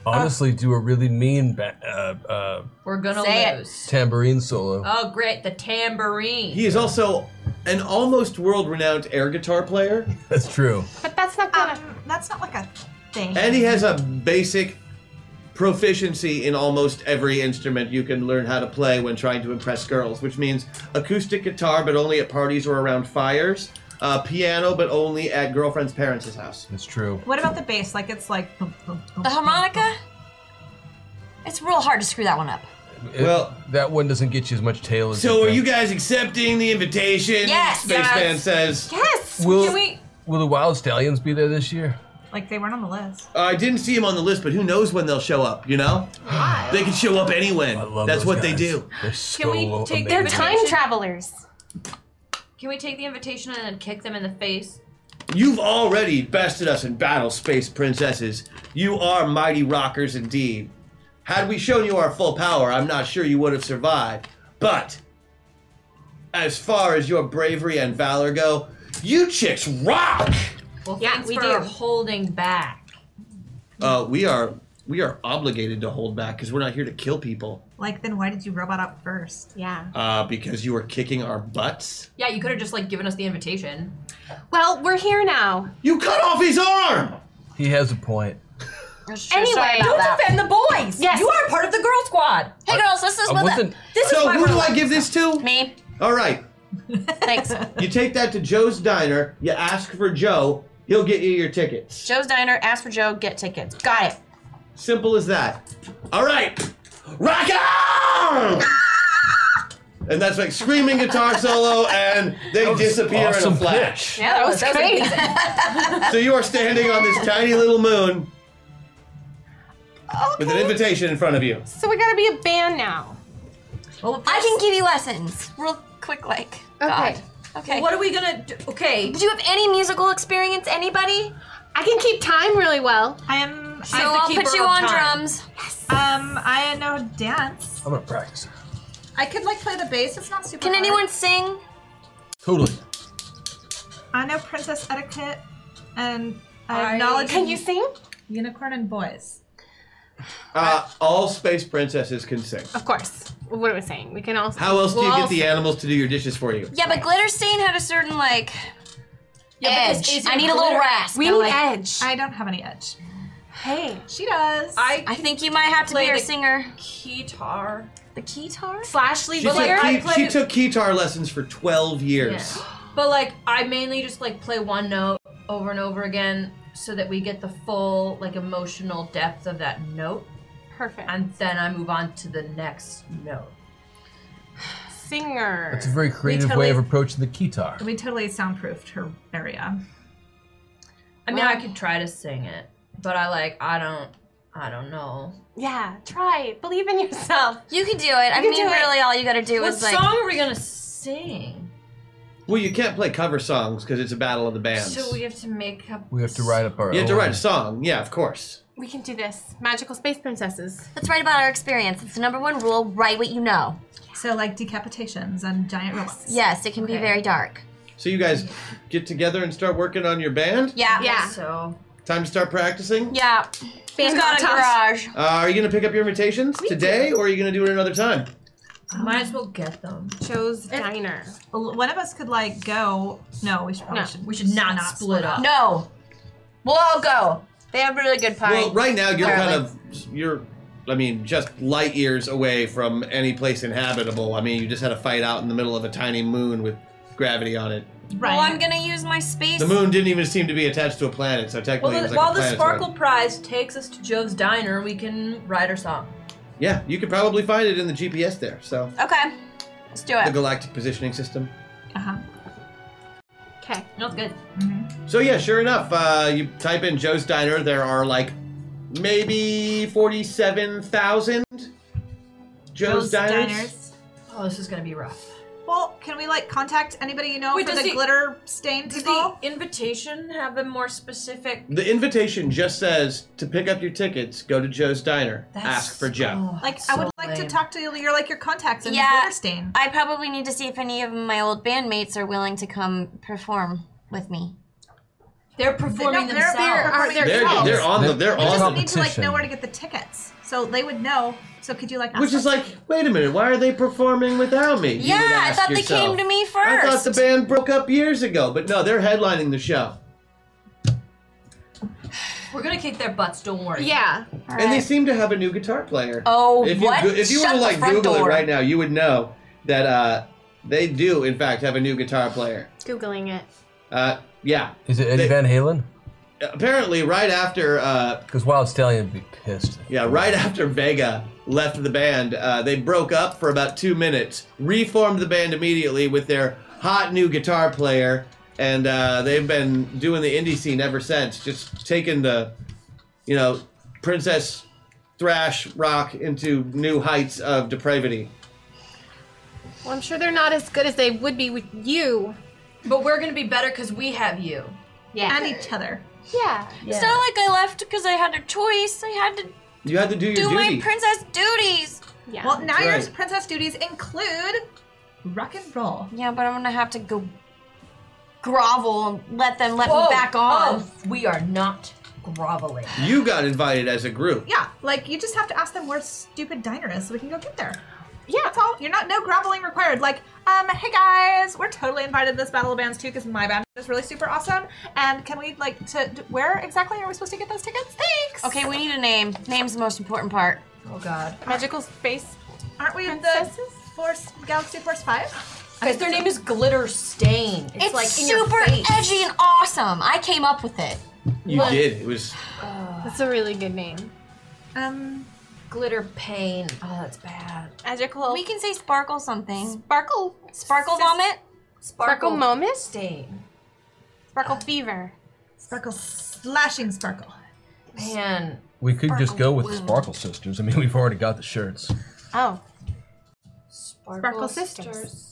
S4: honestly do a really mean ba- uh, uh,
S9: We're gonna
S6: Say it.
S9: lose.
S4: tambourine solo.
S9: Oh, great, the tambourine.
S2: He is also an almost world renowned air guitar player,
S4: That's true.
S11: But that's not gonna.
S3: Um, that's not like a thing.
S2: and he has a basic proficiency in almost every instrument you can learn how to play when trying to impress girls, which means acoustic guitar, but only at parties or around fires, uh, piano, but only at girlfriend's parents' house.
S4: That's true.
S3: What about the bass? Like it's like boom, boom, boom,
S6: The
S9: Uh-huh.
S3: boom,
S6: harmonica? It's real hard to screw that one up.
S4: It-
S2: Well-
S4: that one doesn't get you as much tail as.
S2: So,
S4: it
S2: are you
S4: does.
S2: guys accepting the invitation?
S6: Yes.
S2: Spaceman
S9: Yes.
S2: says.
S5: Yes.
S4: Will-
S5: Can we?
S4: Will the Wild Stallions be there this year?
S3: boom. Like they weren't on the list.
S2: I didn't see him on the list, but who knows when they'll show up? You know, they can show up any when.
S4: I love
S2: That's
S4: those
S2: what they
S4: guys.
S2: do.
S4: They're so
S9: Can we take their
S11: They're
S4: amazing.
S11: time travelers.
S9: Can we take the invitation and then kick them in the face?
S2: You've already bested us in battle, space princesses. You are mighty rockers indeed. Had we shown you our full power, I'm not sure you would have survived. But as far as your bravery and valor go, you chicks rock.
S9: Well,
S5: Yeah,
S9: thanks
S5: we
S9: for
S5: do.
S9: holding back.
S2: Uh, we are we are obligated to hold back because we're not here to kill people.
S3: Like then why did you robot up first?
S5: Yeah.
S2: Uh, because you were kicking our butts.
S9: Yeah, you could have just like given us the invitation.
S5: Well, we're here now.
S2: You cut off his arm.
S4: He has a point.
S11: Anyway,
S9: Don't defend the boys.
S11: Yes.
S9: you are part of the girl squad.
S6: Hey girls, this is
S4: I
S6: what
S4: wasn't.
S6: the,
S9: This is
S2: So
S9: why
S2: who
S9: we're
S2: do
S9: like-
S2: I give this to?
S6: me.
S2: All right.
S6: Thanks.
S2: You take that to Joe's Diner. You ask for Joe. He'll get you your tickets.
S6: Joe's Diner, ask for Joe, get tickets. Got it.
S2: Simple as that. All right. Rock on! and that's like screaming guitar solo, and they disappear in
S4: awesome
S2: a flash.
S9: Yeah, that was, that was
S11: great.
S9: amazing.
S2: So you are standing on this tiny little moon with an
S11: Okay.
S2: invitation in front of you.
S11: So we gotta be a band now.
S9: Well,
S6: I
S9: first-
S6: can give you lessons. Real quick like. God. Okay.
S9: What are we gonna do? Okay.
S6: Do you have any musical experience, anybody?
S5: I can keep time really well.
S3: I am.
S6: So
S9: the
S6: I'll
S9: keeper
S6: put you
S9: of
S6: on
S9: time.
S6: drums.
S3: Um, I know dance.
S4: I'm gonna practice.
S3: I could like play the bass. It's not super.
S6: Can
S3: hard.
S6: anyone sing?
S4: Totally.
S3: I know princess etiquette and uh, I
S9: I-
S3: acknowledge
S11: Can you sing?
S3: unicorn and boys.
S2: Uh, all space princesses can sing.
S5: Of course. What am I saying? We can also.
S2: How else do you
S5: we'll
S2: get
S5: all
S2: the
S5: sing.
S2: animals to do your dishes for you?
S8: Yeah, but Glitterstain had a certain like
S3: Yeah, but
S8: edge.
S3: this is
S8: I need a little
S3: glitter-
S8: rasp.
S5: We
S8: I
S5: need
S8: like-
S5: edge.
S3: I don't have any edge.
S5: hey. Uh,
S3: She does.
S9: I
S8: I think you might have to be
S9: Play
S8: our
S9: the-
S8: singer.
S9: guitar.
S8: The guitar?
S5: Slashly
S2: She took,
S9: like, I
S2: key- she
S9: played-
S2: took guitar lessons for 12 years.
S9: But like I mainly just like play one note over and over again so that we get the full like emotional depth of that note
S5: Perfect.
S9: and then I move on to the next note.
S5: Singer.
S4: That's a very creative
S3: totally-
S4: way of approaching the guitar.
S3: We totally soundproofed her area.
S9: I mean, I
S5: Wow.
S9: could try to sing it, but I like I don't I don't know.
S5: yeah. Try. Believe in yourself.
S8: You could do it. I
S5: can
S8: mean,
S5: do it.
S8: really, all you gotta do
S9: What
S8: is like.
S9: song are we gonna sing?
S2: Well, you can't play cover songs because it's a battle of the bands.
S9: So we have to make up.
S4: We have to write up our.
S2: you have to
S4: own.
S2: write a song. Yeah, of course.
S5: We can do this. Magical space princesses.
S8: Let's write about our experience. It's the number one rule write what you know.
S3: So like decapitations and giant robots.
S8: Yes, it can be very dark.
S2: So you guys get together and start working on your band.
S8: Yeah.
S5: Yeah.
S9: So
S2: Time to start practicing.
S8: Yeah. Who's got a garage?
S2: Uh, are you gonna pick up your invitations today, or are you gonna do it another time?
S9: might as well get them.
S5: Joe's diner.
S3: Well, One of us could like go. No, we should probably
S5: No.
S3: should,
S9: We should not, split up.
S8: No. We'll all go. They have really good pie.
S2: Well, right now you're kind of you're, I mean, just light years away from any place inhabitable. I mean, you just had a fight out in the middle of a tiny moon with gravity on it.
S3: Right.
S8: Well, I'm gonna use my space.
S2: The moon didn't even seem to be attached to a planet, so technically
S9: Well,
S2: it was like
S9: while
S2: a
S9: the
S2: planet's
S9: Sparkle
S2: one.
S9: Prize takes us to Joe's Diner, we can write our song.
S2: Yeah, you could probably find it in the GPS there. So
S8: Okay. Let's do
S2: the
S8: it.
S2: galactic positioning system.
S3: uh-huh.
S5: Okay.
S9: No, it's good.
S2: So yeah, sure enough, uh, you type in Joe's Diner. There are like maybe forty-seven thousand Joe's,
S3: Those
S2: Diners.
S9: Oh, this is gonna be rough.
S3: Well, can we like contact anybody you know
S9: Wait,
S3: for
S9: does
S3: the
S9: the-
S3: glitter stain
S9: Does
S3: people?
S9: the invitation have a more specific?
S2: The invitation just says to pick up your tickets, go to Joe's Diner, ask for Joe.
S9: Oh,
S3: like,
S9: that's
S3: I would
S9: so
S3: like to
S9: lame.
S3: talk to your like your contacts in the
S8: Yeah.
S3: glitter stain.
S8: I probably need to see if any of my old bandmates are willing to come performing with me.
S9: They're
S3: No, they're-
S9: performing themselves.
S3: they're- are- they're-
S2: They're,
S3: Oh.
S2: they're on the they're
S4: They just
S2: on
S3: We
S2: the,
S3: need to like know
S4: Competition.
S3: where to get the tickets, so they would know. So could you like? Ask
S2: which is
S3: them?
S2: like wait a minute why are they performing without me? You
S8: yeah,
S2: would
S8: I
S2: ask
S8: thought they
S2: yourself.
S8: came to me first.
S2: I thought the band broke up years ago, but no, they're headlining the show,
S9: We're gonna kick their butts. Don't worry.
S5: Yeah.
S8: All
S2: and they
S8: right.
S2: seem to have a new guitar player.
S8: Oh,
S2: if you
S8: what?
S2: go- if you
S8: Shut
S2: were to
S8: the
S2: like
S8: front
S2: Google
S8: door.
S2: it right now, you would know that uh, they do in fact have a new guitar player.
S5: Googling it.
S2: Uh, yeah,
S4: Is it Eddie
S2: They-
S4: Van Halen?
S2: apparently right after uh,
S4: Because Wild Stallion would be pissed.
S2: yeah right after Vega left the band, uh, they broke up for about two minutes, reformed the band immediately with their hot new guitar player, and uh, they've been doing the indie scene ever since, just taking the you know princess thrash rock into new heights of depravity.
S5: Well, I'm sure they're not as good as they would be with you.
S9: But we're gonna be better because we have you.
S5: Yeah.
S3: and each other.
S5: yeah.
S8: It's not like I left because I had a choice. I had to
S2: You had to do your
S8: do
S2: duty.
S8: my princess duties.
S5: Yeah.
S3: Well, now your
S2: right.
S3: princess duties include rock and roll.
S8: Yeah, but I'm gonna have to go grovel and let them let me back on.
S9: Oh, we are not groveling.
S2: You got invited as a group.
S3: Yeah, like you just have to ask them where stupid diner is so we can go get there.
S5: yeah.
S3: That's all. You're not no groveling required. Like, um, hey guys, we're totally invited to this battle of bands too because my band is really super awesome. And can we like to d- where exactly are we supposed to get those tickets? Thanks.
S8: Okay, we need a name. Name's the most important part.
S9: Oh God.
S5: Magical space.
S3: aren't we in the
S5: Princesses?
S3: Force Galaxy Force Five?
S9: Guys, their name is Glitter Stain. It's,
S8: It's,
S9: like in your
S8: super
S9: face.
S8: edgy and awesome. I came up with it.
S2: You did. It was
S5: That's a really good name.
S3: Um,
S9: Glitter Pain. Oh, that's bad.
S5: Magical.
S8: We can say sparkle something.
S5: sparkle.
S8: Sparkle vomit.
S5: Sparkle moment.
S9: Stain.
S5: Sparkle fever.
S3: sparkle, slashing sparkle.
S9: Man.
S4: We could just go with the Sparkle Sisters. I mean, we've already got the shirts.
S5: Oh.
S9: Sparkle,
S5: Sparkle sisters.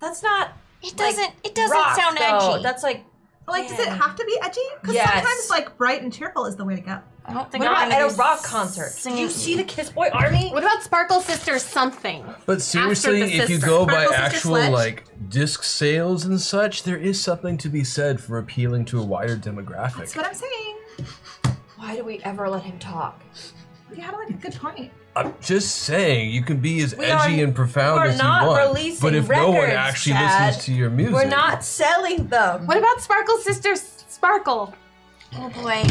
S9: That's not.
S8: It doesn't. It doesn't
S9: rock,
S8: sound
S9: though.
S8: edgy.
S9: That's like.
S3: Like, does it
S9: Yeah.
S3: have to be edgy? Because
S9: Yes.
S3: sometimes like bright and cheerful is the way to go.
S8: I don't think
S9: What
S8: I'm
S9: about
S8: gonna
S9: at a
S8: do
S9: rock concert? Did
S8: singing.
S9: you see the Kiss Boy Army?
S5: What about Sparkle Sisters something?
S4: But seriously,
S5: the
S4: if you
S5: sister.
S4: go by
S3: Sparkle Sister
S4: actual
S3: Sledge?
S4: like disc sales and such, there is something to be said for appealing to a wider demographic.
S3: That's what I'm saying.
S9: Why do we ever let him talk?
S3: You had like a good point.
S4: I'm just saying, you can be as
S9: We
S4: edgy
S9: are-
S4: and profound
S9: we're
S4: as you
S9: not
S4: want,
S9: releasing
S4: but if no one
S9: records,
S4: actually
S9: Chad.
S4: listens to your music,
S9: We're not selling them.
S5: What about Sparkle Sisters Sparkle?
S6: Oh boy.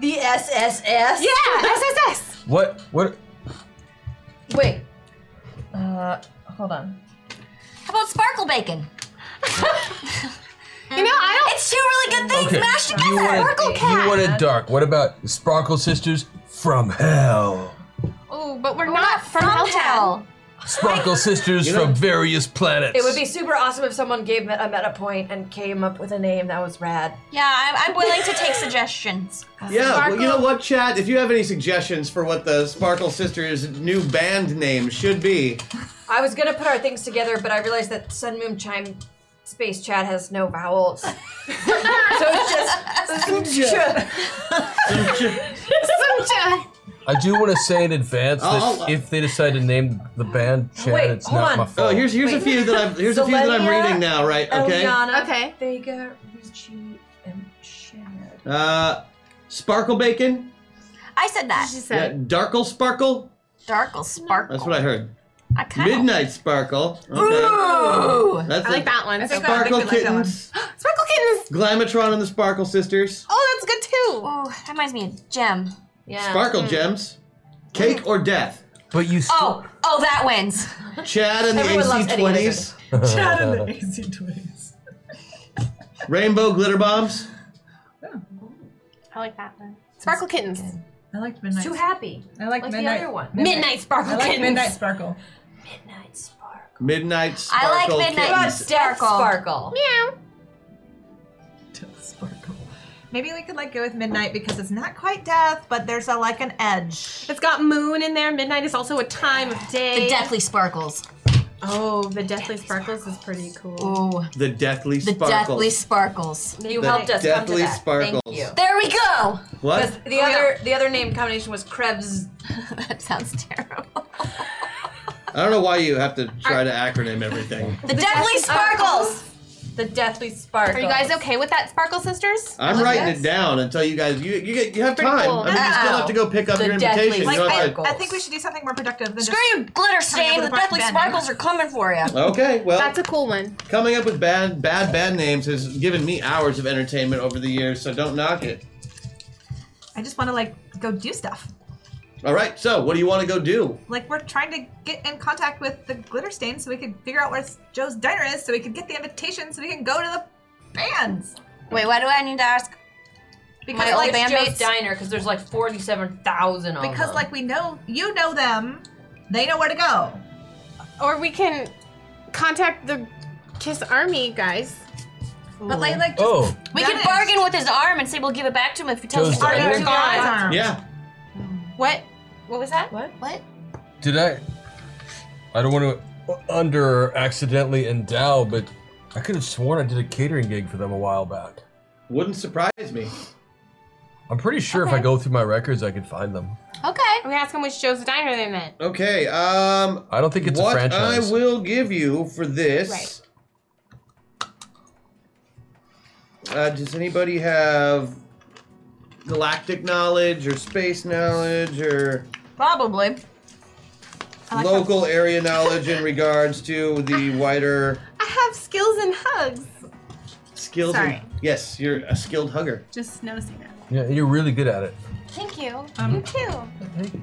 S9: The SSS.
S5: Yeah, SSS.
S4: What? What?
S9: Wait. Uh, hold on.
S6: How about sparkle bacon?
S5: You know, I don't.
S6: It's two really good things
S4: Okay.
S6: mashed together.
S4: You want
S6: Sparkle
S4: it,
S6: cat.
S4: you want it dark. What about Sparkle Sisters from Hell?
S5: Oh, but we're not from
S6: From
S5: Helltown.
S6: hell.
S4: Sparkle Sisters
S2: know-
S4: from various planets.
S9: It would be super awesome if someone gave me- a meta point and came up with a name that was rad.
S6: Yeah, I'm, I'm willing to take suggestions.
S2: Yeah, well, you know what, Chad? If you have any suggestions for what the Sparkle Sisters' new band name should be,
S9: I was gonna put our things together, but I realized that Sun Moon Chime Space Chat has no vowels. so it's just some ch-
S4: I do want to say in advance that
S2: Oh, oh,
S4: if they decide to name the band Chad,
S9: Wait,
S4: it's
S9: hold
S4: not
S9: on.
S4: my
S9: Oh,
S4: fault.
S2: oh, here's here's a few that I'm here's a few that I'm
S9: Zelenia,
S2: reading now, right? Okay.
S9: Eliana,
S5: Okay.
S9: Vega, Richie, and Chad.
S2: Uh, Sparkle Bacon,
S6: I said that.
S5: She
S2: yeah,
S5: said.
S2: Darkle Sparkle.
S6: Darkle sparkle.
S2: That's what I heard.
S6: I kind of.
S2: Midnight Sparkle. Okay. That's
S10: I like that one.
S3: think I
S2: Sparkle
S3: like that one.
S2: Kittens,
S5: Sparkle Kittens.
S2: Glamatron and the Sparkle Sisters,
S5: Oh, that's good too.
S6: Oh, that reminds me of Gem.
S9: Yeah.
S2: Sparkle Gems, Cake or Death,
S4: But you still.
S6: Oh, oh, that wins.
S2: Chad and the
S9: Everyone loves Eddie
S2: AC20s,
S3: Chad and the AC20s.
S2: Rainbow Glitter Bombs.
S5: I like that one. Sparkle Kittens.
S3: I liked Midnight.
S9: Too happy.
S3: I liked
S9: Like
S3: Midnight.
S9: the other one.
S5: Midnight Sparkle
S3: I like
S5: Kittens.
S3: Midnight Sparkle.
S9: Midnight Sparkle.
S2: Midnight
S6: I like
S2: Sparkle
S6: Midnight
S2: Kittens.
S6: Sparkle.
S9: Sparkle.
S3: Death Sparkle. Maybe we could like go with Midnight because it's not quite death, but there's a like an edge.
S10: It's got moon in there. Midnight is also a time of day.
S6: The Deathly Sparkles.
S10: oh, the Deathly Sparkles is pretty cool.
S6: Oh,
S2: The Deathly
S6: the
S2: Sparkles.
S6: Deathly Sparkles.
S9: You
S2: The
S9: helped us come to
S2: Deathly
S9: that.
S2: Sparkles.
S9: Thank you.
S6: There we go.
S2: What?
S9: Because the other the other name combination was Krebs.
S6: that sounds terrible.
S2: I don't know why you have to try to acronym everything.
S6: The Deathly Sparkles.
S9: The Deathly Sparkle.
S5: Are you guys okay with that, Sparkle Sisters?
S2: I'm writing it down until you guys you you, get, you have
S5: Pretty
S2: time.
S5: cool.
S2: I mean, you still have to go pick up
S9: The
S2: your
S9: Deathly
S2: invitation. You don't have to-
S9: Sparkles.
S3: I think we should do something more productive than
S6: Screw
S3: just
S6: you, glitter
S3: up
S6: stain.
S3: with a
S6: The
S3: bunch of
S6: Deathly
S3: bad
S6: Sparkles are coming for you.
S2: Okay, well,
S5: That's a cool one.
S2: coming up with bad bad band names has given me hours of entertainment over the years, so don't knock it.
S3: I just want to like go do stuff.
S2: All right, so what do you want to go do?
S3: Like we're trying to get in contact with the glitter stain so we could figure out where Joe's diner is so we could get the invitation so we can go to the bands.
S6: Wait, why do I need to ask?
S9: Because
S6: My old
S9: like it's Joe's
S6: bandmates?
S9: Diner, because there's like forty-seven thousand of them.
S3: Because like we know you know them, they know where to go.
S5: Or we can contact the Kiss Army guys.
S3: But like like just
S4: Oh,
S6: We
S3: That
S6: can
S3: is-
S6: bargain with his arm and say we'll give it back to him if he tells us
S4: Toes
S6: where
S4: down.
S6: to
S3: Arm to
S6: go.
S3: arm.
S2: Yeah,
S5: What? What was that?
S9: what?
S6: What?
S4: did I? I don't want to under accidentally endow, but I could have sworn I did a catering gig for them a while back.
S2: wouldn't surprise me.
S4: I'm pretty sure if I go through my records, I could find them.
S6: Okay.
S5: We ask them which Joe's Diner they meant.
S2: Okay, um,
S4: I don't think it's
S2: what
S4: a franchise.
S2: I will give you for this.
S5: Right.
S2: Uh, does anybody have galactic knowledge or space knowledge or
S3: probably.
S2: local area knowledge in regards to the wider
S10: I have skills and hugs.
S2: skills? and-
S10: Sorry.
S2: yes, you're a skilled hugger.
S10: Just noticing that.
S4: Yeah, you're really good at it.
S5: Thank you.
S3: Um,
S5: you too.
S4: Thank you.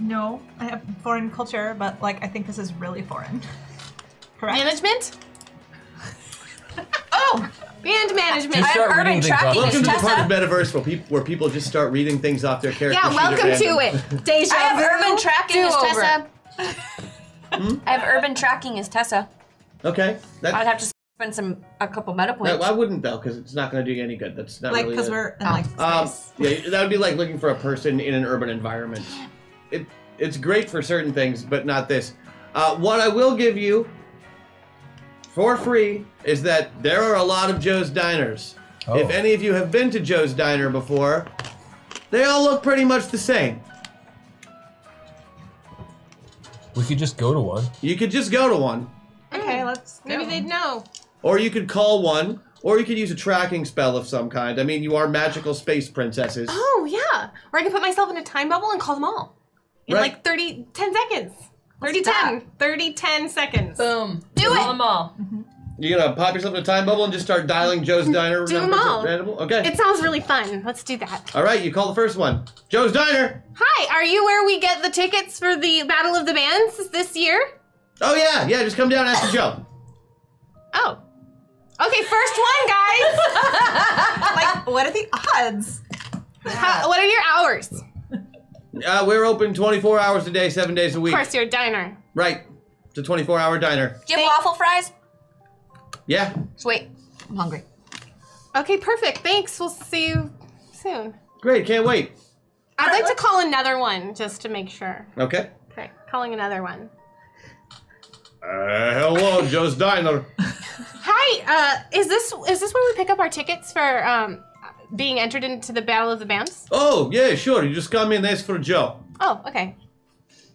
S3: No, I have foreign culture, but like I think this is really foreign. Correct.
S5: Management?
S3: oh,
S5: Band management.
S4: Just
S5: I-
S4: start
S6: urban
S4: reading things
S6: tracking
S4: off
S6: is
S2: Welcome to
S4: the-
S2: the part of Metaverse where people, where people just start reading things off their character.
S5: yeah,
S2: sheet
S5: welcome
S2: at
S5: to
S2: random.
S5: it.
S6: I have urban tracking as
S5: Do-over.
S6: Tessa. I have urban tracking as Tessa.
S2: Okay, that,
S6: I'd have to spend some a couple meta
S2: that-
S6: points.
S2: I wouldn't though because it's not going to do you any good. That's not
S3: like
S2: really
S3: because
S2: a-
S3: we're in like
S2: Um,
S3: space.
S2: yeah, that would be like looking for a person in an urban environment. It it's great for certain things, but not this. Uh, what I will give you for free is that there are a lot of Joe's diners.
S4: Oh.
S2: If any of you have been to Joe's diner before, they all look pretty much the same.
S4: We could just go to one.
S2: You could just go to one,
S3: okay, let's go.
S10: Maybe they'd know.
S2: or you could call one, Or you could use a tracking spell of some kind. I mean, you are magical space princesses.
S5: Oh, yeah. Or I can put myself in a time bubble and call them all. In
S2: Right.
S5: like 30, 10 seconds. 30, 10. 30, 10 seconds.
S9: Boom. Do it. Them all.
S2: You're gonna pop yourself in a time bubble and just start dialing Joe's Diner.
S5: Do 'em
S2: numbers
S5: all.
S2: at random? Okay.
S5: It sounds really fun. Let's do that.
S2: All right, you call the first one. Joe's Diner.
S5: Hi, are you where we get the tickets for the Battle of the Bands this year?
S2: Oh yeah, yeah. Just come down and ask for Joe.
S5: Oh. Okay, first one, guys.
S3: like, what are the odds?
S5: How, what are your hours?
S2: Uh, we're open 24 hours a day, seven days a
S5: Of
S2: week.
S5: course, your diner.
S2: Right. It's a 24 hour diner.
S8: Do you have waffle fries?
S2: Yeah.
S8: Sweet. I'm hungry.
S5: Okay, perfect. Thanks. We'll see you soon.
S2: Great. Can't wait.
S5: I'd like to call another one just to make sure.
S2: Okay.
S5: Okay, calling another one.
S2: Uh, hello, Joe's Diner.
S5: Hi, uh, is this is this where we pick up our tickets for um, being entered into the Battle of the Bands?
S2: Oh yeah, sure. You just come in, ask for Joe.
S5: Oh, okay.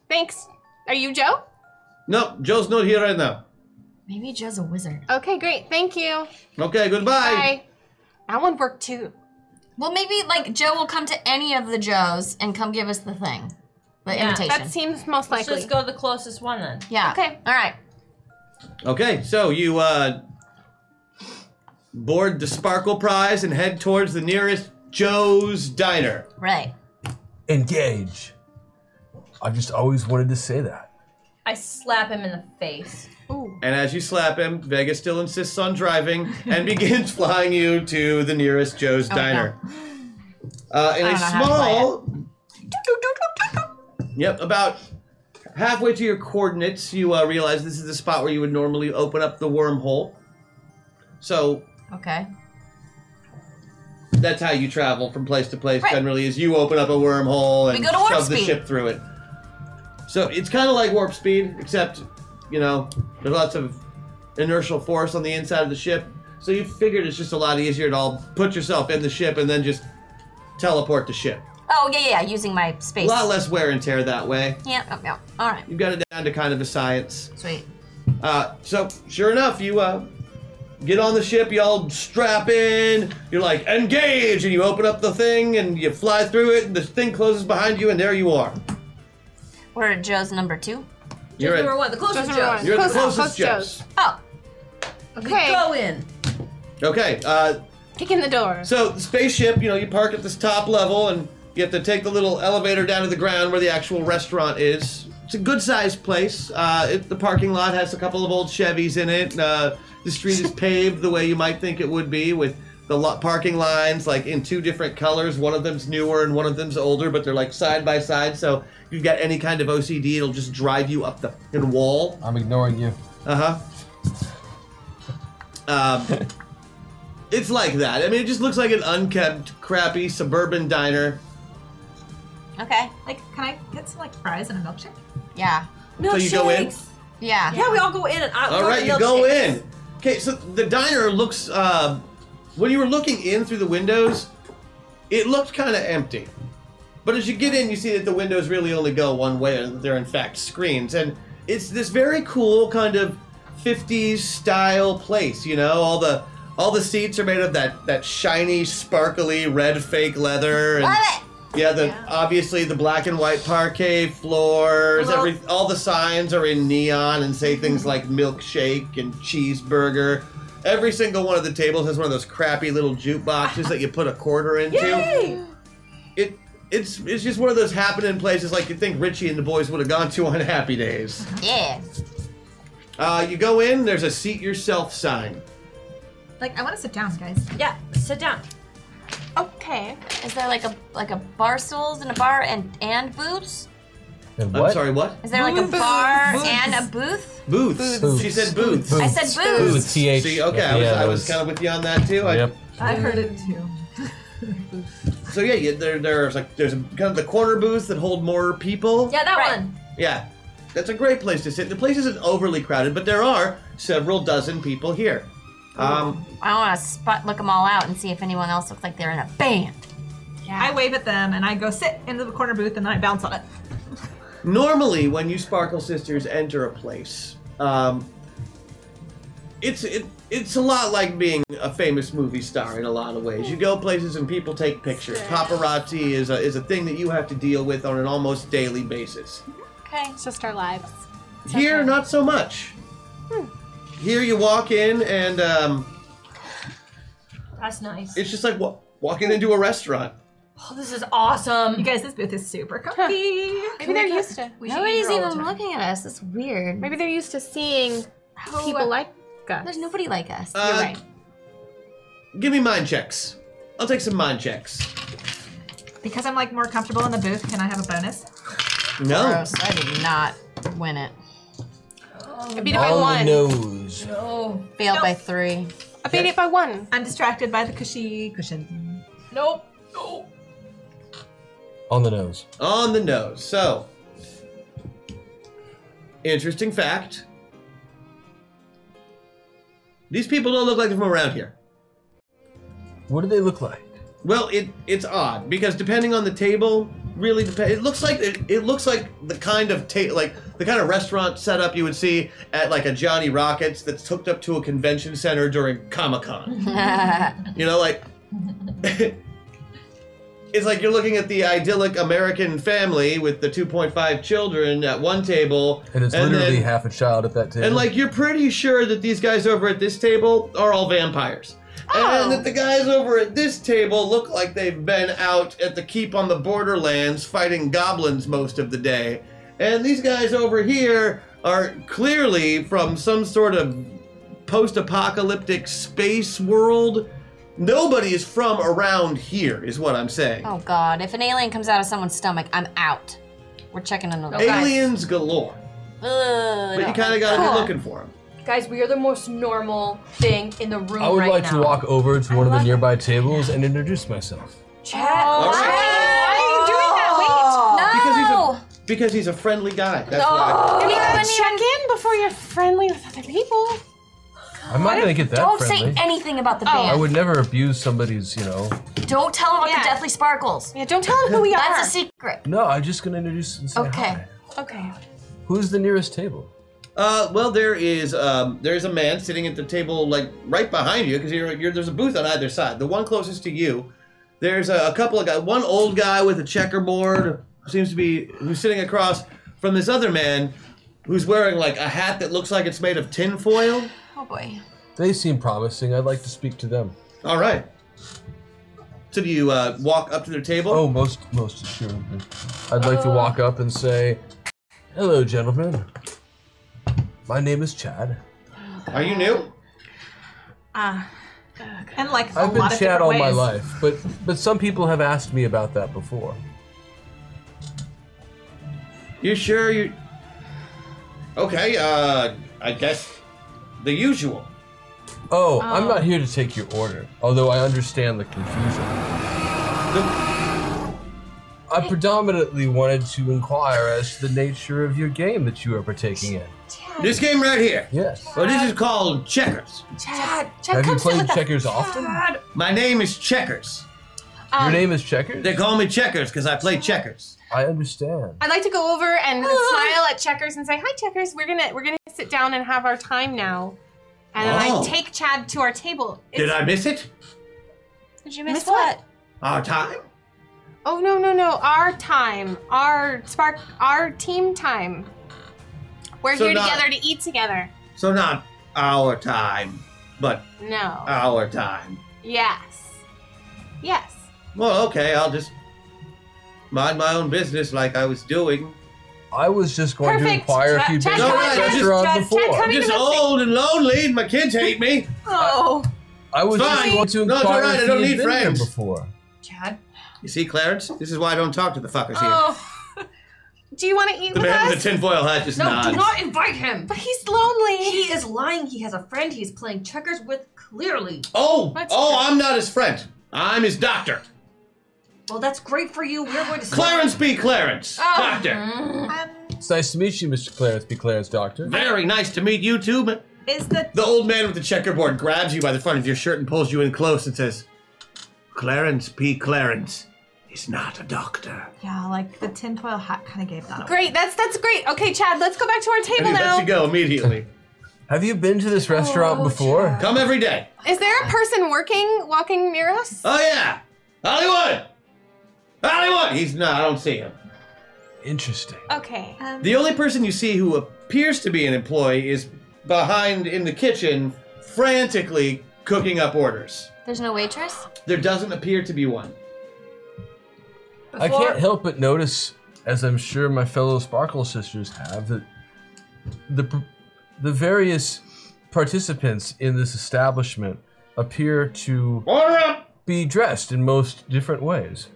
S5: Thanks. Are you Joe?
S2: No, Joe's not here right now.
S6: Maybe Joe's a wizard.
S5: Okay, great. Thank you.
S2: Okay. Goodbye.
S5: Bye. That one worked too.
S6: Well, maybe like Joe will come to any of the Joes and come give us the thing, the
S8: Yeah,
S6: invitation.
S5: That seems most
S8: Let's
S5: likely.
S8: just go to the closest one then.
S6: yeah.
S5: Okay.
S6: All right.
S2: Okay. So you uh, board the Sparkle Prize and head towards the nearest Joe's Diner.
S6: Right.
S4: Engage. I've just always wanted to say that.
S8: I slap him in the face.
S2: And as you slap him, Vegas still insists on driving and begins flying you to the nearest Joe's Diner. Uh, in a
S6: Oh, don't know how to play
S2: small. Yep, about halfway to your coordinates, you uh, realize this is the spot where you would normally open up the wormhole. So
S6: Okay.
S2: that's how you travel from place to place. Generally, is you open up a wormhole and
S6: We go to warp
S2: shove the
S6: speed.
S2: ship through it. So it's kind of like warp speed, except you know there's lots of inertial force on the inside of the ship. So you figured it's just a lot easier to all put yourself in the ship and then just teleport the ship.
S8: Oh yeah, yeah, using my
S2: A
S8: space.
S2: lot less wear and tear that way.
S8: Yeah, oh, yeah. All right.
S2: You've got it down to kind of a science.
S6: Sweet.
S2: Uh, so sure enough, you uh, get on the ship, y'all strap in, you're like engage, and you open up the thing and you fly through it, and the thing closes behind you, and there you are.
S6: We're at Joe's number two.
S2: You're
S9: Number
S2: at,
S9: one, the closest
S5: Just number
S9: Joe.
S5: one.
S2: you're at the
S5: Close enough,
S2: closest
S5: close Joe's.
S2: Joe's.
S6: Oh.
S5: Okay.
S8: Go in.
S2: Okay, uh,
S5: Kick in the door.
S2: so the spaceship, you know, you park at this top level, and you have to take the little elevator down to the ground where the actual restaurant is. It's a good sized place. Uh, it, the parking lot has a couple of old Chevys in it. Uh, the street is paved the way you might think it would be with the lo- parking lines like in two different colors. One of them's newer and one of them's older, but they're like side by side. So if you've got any kind of OCD, it'll just drive you up the fucking wall.
S4: I'm ignoring you.
S2: Uh huh. Um, it's like that. I mean, it just looks like an unkempt, crappy suburban diner.
S6: Okay.
S3: Like, can I get some like fries and a milkshake?
S6: Yeah.
S2: So you go in?
S9: Milkshakes.
S6: Yeah.
S9: Yeah, we all go in and out.
S2: All right, you go in. Okay, so the diner looks. Uh, when you were looking in through the windows, it looked kind of empty. But as you get in, you see that the windows really only go one way, and they're in fact screens. And it's this very cool kind of 50s style place. You know, all the all the seats are made of that that shiny, sparkly red fake leather. And, Yeah, the obviously the black and white parquet floors.
S9: Well- Mm-hmm.
S2: every all the signs are in neon and say things like milkshake and cheeseburger. Every single one of the tables has one of those crappy little jukeboxes that you put a quarter into
S9: Yay!
S2: it it's it's just one of those happening places like you think Richie and the boys would have gone to on Happy Days.
S6: Yeah.
S2: Uh, you go in, there's a seat yourself sign.
S3: Like, I want to sit down, guys.
S9: Yeah, sit down.
S5: Okay.
S6: Is there like a like a bar stools and a bar and and booths?
S4: And
S2: I'm
S4: what?
S2: sorry, what?
S6: Is there like a
S8: Booths.
S6: bar
S8: Booths.
S6: and a booth?
S2: Booths.
S4: Booths.
S2: She said booths.
S4: Booths.
S6: I said booths.
S4: With th.
S2: See, okay,
S4: Yeah,
S2: I was,
S4: that
S2: I was, kind of with you on that too. I,
S4: Yep.
S3: I heard it too.
S2: So yeah, you, there, there's like there's kind of the corner booths that hold more people.
S9: Yeah, that
S8: Right.
S9: one.
S2: Yeah, that's a great place to sit. The place isn't overly crowded, but there are several dozen people here. Um,
S6: I want to spot look them all out and see if anyone else looks like they're in a band.
S3: I wave at them and I go sit into the corner booth and then I bounce on it.
S2: Normally, when you Sparkle Sisters enter a place, um, it's it, it's a lot like being a famous movie star in a lot of ways. You go places and people take pictures. Paparazzi is a, is a thing that you have to deal with on an almost daily basis.
S5: Okay, it's just our lives.
S2: Here, not so much. Here, you walk in and um,
S9: That's nice.
S2: it's just like wa- walking into a restaurant.
S9: Oh, this is awesome.
S3: You guys, this booth is super comfy.
S5: Maybe they're used to.
S3: We should eat
S6: Nobody's
S3: here all the
S6: even
S3: time.
S6: looking at us. It's weird.
S10: Maybe they're used to seeing people like us.
S6: There's nobody like us.
S2: Uh, Give me mind checks. I'll take some mind checks.
S3: Because I'm like more comfortable in the booth, can I have a bonus?
S2: No.
S6: Gross. I did not win it.
S5: I beat it by
S4: On the
S5: one.
S4: nose.
S9: Oh,
S6: Failed
S3: Nope.
S6: by three.
S5: I beat it by one.
S3: I'm distracted by the cushy cushion. Oh,
S9: nope. Nope.
S4: On the nose.
S2: on the nose. So, interesting fact. These people don't look like they're from around here.
S4: What do they look like?
S2: Well, it it's odd because depending on the table, really depend. It looks like it, it looks like the kind of ta- like the kind of restaurant setup you would see at like a Johnny Rockets that's hooked up to a convention center during Comic Con.
S6: Oh,
S2: you know, like it's like you're looking at the idyllic American family with the 2.5 children at one table,
S4: And it's literally
S2: then-
S4: half a child at that table.
S2: and like you're pretty sure that these guys over at this table are all vampires. And that the guys over at this table look like they've been out at the keep on the borderlands fighting goblins most of the day. And these guys over here are clearly from some sort of post apocalyptic space world. Nobody is from around here, is what I'm saying.
S6: Oh god, if an alien comes out of someone's stomach, I'm out. We're checking another.
S9: Okay.
S2: Aliens galore.
S6: Ugh,
S2: But you kind of got to be looking for them.
S9: Guys, we are the most normal thing in the room
S4: I would
S9: right
S4: like
S9: now.
S4: to walk over to one of the nearby tables and introduce myself.
S9: Chat.
S2: All
S9: Why?
S2: right?
S9: Why are you doing that?
S5: Oh.
S6: Wait, Oh, no.
S2: Because he's a because he's a friendly guy. That's why.
S5: You gotta check in before you're friendly with other people.
S4: I'm not gonna get that
S8: Don't
S4: friendly.
S8: say anything about the
S4: I
S8: band.
S4: would never abuse somebody's, you know.
S8: Don't tell them about
S5: Yeah.
S8: the Deathly Sparkles.
S5: Yeah, don't tell them who we are.
S8: That's a secret.
S4: No, I'm just gonna introduce and say
S8: Okay.
S4: hi.
S5: Okay.
S4: Who's the nearest table?
S2: Uh, well, there is um, there is a man sitting at the table like right behind you because you're, you're there's a booth on either side. The one closest to you, there's a, a couple of guys. One old guy with a checkerboard who seems to be who's sitting across from this other man who's wearing like a hat that looks like it's made of tin foil.
S6: Oh boy.
S4: They seem promising. I'd like to speak to them.
S2: All right. So do you uh, walk up to their table?
S4: Oh, most most assuredly. I'd like to walk up and say, "Hello, gentlemen. My name is Chad.
S2: Are you new?
S3: And like a
S4: I've been
S3: lot of
S4: Chad
S3: different
S4: all
S3: ways.
S4: my life, but but some people have asked me about that before.
S2: You sure you? Okay. Uh, I guess the usual.
S4: Oh, I'm not here to take your order, although I understand the confusion. The- I predominantly wanted to inquire as to the nature of your game that you are partaking in.
S2: This game right here.
S4: Yes.
S2: Well, this is called checkers.
S5: Chad, Chad,
S4: Have you
S5: come sit
S4: played
S5: with us.
S4: checkers often?
S2: My name is Checkers.
S5: um,
S4: your name is Checkers?
S2: They call me Checkers because I play checkers.
S4: I understand.
S5: I'd like to go over and smile at Checkers and say, "Hi, Checkers. We're gonna we're gonna sit down and have our time now." And then
S2: Oh.
S5: I take Chad to our table.
S2: Did I miss it?
S5: Did you
S8: Miss what?
S2: Our time?
S5: Oh no no no! Our time, our spark, our team time. We're
S2: So
S5: here
S2: not-
S5: together to eat together.
S2: So not our time, but
S5: No.
S2: our time.
S5: yes. Yes.
S2: Well, okay, I'll just mind my own business like I was doing.
S4: I was just going to
S5: Perfect.
S4: inquire if you'd
S5: Chad,
S4: been
S2: Chad, come
S4: to a
S2: in, Chad,
S4: restaurant
S5: Chad, Chad,
S4: before.
S5: come
S2: I'm
S5: in.
S2: just old and lonely and my kids hate me.
S5: Oh.
S4: I was
S2: It's
S4: just
S2: fine.
S4: going to
S2: No, it's all
S4: inquire
S2: right, I
S4: if
S2: don't
S4: you'd
S2: need
S4: been
S2: friends.
S4: here before.
S9: Chad.
S2: You see, Clarence? This is why I don't talk to the fuckers here.
S5: Oh. Do you want to eat
S2: the
S5: with
S2: man
S5: us?
S2: with the tinfoil hat just
S9: No,
S2: nods.
S9: do not invite him.
S5: but he's lonely.
S9: He is lying. He has a friend he's playing checkers with clearly.
S2: Oh,
S5: Let's
S2: oh,
S5: go.
S2: I'm not his friend. I'm his doctor.
S9: Well, that's great for you. We're going to
S2: Clarence B. Clarence. Doctor.
S4: It's nice to meet you, Mr. Clarence B. Clarence Doctor.
S2: Very nice to meet you too, but
S3: Is the
S2: The old man with the checkerboard grabs you by the front of your shirt and pulls you in close and says, Clarence P. Clarence is not a doctor.
S3: yeah, like the tinfoil hat kind of gave that away.
S5: Great. That's that's great. Okay, Chad. Let's go back to our table
S2: And he
S5: now.
S2: lets you go immediately.
S4: Have you been to this
S3: Oh,
S4: restaurant before?
S2: Come every day.
S5: Is there a person working, walking near us?
S2: Oh yeah, Hollywood. Hollywood. He's not. I don't see him.
S4: Interesting.
S5: Okay.
S2: The only person you see who appears to be an employee is behind in the kitchen, frantically cooking up orders.
S7: There's no waitress?
S2: There doesn't appear to be one.
S4: I can't help but notice, as I'm sure my fellow Sparkle sisters have, that the pr- the various participants in this establishment appear to
S2: Order up.
S4: be dressed in most different ways.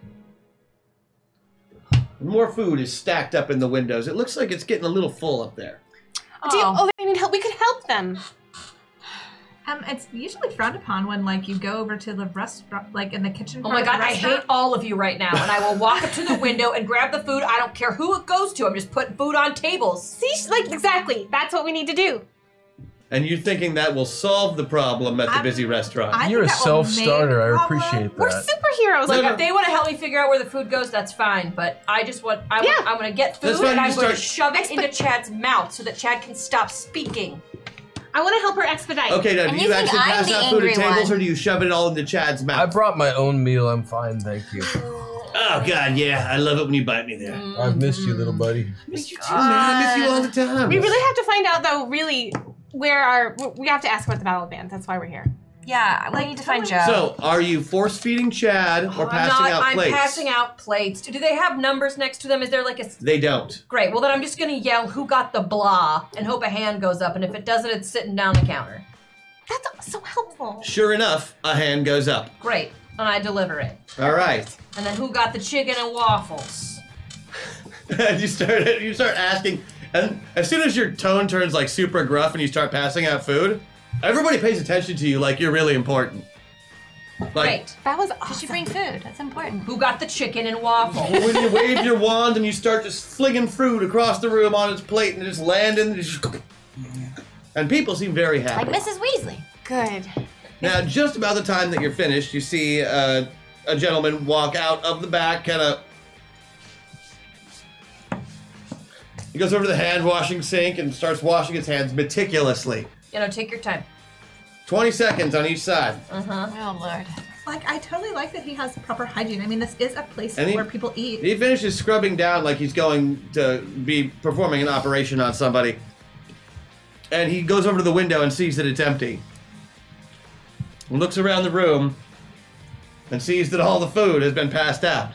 S2: More food is stacked up in the windows. It looks like it's getting a little full up there.
S5: Do you, oh, they need help. We could help them.
S3: Um, it's usually frowned upon when like you go over to the restaurant, like in the kitchen.
S9: Oh my god, I hate all of you right now, and I will walk up to the window and grab the food. I don't care who it goes to. I'm just putting food on tables.
S5: See, sh- like exactly. That's what we need to do.
S2: And you're thinking that will solve the problem at the
S3: I'm-
S2: busy restaurant.
S3: I
S4: You're a
S3: think that will
S4: self-starter.
S3: make
S4: I
S3: the
S4: appreciate
S5: We're
S4: that.
S5: superheroes.
S2: No,
S5: Like,
S2: no.
S9: If they want to help me figure out where the food goes, that's fine. But I just want I want,
S5: Yeah.
S9: I'm gonna get
S2: That's
S9: food
S2: fine,
S9: and
S2: you
S9: I'm gonna
S2: start-
S9: shove it into Chad's mouth so that Chad can stop speaking.
S10: I want to help her expedite.
S2: Okay, now
S7: And
S2: do you
S7: you think
S2: actually
S7: I'm
S2: pass
S7: the
S2: out food at
S7: angry
S2: tables,
S7: one.
S2: or do you shove it all into Chad's
S4: I
S2: mouth?
S4: brought my own meal. I'm fine, thank you.
S2: oh God, yeah, I love it when you bite me there.
S7: Mm,
S4: I've missed you, little buddy.
S2: I miss you too, man. I miss you all the time.
S5: we really have to find out, though. Really, where our we have to ask about the battle band. That's why we're here.
S8: Yeah, we need to find Joe.
S2: So, are you force feeding Chad or
S9: I'm
S2: passing
S9: not.
S2: out
S9: I'm
S2: plates?
S9: passing out plates. Do they have numbers next to them? Is there like a
S2: They don't.
S9: great? Well, then I'm just gonna yell who got the blah and hope a hand goes up, and if it doesn't, it's sitting down the counter.
S5: That's so helpful.
S2: Sure enough, a hand goes up.
S9: Great, and I deliver it.
S2: All right,
S9: And then who got the chicken and waffles?
S2: and you start you start asking, and as soon as your tone turns like super gruff and you start passing out food, everybody pays attention to you like you're really important. Like,
S9: Great.
S5: That was
S7: You should
S5: awesome.
S7: bring food. That's important.
S9: Who got the chicken and waffles?
S2: Well, when you wave your wand and you start just flinging fruit across the room on its plate and just landing, just- and people seem very
S7: Like
S2: happy.
S7: Mrs. Weasley.
S5: Good.
S2: Now, just about the time that you're finished, you see uh, a gentleman walk out of the back, kind of. He goes over to the hand washing sink and starts washing his hands meticulously.
S9: you know, take your time.
S2: 20 seconds on each side.
S7: Oh, Lord.
S3: Like I totally like that he has proper hygiene. I mean, this is a place
S2: And he-
S3: where people eat.
S2: He finishes scrubbing down like he's going to be performing an operation on somebody. And he goes over to the window and sees that it's empty. And looks around the room and sees that all the food has been passed out.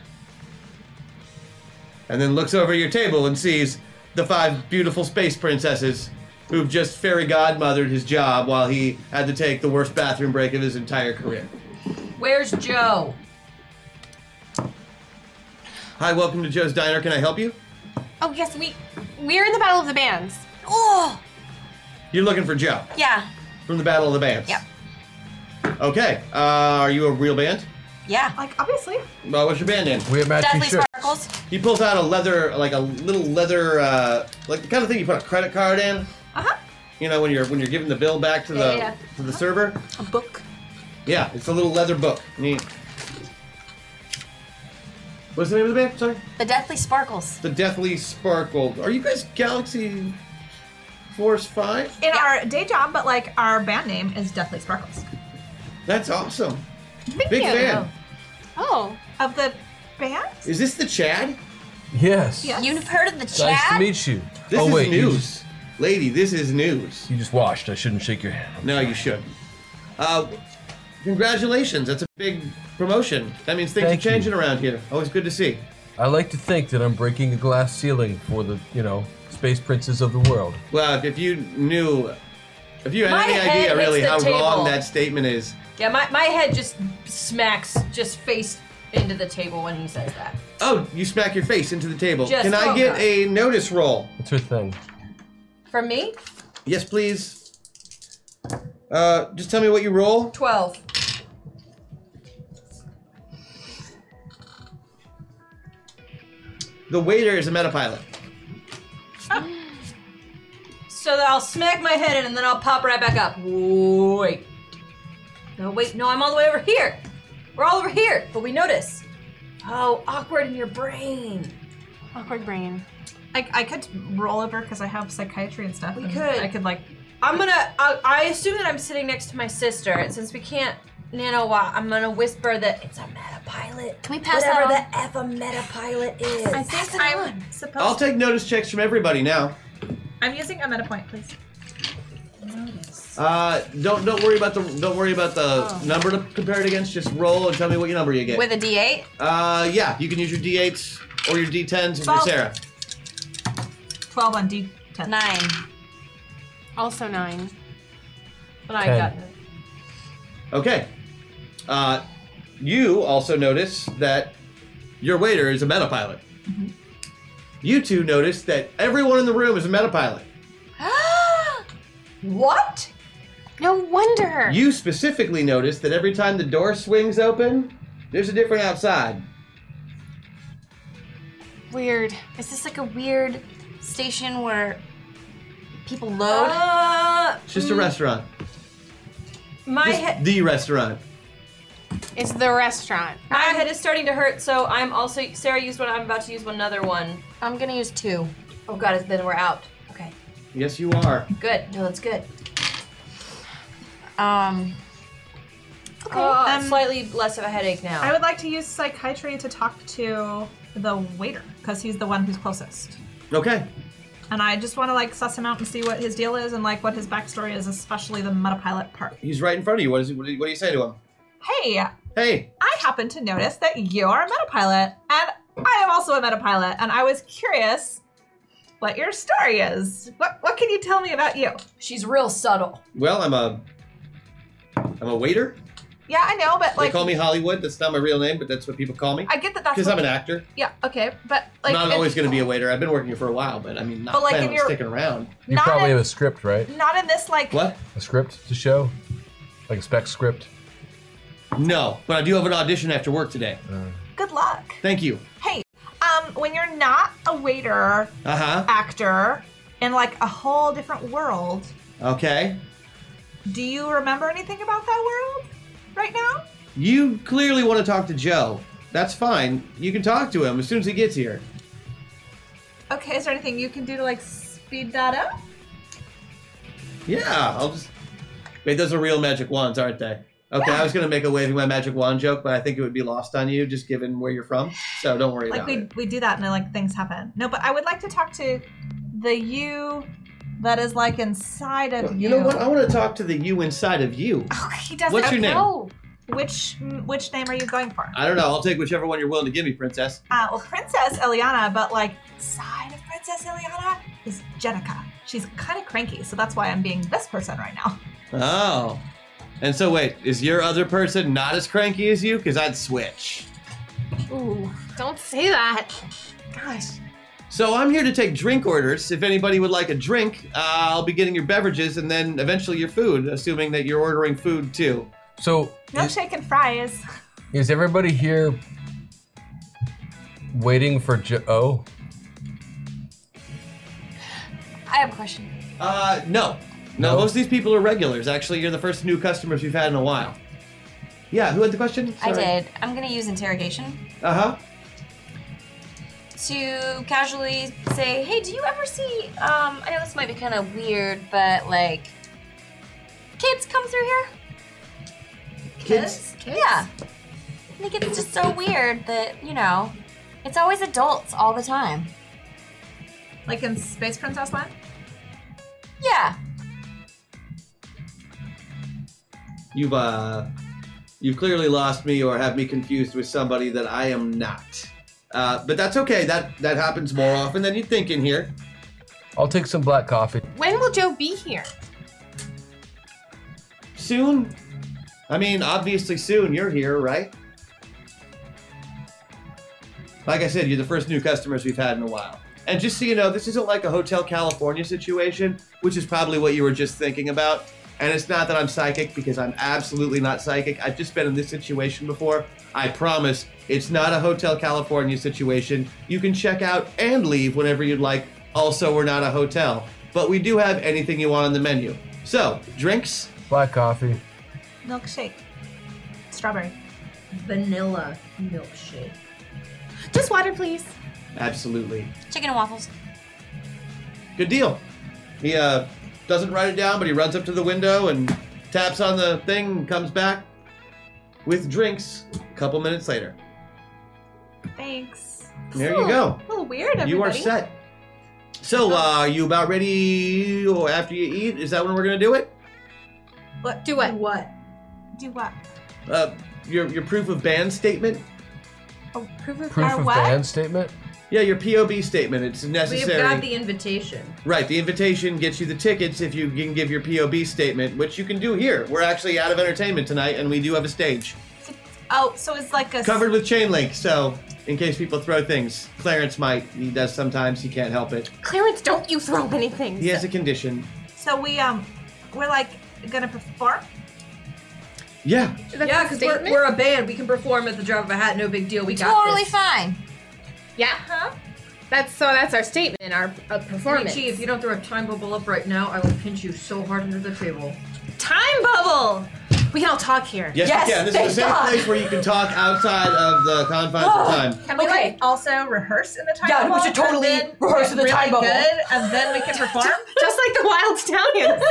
S2: And then looks over your table and sees the five beautiful space princesses who've just fairy godmothered his job while he had to take the worst bathroom break of his entire career.
S9: Where's Joe?
S2: Hi, welcome to Joe's Diner. Can I help you?
S5: Oh yes, we we're in the battle of the bands.
S8: oh,
S2: You're looking for Joe.
S8: yeah,
S2: From the Battle of the Bands.
S8: Yep.
S2: Okay. Uh, are you a real band?
S8: yeah.
S3: Like obviously,
S2: Well, what's your band name?
S4: We have matching
S8: Deathly
S4: shirts.
S8: sparkles.
S2: He pulls out a leather, like a little leather, uh, like the kind of thing you put a credit card in. Uh huh.
S3: Uh-huh.
S2: You know when you're when you're giving the bill back to the
S9: yeah.
S2: to the server.
S3: a book.
S2: Yeah, it's a little leather book. Neat. What's the name of the band? Sorry.
S8: The Deathly Sparkles.
S2: The Deathly Sparkle. Are you guys Galaxy Force Five?
S3: In our day job, but like our band name is Deathly Sparkles.
S2: That's awesome. Big
S5: you.
S2: fan.
S5: Oh,
S3: Of the band?
S2: Is this the Chad?
S4: Yes.
S3: Yeah.
S8: You've heard of the Chad?
S4: Nice to meet you.
S2: This
S4: oh
S2: is
S4: wait, You
S2: news,
S4: just,
S2: lady. This is news.
S4: you just washed. I shouldn't shake your hand.
S2: No, you shouldn't. Uh, congratulations. That's a big promotion. That means things
S4: Thank
S2: are changing
S4: you.
S2: around here. Always good to see.
S4: I like to think that I'm breaking a glass ceiling for the, you know, space princes of the world.
S2: Well, if, if you knew, if you had
S9: My
S2: any
S9: head
S2: idea
S9: hits
S2: really
S9: the
S2: how wrong
S9: table.
S2: that statement is,
S9: Yeah, my, my head just smacks, just face into the table when he says that.
S2: oh, you smack your face into the table.
S9: Just
S2: Can I
S9: woke
S2: get
S9: up.
S2: a notice roll?
S4: That's her thing.
S9: From me,
S2: Yes, please. Uh, just tell me what you roll.
S9: 12.
S2: The waiter is a metapilot.
S9: So I'll smack my head in and then I'll pop right back up. Wait. No, wait, no, I'm all the way over here. We're all over here, but we notice. Oh, awkward in your brain.
S5: awkward brain.
S3: I, I could roll over because I have psychiatry and stuff.
S9: We
S3: and
S9: could.
S3: I could like
S9: I'm gonna. I, I assume that I'm sitting next to my sister, and since we can't nano walk, I'm gonna whisper that it's a meta pilot.
S6: Can we pass that
S9: Whatever
S6: on?
S9: the F a meta pilot is.
S3: I think I'm supposed.
S9: Oh.
S2: I'll take notice checks from everybody now.
S3: I'm using a meta point, please.
S2: Uh, don't don't worry about the don't worry about the number to compare it against. Just roll and tell me what your number you get.
S9: Oh. With a D8.
S2: uh, yeah, you can use your d8s or your d10s if you're
S3: Twelve.
S2: Sarah.
S3: Twelve on D10.
S6: Nine.
S5: Also nine.
S9: But I
S4: Ten.
S9: got
S2: Okay. Uh, you also notice that your waiter is a metapilot. You two notice that everyone in the room is a metapilot.
S9: What?
S5: No wonder.
S2: You specifically notice that every time the door swings open, there's a different outside.
S5: Weird.
S6: Is this like a weird station where people load?
S9: Uh,
S2: It's just a restaurant.
S9: my
S2: Just
S9: head.
S2: the restaurant.
S5: It's the restaurant.
S9: My head is starting to hurt, so I'm also. Sarah used one. I'm about to use one another one.
S6: I'm gonna use two.
S9: Oh god, then we're out. Okay,
S2: Yes, you are.
S9: good. No, that's good.
S6: Um,
S9: Okay, uh, slightly less of a headache now.
S3: I would like to use psychiatry to talk to the waiter because he's the one who's closest.
S2: Okay.
S3: And I just want to like suss him out and see what his deal is and like what his backstory is, especially the metapilot part.
S2: He's right in front of you. What, is, what do you- what do you say to him?
S3: Hey,
S2: Hey,
S3: I happen to notice that you're a metapilot, and I am also a metapilot, and I was curious what your story is. What what can you tell me about you?
S9: She's real subtle.
S2: well, I'm a, I'm a waiter.
S3: Yeah, I know, but
S2: they
S3: like
S2: call me Hollywood. That's not my real name, but that's what people call me.
S3: I get that that's
S2: Because
S3: what-
S2: I'm an actor.
S3: yeah okay, but like
S2: not
S3: it's
S2: always going to be a waiter. I've been working here for a while, but I mean, not
S3: But, like,
S2: planning
S3: if
S2: on
S3: you're-
S2: sticking around.
S4: You
S3: Not
S4: probably
S3: a-
S4: have a script, right?
S3: not in this like
S2: What?
S4: A script to show, like a spec script.
S2: No, but I do have an audition after work today.
S3: good luck.
S2: Thank you.
S3: Hey, um, when you're not a waiter
S2: Uh huh.
S3: actor in like a whole different world,
S2: Okay.
S3: do you remember anything about that world right now?
S2: You clearly want to talk to Joe. That's fine. You can talk to him as soon as he gets here.
S3: Okay, is there anything you can do to like speed that up?
S2: Yeah, I'll just. Wait, those are real magic wands, aren't they? Okay, I was gonna make a waving my magic wand joke, but I think it would be lost on you just given where you're from. So don't worry
S3: Like
S2: about
S3: we
S2: it.
S3: we do that and then like things happen. No, but I would like to talk to the you that is like inside of
S2: You know what? I want to talk to the you inside of you.
S3: He doesn't
S2: What's your name?
S3: know. Which which name are you going for?
S2: I don't know. I'll take whichever one you're willing to give me, princess.
S3: Uh, well, Princess Eliana, but like side of Princess Eliana is Jenica. She's kind of cranky, so that's why I'm being this person right now.
S2: Oh. And so wait, is your other person not as cranky as you? Because I'd switch.
S5: Ooh, don't say that.
S2: So I'm here to take drink orders. If anybody would like a drink, uh, I'll be getting your beverages and then eventually your food, assuming that you're ordering food too.
S4: So is,
S3: Milkshake and fries.
S4: is everybody here waiting for Joe? Oh,
S6: I have a question.
S2: Uh, no. no.
S4: No?
S2: most of these people are regulars. Actually, you're the first new customers we've had in a while. Yeah, who had the question?
S6: I did. I'm gonna use interrogation
S2: Uh huh.
S6: to casually say, "Hey, do you ever see? Um, I know this might be kind of weird, but like, kids come through here.
S2: Kids?
S6: Yeah. I think it's just so weird that you know, it's always adults all the time.
S3: Like in Space Princess Land?
S6: Yeah.
S2: You've, uh, you've clearly lost me or have me confused with somebody that I am not. Uh, but that's okay. That that happens more often than you think in here.
S4: I'll take some black coffee.
S5: When will Joe be here?
S2: Soon? I mean, obviously soon. You're here, right? Like I said, you're the first new customers we've had in a while. And just so you know, this isn't like a Hotel California situation, which is probably what you were just thinking about. And it's not that I'm psychic, because I'm absolutely not psychic. I've just been in this situation before. I promise it's not a Hotel California situation. You can check out and leave whenever you'd like. Also, we're not a hotel, but we do have anything you want on the menu. So, drinks,
S4: Black coffee.
S3: Milkshake. Strawberry.
S8: Vanilla milkshake.
S5: Just water, please.
S2: Absolutely.
S6: Chicken and waffles.
S2: Good deal. He uh, doesn't write it down, but he runs up to the window and taps on the thing and comes back with drinks a couple minutes later.
S5: Thanks.
S2: There you go.
S9: A little weird, everybody.
S2: You are set. So, uh, you about ready or after you eat? Is that when we're gonna do it?
S9: What? Do what? What?
S5: Do what?
S2: Uh, your your proof of ban statement?
S9: Oh, proof of
S4: Proof
S9: our
S4: of
S9: what?
S4: ban statement.
S2: Yeah, your POB statement. It's
S12: We've
S2: necessary.
S12: got the invitation.
S2: Right, the invitation gets you the tickets if you can give your POB statement, which you can do here. We're actually out of entertainment tonight, and we do have a stage
S3: Oh, so it's like a.
S2: covered with chain link. So, in case people throw things, Clarence might. He does sometimes. He can't help it.
S10: Clarence, don't you throw anything.
S2: He has a condition.
S3: So we um, we're like gonna perform.
S2: Yeah,
S10: That's
S12: yeah,
S10: a
S12: because we're,
S10: statement?
S12: we're a band. We can perform at the drop of a hat. No big deal. We got
S8: Totally
S12: this.
S8: fine.
S10: yeah. That's so. That's our statement. Our uh, performance.
S12: Richie, if you don't throw a time bubble up right now, I will pinch you so hard under the table.
S10: Time bubble. We can all talk here.
S2: yes,
S9: Yes,
S2: you can. This is the
S9: thank
S2: same
S9: God.
S2: place where you can talk outside of the confines of time.
S3: Can we
S9: Okay.
S3: like also rehearse in the time
S9: Yeah, we
S3: bubble?
S9: should totally
S3: and then
S9: rehearse
S3: get
S9: in the
S3: really
S9: time bubble.
S3: Good, and then we can perform.
S10: Just like the wild stallions.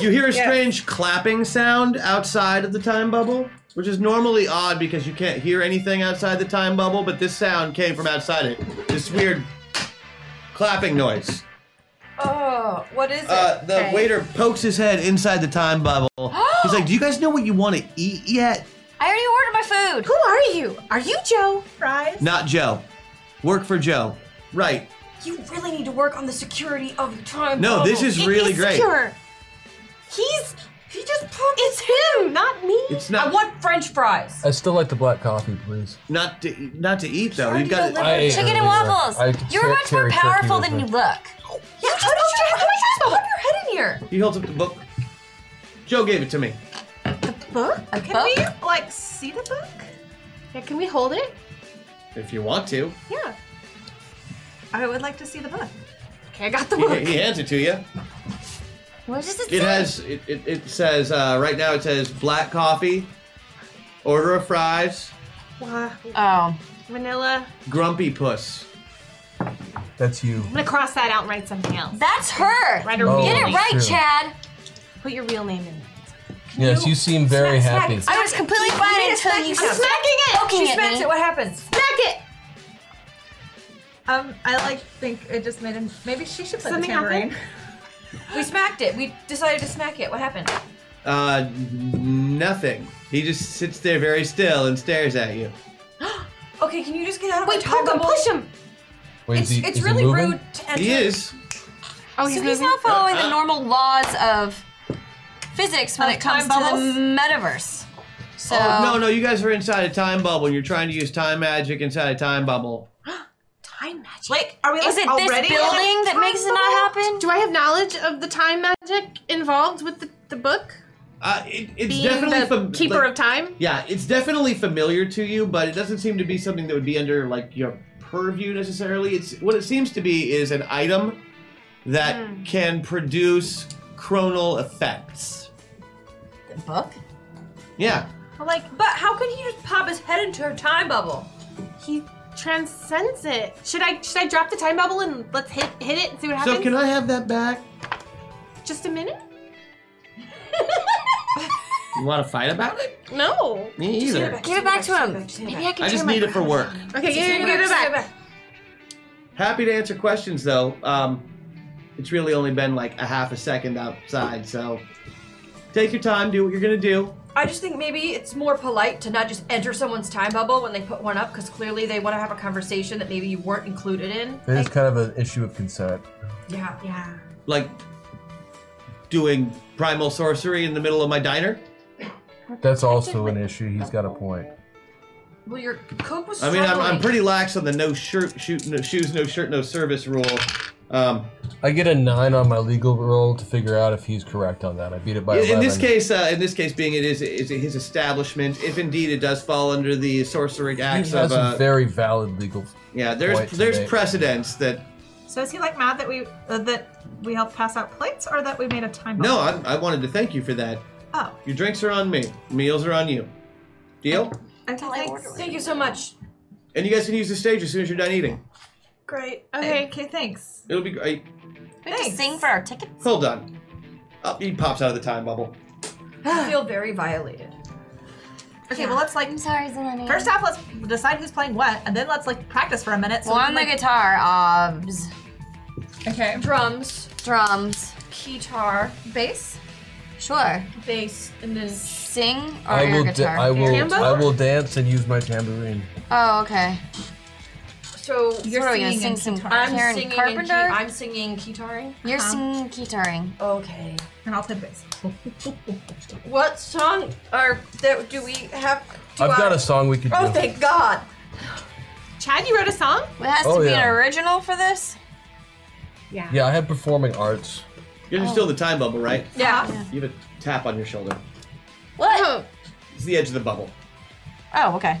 S2: You hear a strange clapping sound outside of the time bubble, which is normally odd because you can't hear anything outside the time bubble, but this sound came from outside it. This weird clapping noise.
S9: Oh, what is it?
S2: Uh, the
S9: Okay.
S2: waiter pokes his head inside the time bubble. He's like, "Do you guys know what you want to eat yet?"
S8: I already ordered my food.
S10: Who are you? Are you Joe?
S3: Fries.
S2: Not Joe. Work for Joe. Right.
S9: You really need to work on the security of the time.
S2: No, this
S9: bubble.
S2: is really great.
S10: Secure.
S9: He's. He just put.
S10: It's him, not me.
S2: It's
S9: I
S2: not
S9: want French fries.
S4: I still like the black coffee, please.
S2: not to not to eat though. You've got
S4: I ate
S8: Chicken and
S4: earlier.
S8: waffles.
S4: I
S8: you were
S4: can't
S8: much more
S4: carry turkey
S8: powerful
S4: with
S8: than
S4: me.
S8: you look.
S9: Yeah, how did you? How did you put your head in here?
S2: He holds up the book. Joe gave it to me.
S10: Book?
S3: Can we like see the book?
S10: Yeah, can we hold it?
S2: If you want to,
S10: Yeah.
S3: I would like to see the book.
S10: Okay, I got the
S2: he,
S10: book.
S2: he hands it to you.
S8: What does it
S2: It
S8: say?
S2: has. It, it, it says uh, right now. It says black coffee, order of fries,
S10: Wow.
S8: oh.
S10: vanilla.
S2: grumpy puss.
S4: That's you.
S10: I'm gonna cross that out and write something else.
S8: That's her.
S10: Write a
S4: Oh.
S10: real
S8: Get
S10: name.
S8: it right,
S4: True.
S8: Chad.
S10: Put your real name in. it.
S4: Yes, you seem very happy.
S8: I was completely fine until you
S9: I'm
S8: started
S9: smacking it.
S8: poking
S9: she
S8: at
S9: smacks
S8: me.
S9: it. What happens?
S3: Um, I like think it just made him. Maybe she should play
S10: Something
S3: the tambourine.
S9: We smacked it. We decided to smack it. What happened?
S2: Uh, nothing. He just sits there very still and stares at you.
S9: Okay, can you just get out of
S10: Wait,
S9: my time
S10: poke him,
S9: bubble?
S10: push him.
S4: Wait,
S9: It's,
S4: is he, is
S9: it's
S4: he
S9: really
S4: moving?
S9: rude to enter.
S2: He is.
S10: Oh,
S8: So he's not following the normal laws of physics when
S3: Of
S8: it comes to
S3: time bubbles?
S8: the metaverse. So
S2: Oh, no, no, you guys are inside a time bubble. and You're trying to use time magic inside a time bubble.
S10: Time magic.
S3: Like, are we like
S8: is it this
S3: already?
S8: building that makes it not happen?
S10: Do I have knowledge of the time magic involved with the, the book?
S2: Uh, it, it's
S10: Being
S2: definitely
S10: the
S2: fam-
S10: keeper
S2: like-
S10: of time?
S2: Yeah, it's definitely familiar to you, but it doesn't seem to be something that would be under like your purview necessarily. It's what it seems to be is an item that
S8: Hmm.
S2: can produce chronal effects.
S8: The book?
S2: Yeah.
S9: I'm like, but how can he just pop his head into her time bubble?
S10: He transcends it. Should I should I drop the time bubble and let's hit hit it and see what happens?
S2: So can I have that back?
S10: Just a minute?
S2: You want to fight about it?
S10: No.
S2: Me either.
S8: Give it back to him. Maybe I can
S2: I just
S8: turn my
S2: need it for work.
S10: Okay, give it give it back.
S2: Happy to answer questions though. Um, it's really only been like a half a second outside, so take your time, do what you're gonna do.
S9: I just think maybe it's more polite to not just enter someone's time bubble when they put one up because clearly they want to have a conversation that maybe you weren't included in.
S4: It is kind of an issue of consent.
S9: Yeah.
S10: Yeah.
S2: Like doing primal sorcery in the middle of my diner.
S4: That's also an issue. He's got a point.
S9: Well, your cook was.
S2: I mean, I'm, I'm
S9: struggling.
S2: pretty lax on the no shirt, shoot, no shoes, no shirt, no service rule. Um,
S4: I get a nine on my legal roll to figure out if he's correct on that. I beat it by
S2: in, in
S4: 11.
S2: this case, uh, in this case, being it is, is his establishment, if indeed it does fall under the sorcery
S4: he
S2: acts
S4: has
S2: of,
S4: a
S2: uh,
S4: very valid legal.
S2: yeah, there's
S4: point to
S2: there's
S4: make.
S2: precedence that
S3: So is he like mad that we uh, that we helped pass out plates, or that we made a time?
S2: no,
S3: bubble?
S2: I, I wanted to thank you for that.
S3: Oh,
S2: Your drinks are on me, meals are on you, deal.
S3: okay, thanks.
S9: Thank you so much.
S2: And you guys can use the stage as soon as you're done eating.
S3: Great.
S10: Okay.
S3: Okay, thanks.
S2: It'll be great.
S6: We have to sing for our ticket.
S2: Hold on. Up, Oh, he pops out of the time bubble.
S9: I feel very violated.
S3: Okay, well let's like. I'm
S6: sorry, Zelenia.
S3: First off, let's decide who's playing what, and then let's like practice for a minute.
S6: Well,
S3: we
S6: on
S3: can,
S6: the
S3: like-
S6: guitar, obs.
S3: Okay.
S9: Drums,
S6: Drums.
S9: guitar, bass,
S6: Sure.
S9: bass, and then
S6: Sing or
S4: I
S6: air
S4: will, da-
S6: guitar.
S4: I will,
S6: Tambo?
S4: I will dance and use my tambourine.
S6: Oh, okay.
S9: so
S6: You're what are we gonna singing sing? and Some guitaring.
S9: I'm
S6: Karen
S9: singing
S6: Carpenter?
S9: And key- I'm singing guitaring.
S6: You're singing guitaring.
S9: Okay.
S3: And I'll play bass.
S9: What song are there, do we have? do
S4: I've got
S9: I-
S4: a song we could
S9: Oh,
S4: do.
S9: thank God!
S10: Chad, you wrote a song?
S6: It has
S4: Oh,
S6: to be
S4: yeah.
S6: an original for this.
S4: Yeah, I have performing arts.
S2: You're still in the time bubble, right?
S9: Yeah.
S2: You have a tap on your shoulder.
S6: What?
S2: It's the edge of the bubble.
S6: Oh, okay.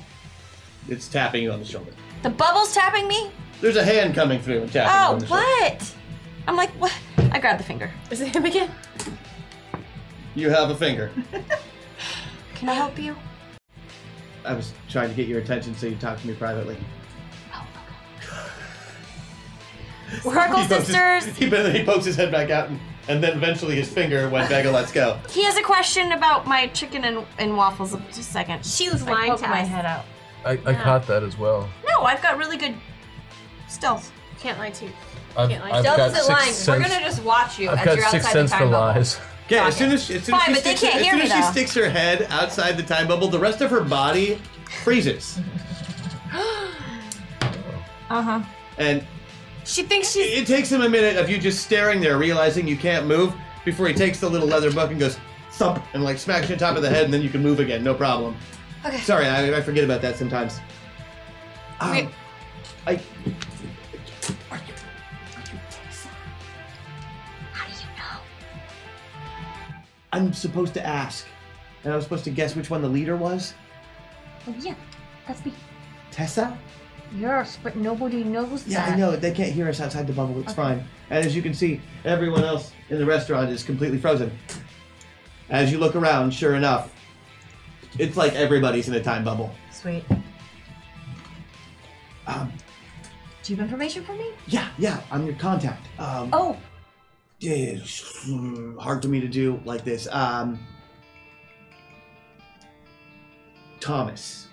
S2: It's tapping you on the shoulder.
S6: The bubble's tapping me.
S2: There's a hand coming through and tapping you
S6: Oh,
S2: on the shoulder.
S6: what? I'm like, what? I grabbed the finger.
S10: Is it him again?
S2: You have a finger.
S6: Can I help you?
S2: I was trying to get your attention so you talked to me privately.
S6: Sparkle
S2: He pokes his-
S6: sisters.
S2: he, then he pokes his head back out, and, and then eventually his finger went back and lets go.
S6: He has a question about my chicken and, and waffles. Just a second.
S10: She was
S6: I
S10: lying
S6: poked
S10: to
S6: my
S10: us.
S6: head out.
S4: I, I caught that as well.
S6: No, I've got really good stealth.
S10: Can't lie to you.
S4: I've,
S10: Can't lie.
S4: I've
S9: Dubs
S4: got
S9: isn't
S4: six
S9: lying. We're
S4: cents.
S9: gonna just watch you
S4: I've
S9: as
S4: got
S9: you're outside
S4: six cents
S9: the
S4: for
S9: time bubble.
S4: lies.
S2: Yeah, as soon as, as soon as,
S6: Fine,
S2: she,
S6: but they
S2: sticks
S6: can't
S2: her, as
S6: hear
S2: soon
S6: me,
S2: as she
S6: though.
S2: sticks her head outside the time bubble, the rest of her body freezes.
S3: Uh
S6: Uh-huh.
S3: huh.
S2: And
S6: She thinks she's.
S2: it, it takes him a minute of you just staring there, realizing you can't move, before he takes the little leather book and goes thump and like smacks you on top of the head, and then you can move again, no problem.
S6: Okay.
S2: Sorry, I, I forget about that sometimes. Um,
S6: Okay.
S2: I,
S6: How do you know?
S2: I'm supposed to ask, and I was supposed to guess which one the leader was.
S12: Oh, yeah, that's me.
S2: Tessa?
S12: Yes, but nobody knows
S2: Yeah,
S12: that.
S2: I know. They can't hear us outside the bubble. It's fine. And as you can see, everyone else in the restaurant is completely frozen. As you look around, sure enough, it's like everybody's in a time bubble.
S12: Sweet.
S2: Um,
S12: Do you have information for me?
S2: yeah, yeah, I'm your contact. Um,
S12: Oh,
S2: yeah, yeah, sh- mm, hard for me to do like this. Um, Thomas.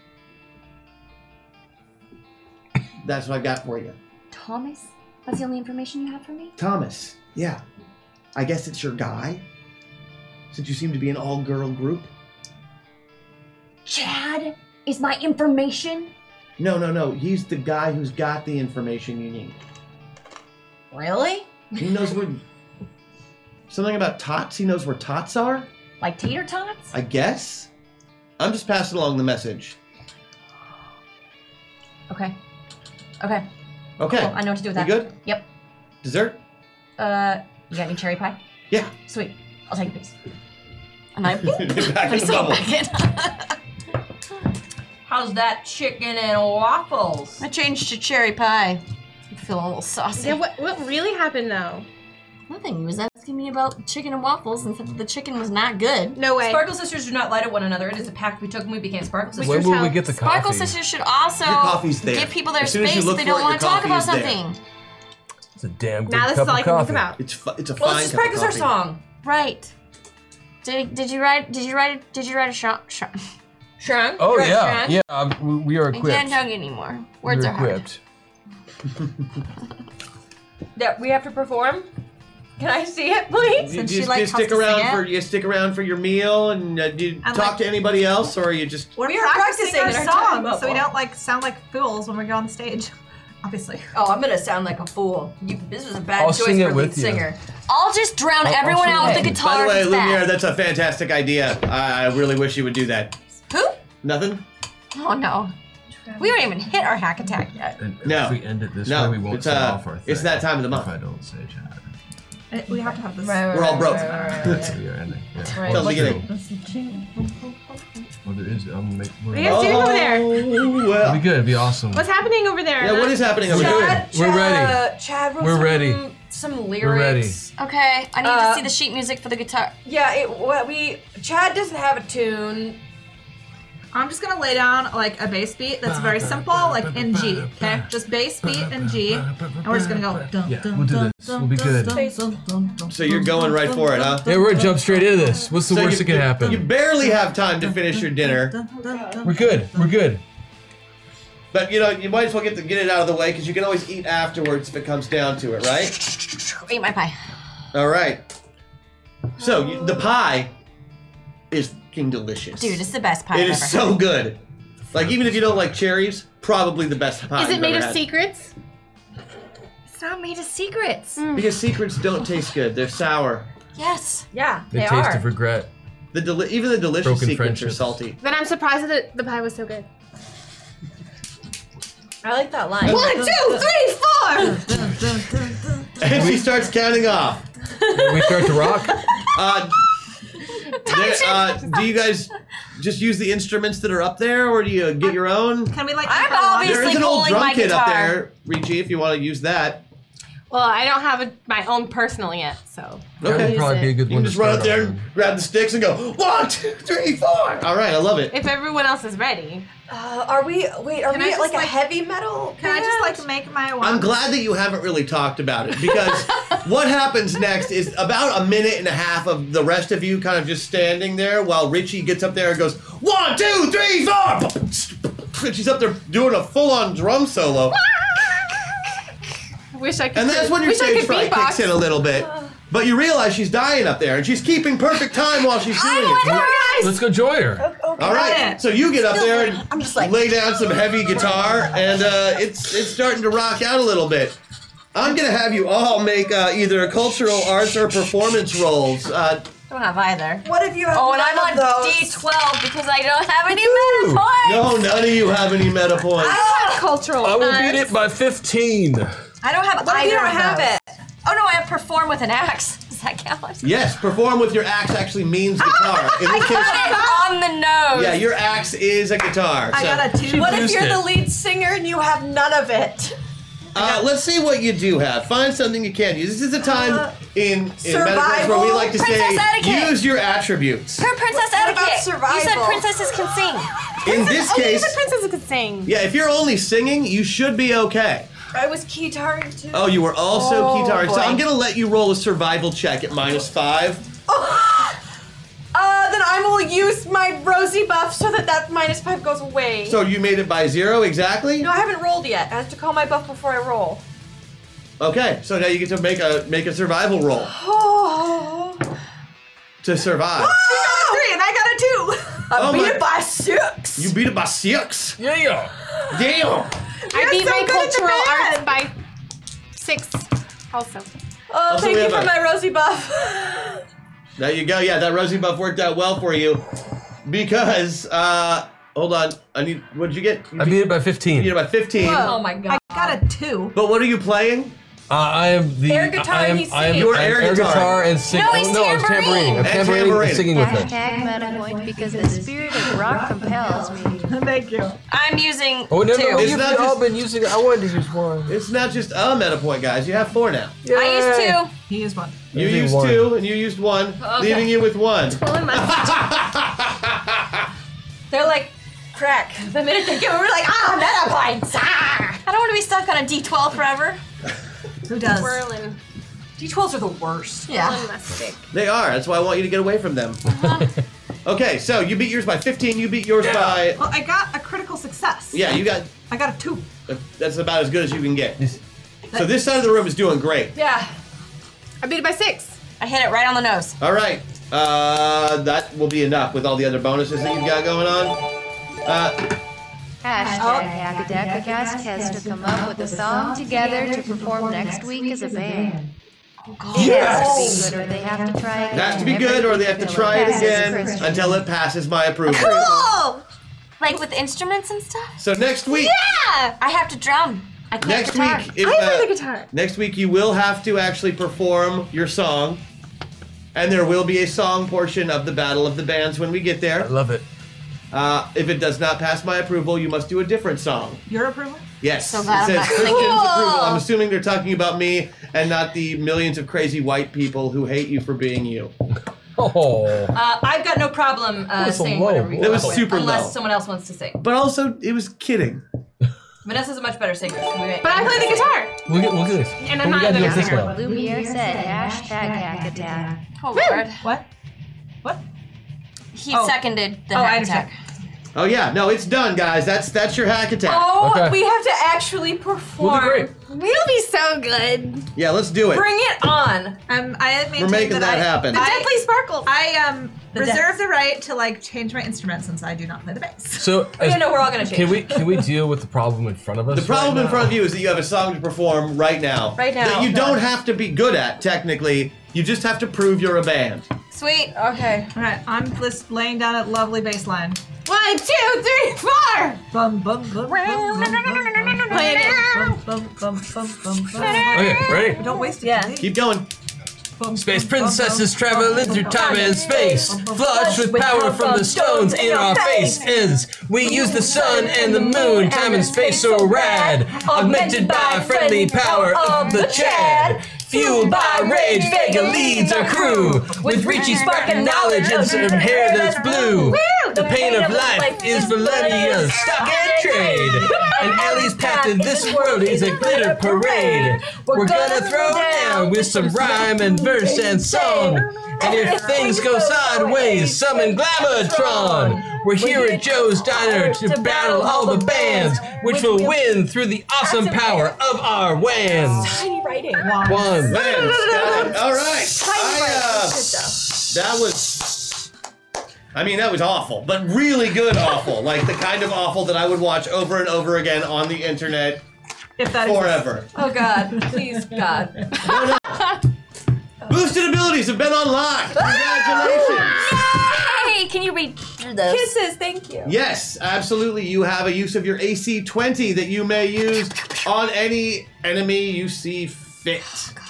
S2: That's what I got for you.
S12: Thomas? That's the only information you have for me?
S2: Thomas, yeah. I guess it's your guy. Since you seem to be an all girl group.
S12: Chad is my information?
S2: No, no, no. He's the guy who's got the information you need.
S12: Really?
S2: He knows where. Something about tots? He knows where tots are?
S12: Like tater tots?
S2: I guess? I'm just passing along the message.
S12: Okay. Okay.
S2: Okay.
S6: Oh,
S12: Cool. I know what to do with
S2: You
S12: that.
S2: good?
S12: Yep.
S2: Dessert?
S12: Uh, you got any cherry pie?
S2: Yeah.
S12: Sweet. I'll take a piece.
S6: And I
S2: Back in the
S6: myself
S2: bubble.
S6: back in.
S9: How's that chicken and waffles?
S6: I changed to cherry pie. I'm feeling a little saucy.
S10: Yeah, what, what really happened though?
S6: Nothing. He was asking me about chicken and waffles and said that the chicken was not good.
S10: No way.
S9: Sparkle sisters do not lie to one another. It is a pact we took when we became Sparkle sisters.
S4: When will we get the
S6: Sparkle
S4: coffee?
S6: Sisters should also
S2: Your coffee's there.
S6: give people their
S2: As soon as you
S6: space if
S2: look
S6: they
S2: for
S6: don't
S2: it,
S6: want
S2: your
S6: to talk
S2: coffee
S6: about
S2: is there.
S6: something.
S4: It's a damn good
S10: Now this
S4: cup
S10: is all I
S4: of
S10: can
S4: coffee.
S10: think about.
S2: It's, fu- it's a
S9: well,
S2: fine
S9: let's just
S2: cup of
S9: practice our
S2: coffee.
S9: song.
S6: Right. Did, did you write? Did you write? Did you write a shot? Sh-
S9: Shrunk.
S4: Oh
S9: Right,
S4: yeah,
S9: shrunk.
S4: yeah. um, we- We are
S6: I
S4: equipped.
S6: can't hug anymore. Words
S4: We're
S6: are hard.
S4: equipped.
S9: That we have to perform. Can I see it, please?
S2: You
S6: Since
S2: just,
S6: she, like,
S2: just
S6: comes
S2: stick
S6: to sing
S2: around
S6: it.
S2: for you stick around for your meal and uh, do you
S3: And,
S2: talk
S3: like-
S2: to anybody else or are you just
S3: We're
S9: We are
S3: practicing,
S9: practicing our
S3: our
S9: time
S3: songs so we
S9: bubble.
S3: don't like sound like fools when we go on stage. Obviously.
S9: Oh, I'm gonna sound like a fool. You, this was a bad
S4: I'll
S9: choice
S4: sing it
S9: for
S4: with
S9: lead
S4: you.
S9: singer.
S6: I'll just drown
S4: I'll- I'll
S6: everyone
S4: shoot
S6: out
S4: it.
S6: with the
S4: By
S6: guitar.
S2: By
S6: if
S2: the
S6: it's
S2: way, Lumiere,
S6: bad.
S2: that's a fantastic idea. I, I really wish you would do that.
S6: Who?
S2: Nothing?
S6: Oh no. We haven't even hit our hack attack yet.
S4: And
S2: No.
S4: If we end it this
S2: No,
S4: way, we won't
S2: it's,
S4: set
S2: uh,
S4: off our thing.
S2: it's that time of the month.
S4: If I don't say Chad,
S3: We have to have this.
S2: We're all broke.
S4: that's where you're ending. Yeah.
S2: Tell the beginning.
S4: Well, there is. I'm make, we're,
S10: What are you guys doing over there?
S2: Oh,
S4: it'll be
S2: well.
S4: good. It'll be awesome.
S10: What's happening over there?
S2: Yeah, what is happening over here?
S9: Chad,
S4: We're
S9: Chad-
S4: ready.
S9: Chad wrote
S4: We're
S9: some,
S4: ready.
S9: some lyrics.
S4: We're ready.
S6: Okay, I need
S9: Uh,
S6: to see the sheet music for the guitar.
S9: Yeah, it, what we Chad doesn't have a tune.
S3: I'm just gonna lay down like a bass beat that's very simple, like in G. Okay, just bass beat in G, and we're just gonna go. Dum,
S4: Yeah,
S3: dum,
S4: we'll do
S3: dum,
S4: this.
S3: dum,
S4: We'll be
S3: dum,
S4: good.
S3: dum, dum, dum, dum,
S2: So you're going right for it, huh?
S4: Yeah, we're gonna jump straight into this. What's the
S2: So
S4: worst
S2: you-
S4: that could happen?
S2: You barely have time to finish your dinner,
S3: dum, dum, dum.
S4: we're good. We're good.
S2: but you know you might as well get to get it out of the way because you can always eat afterwards if it comes down to it, right?
S6: Eat my pie.
S2: All right. So you, the pie is fucking delicious.
S6: Dude, it's the best pie
S2: It
S6: I've
S2: is
S6: ever
S2: so good. Like even if you don't like cherries, probably the best pie.
S10: Is it
S2: you've
S10: made
S2: ever
S10: of
S2: had.
S10: secrets?
S8: It's not made of secrets.
S2: Because secrets don't taste good; they're sour.
S8: Yes.
S9: Yeah,
S4: The
S9: they
S4: taste
S9: are.
S4: of regret.
S2: The deli- even the delicious
S4: Broken
S2: secrets are
S4: friendships.
S2: salty.
S10: Then I'm surprised that the pie was so good.
S9: I like that line.
S10: One, two, three, four.
S2: And she starts counting off.
S4: we start to rock.
S2: Uh, there- uh, do you guys just use the instruments that are up there, or do you get your own?
S3: Can we like?
S8: I'm
S3: make our lawn-
S8: obvious-
S2: There is
S8: Obviously
S2: an old
S8: pulling my
S2: drum kit up
S8: guitar.
S2: there, Richie, if you want to use that.
S5: Well, I don't have a, my own personal yet, so
S4: That
S2: Okay.
S4: would probably be a good
S2: You can
S4: one to
S2: just run
S4: start
S2: out there
S4: on.
S2: and grab the sticks and go, one, two, three, four. All right, I love it.
S5: if everyone else is ready,
S9: Uh, are we? Wait, are
S3: Can I
S9: we
S3: just,
S9: like,
S3: like-
S9: a heavy metal?
S3: Can I just
S9: band?
S3: like make my?
S2: I'm
S3: wand?
S2: glad that you haven't really talked about it because what happens next is about a minute and a half of the rest of you kind of just standing there while Richie gets up there and goes, one, two, three, four. And she's up there doing a full on drum solo.
S10: Wish I could.
S2: And that's when your
S5: Wish I
S2: stage
S5: could
S2: fright
S5: beatbox.
S2: kicks in a little bit. But you realize she's dying up there and she's keeping perfect time while she's doing it.
S4: Let's go join her.
S2: All right, so you get up there and
S8: I'm just like-
S2: lay down some heavy guitar, and uh, it's it's starting to rock out a little bit. I'm gonna have you all make uh, either cultural arts or performance roles. Uh,
S8: Don't have either.
S9: What if you have
S8: Oh, and
S9: none
S8: I'm on
S9: of those?
S8: D12 because I don't have any meta points.
S2: no, none of you have any meta points.
S10: cultural.
S4: I will
S10: arts.
S4: beat it by 15.
S8: I don't have
S9: What if
S8: either
S9: you don't
S8: of
S9: have
S8: those.
S9: it?
S8: Oh no, I have perform with an axe. Does that count?
S2: Yes, perform with your axe actually means guitar. In this case,
S8: On the nose.
S2: yeah, your axe is a guitar.
S3: I
S2: so-
S3: got a two.
S9: What if
S4: Used
S9: you're
S4: it.
S9: the lead singer and you have none of it?
S2: Uh, let's see what you do have. Find something you can use. This is a time in, in metaphors where we like to say
S8: Princess etiquette.
S2: use your attributes.
S8: Her princess
S9: What about
S8: etiquette. You said
S9: survival?
S8: princesses can sing.
S2: In this
S10: Oh,
S5: only
S2: case,
S5: the princess could sing.
S2: yeah, if you're only singing, you should be okay.
S9: I was guitaring too.
S2: Oh, you were also guitarist. So I'm gonna let you roll a survival check at minus five.
S9: Uh, then I will use my rosy buff so that that minus five goes away.
S2: So you made it by zero exactly.
S9: no, I haven't rolled yet. I have to call my buff before I roll.
S2: Okay, so now you get to make a make a survival roll
S9: Oh.
S2: to survive.
S9: Three and I got a two. I
S2: Oh
S9: beat
S2: my-
S9: it by six.
S2: You beat it by six.
S4: Yeah.
S2: Damn.
S5: I beat
S9: so
S5: my
S9: good at the
S5: cultural arts
S9: band.
S5: by six. Also,
S9: oh,
S2: Also,
S9: thank
S2: we
S9: you
S2: have
S9: for
S2: a-
S9: my rosy buff.
S2: There you go. Yeah, that rosy buff worked out well for you because uh, hold on, I need. What did you get? You
S4: I beat it by 15.
S2: beat it by fifteen.
S9: oh my god.
S3: I got a two.
S2: But what are you playing?
S4: Uh, I am the
S9: Air guitar,
S4: I am,
S9: he's
S4: I am,
S9: singing.
S2: You're
S4: I am
S2: air guitar.
S4: and sing.
S8: No, he's
S4: oh, no, I'm tambourine.
S8: tambourine.
S4: I'm
S2: And
S4: tambourine,
S2: tambourine.
S4: and singing with her.
S7: Hashtag meta point because the spirit of rock compels me.
S3: Thank you.
S8: I'm using
S4: Oh no, no,
S8: two.
S2: It's
S4: you've
S2: not
S4: all
S2: just-
S4: been using. I wanted to use one.
S2: It's not just a meta point, guys. You have four now.
S8: I used two.
S3: He is one.
S2: You
S4: Using
S2: used
S4: one.
S2: two, and you used one, leaving you with one.
S10: Pulling my-
S9: They're like crack. The minute they get over, we're like ah, meta points. Ah.
S8: I don't want to be stuck on a D12 forever.
S3: Who does?
S5: Berlin.
S9: D12s are the worst.
S8: Yeah.
S2: They are. That's why I want you to get away from them. okay, so you beat yours by 15. You beat yours by.
S3: Well, I got a critical success.
S2: Yeah, you got.
S3: I got a two.
S2: That's about as good as you can get. So this side of the room is doing great.
S9: Yeah.
S10: I beat it by six.
S8: I hit it right on the nose.
S2: All right. Uh, that will be enough with all the other bonuses that you've got going on. Uh,
S7: Hashtag Hackadacacast has to come up with a song together to perform next week as a band.
S2: yes!
S7: Good, or they have to try again.
S2: It has to be good, or they have to try it
S7: Passes
S2: again
S7: Christian.
S2: until it passes my approval.
S8: Oh! Like with instruments and stuff?
S2: So next week,
S8: Yeah! I have to drum. I can't
S2: next
S8: guitar.
S2: week, if,
S10: I play
S2: uh,
S10: the guitar.
S2: Next week, you will have to actually perform your song, and there will be a song portion of the Battle of the Bands when we get
S4: I
S2: there.
S4: love it.
S2: Uh, if it does not pass my approval, you must do a different song.
S3: Your approval?
S2: Yes,
S8: So glad
S2: it
S8: I'm
S2: says
S8: not
S2: Christian's
S8: singing.
S2: approval. I'm assuming they're talking about me and not the millions of crazy white people who hate you for being you.
S4: Oh,
S9: Uh, I've got no problem uh,
S2: That was a
S9: saying
S2: low
S9: whatever you
S2: blow. That was
S9: want,
S2: super
S9: unless
S2: low.
S9: someone else wants to sing.
S2: But also, it was kidding.
S9: Vanessa's a much better singer.
S5: But I play the guitar.
S4: Look at, look at this.
S5: And I'm
S4: But we
S5: not
S4: gotta do
S5: even
S4: it this
S5: singer.
S4: way.
S7: Lumiere said, hashtag hack attack.
S5: Oh, Lord.
S3: What?
S8: He
S3: Oh.
S8: seconded the
S3: Oh, I
S8: hack
S3: understand.
S8: attack.
S2: Oh yeah, no, it's done, guys. That's that's your hack attack.
S9: Oh,
S4: Okay.
S9: we have to actually
S4: We'll do
S9: perform.
S4: great.
S5: We'll be so good.
S2: Yeah, let's do it.
S9: Bring it on.
S3: Um, I have
S2: We're
S3: maintained
S2: making that
S3: I,
S2: happen.
S3: I-
S5: Deadly sparkle.
S3: I um
S9: The
S3: reserve
S9: death.
S3: the right to like change my instrument since I do not play the bass.
S4: So,
S9: Yeah,
S4: as-
S9: no, we're all gonna change.
S4: can we can we deal with the problem in front of us?
S2: The problem
S4: right
S2: in
S4: now?
S2: front of you is that you have a song to perform right now.
S9: Right now.
S2: That you
S9: No.
S2: don't have to be good at technically. You just have to prove you're a band.
S9: Sweet. Okay.
S3: All right, I'm just laying down that lovely bass line.
S5: One, two, three, four.
S3: Bum bum bum. bum, bum, bum, bum, bum,
S5: Play it.
S3: bum, bum, bum, bum, bum, bum.
S4: Okay, ready?
S3: Don't waste it.
S9: Yeah.
S3: please.
S2: Keep going.
S3: Bum,
S4: Space
S3: bum, bum,
S4: princesses
S3: bum,
S4: traveling
S3: bum,
S4: through
S3: bum,
S4: time
S3: bum.
S4: and space, flushed with power from the stones in our faces. We use the sun and the moon, time and space so rad, augmented by friendly power of the Chad. Fueled by rage, Vega leads our crew with Richie sparking knowledge and some hair that's blue. The pain of life is millennia stock and trade, and Ellie's path in this world is a glitter parade. We're gonna throw down with some rhyme and verse and song. And if things go sideways, summon Glamatron. We're here at Joe's Diner to battle all the bands, which will win through the awesome power of our wands.
S12: Tiny writing.
S4: One.
S2: Bands, got it. All right. I, uh, that was. I mean, that was awful, but really good awful. Like the kind of awful that I would watch over and over again on the internet
S3: If that is
S2: forever.
S9: Oh God, please God.
S2: Boosted abilities have been unlocked.
S9: Ah!
S2: Congratulations.
S8: Hey, can you read through those?
S9: Kisses, thank you.
S2: Yes, absolutely. You have a use of your AC 20 that you may use on any enemy you see fit.
S9: Oh,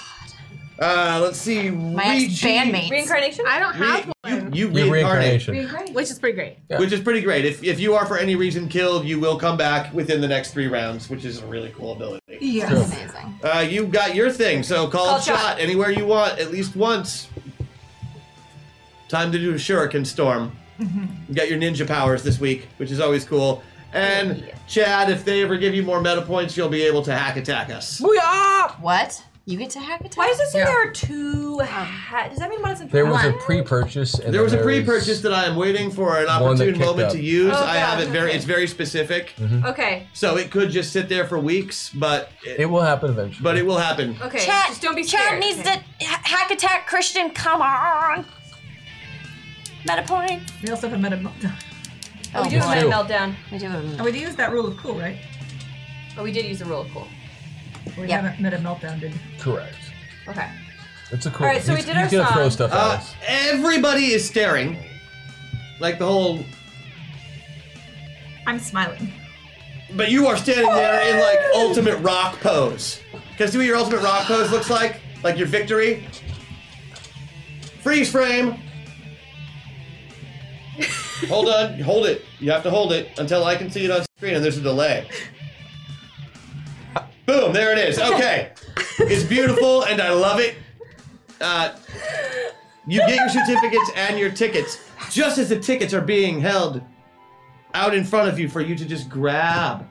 S2: Uh, let's see.
S8: My ex
S2: Regi-
S8: bandmate.
S9: Reincarnation.
S10: I don't
S2: Re-
S10: have one,
S2: you, you
S4: Your
S2: reincarnate.
S10: which is pretty great.
S4: Yeah.
S2: Which is pretty great. If, if you are for any reason killed, you will come back within the next three rounds, which is a really cool ability.
S3: yes.
S8: Amazing.
S2: Uh, you got your thing, so call,
S9: Call
S2: it shot.
S9: shot.
S2: anywhere you want, at least once. Time to do a shuriken storm. You got your ninja powers this week, which is always cool. And Chad, if they ever give you more meta points, you'll be able to hack attack us.
S8: What? You get to hack attack?
S9: Why does it say there are two? Ha- does that mean one is in
S4: There was a
S9: front?
S4: pre-purchase. And
S2: There was a
S4: then
S2: pre-purchase that I am waiting for an
S4: One that
S2: opportune
S4: kicked
S2: moment
S4: up. Mm.
S2: to use.
S9: Oh,
S2: I have
S9: God,
S2: it very.
S9: okay.
S2: It's very specific,
S9: Okay.
S2: so it could just sit there for weeks, but it,
S4: It will happen eventually.
S2: but it will happen.
S9: Okay.
S8: Chad,
S9: just don't be
S8: Chad
S9: scared.
S8: needs
S9: okay.
S8: to ha- hack attack Christian. Come on. Meta point.
S3: We also have a meta meltdown.
S9: Oh, we do have a
S4: Two.
S9: meltdown.
S8: We do have
S3: And we used that rule of cool, right?
S9: Oh, we did use the rule of cool.
S3: We
S8: Yep.
S3: haven't meta meltdown, did we?
S4: Correct.
S9: Okay.
S4: It's a cool.
S9: All right, so we
S4: he's,
S9: did
S4: he's
S9: our
S4: gonna
S9: song.
S4: throw stuff at
S2: Uh,
S4: us.
S2: everybody is staring. Like the whole.
S3: I'm smiling.
S2: But you are standing there in like ultimate rock pose. Can I see what your ultimate rock pose looks like? Like your victory? Freeze frame! hold on, hold it. You have to hold it until I can see it on screen and there's a delay. Boom, there it is. Okay. It's beautiful and I love it. Uh, you get your certificates and your tickets just as the tickets are being held out in front of you for you to just grab.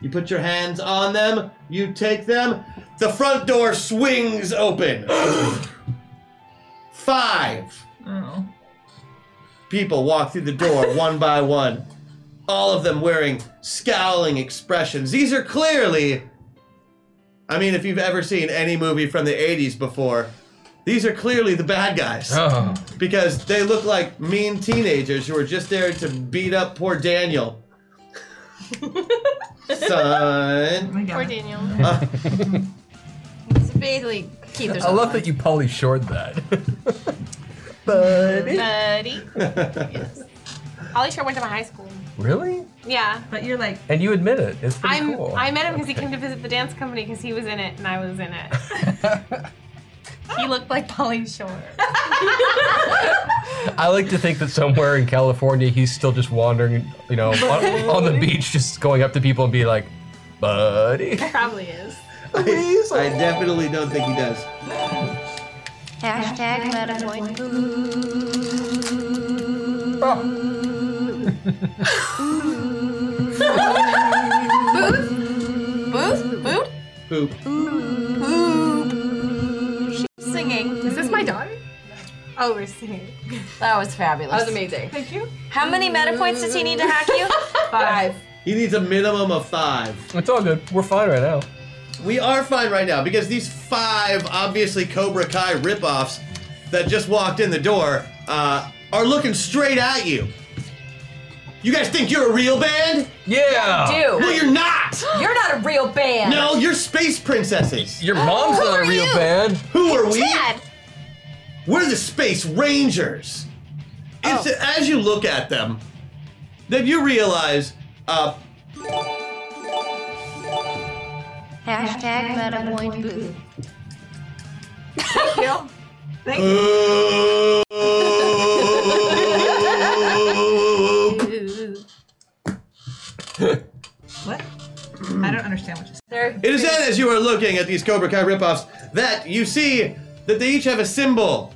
S2: You put your hands on them, you take them, the front door swings open. Five
S3: Oh.
S2: people walk through the door one by one, all of them wearing scowling expressions. These are clearly, I mean, if you've ever seen any movie from the 80s before, these are clearly the bad guys
S4: Oh,
S2: because they look like mean teenagers who are just there to beat up poor Daniel. Son.
S3: My God.
S5: Daniel.
S8: It's basically Keith or
S4: I love
S8: something.
S4: that you Polly shored that.
S5: Buddy. yes. Ollie Shore went to my high school.
S4: really?
S5: Yeah.
S3: But you're like,
S4: And you admit it. It's pretty
S5: I'm,
S4: cool.
S5: I met him because he came to visit the dance company because he was in it and I was in it. he looked like Polly Shore.
S4: I like to think that somewhere in California, he's still just wandering, you know, on, on the beach, just going up to people and be like, "Buddy."
S5: Probably is.
S2: I, I definitely don't think he does.
S7: Hashtag meta point.
S5: Booth? Booth?
S2: Poop.
S6: Singing.
S5: Is this my daughter? Oh, we're singing.
S6: That was fabulous.
S9: That was amazing.
S5: Thank you.
S6: How many meta points does he need to hack you?
S9: Five.
S2: He needs a minimum of five.
S4: It's all good. We're fine right now.
S2: We are fine right now because these five obviously Cobra Kai ripoffs that just walked in the door uh, are looking straight at you. You guys think you're a real band?
S4: Yeah.
S9: Dude,
S2: No, you're not.
S9: you're not a real band.
S2: No, you're space princesses.
S4: Your mom's
S6: who
S4: not
S6: are
S4: a real
S6: you?
S4: band.
S2: Who are we?
S6: Chad.
S2: We're the space rangers. It's, As you look at them, then you realize uh,
S7: Hashtag meta point booth.
S2: uh, Poop.
S3: What? I don't understand what you said.
S9: They're-
S2: It is then as you are looking at these Cobra Kai ripoffs that you see that they each have a symbol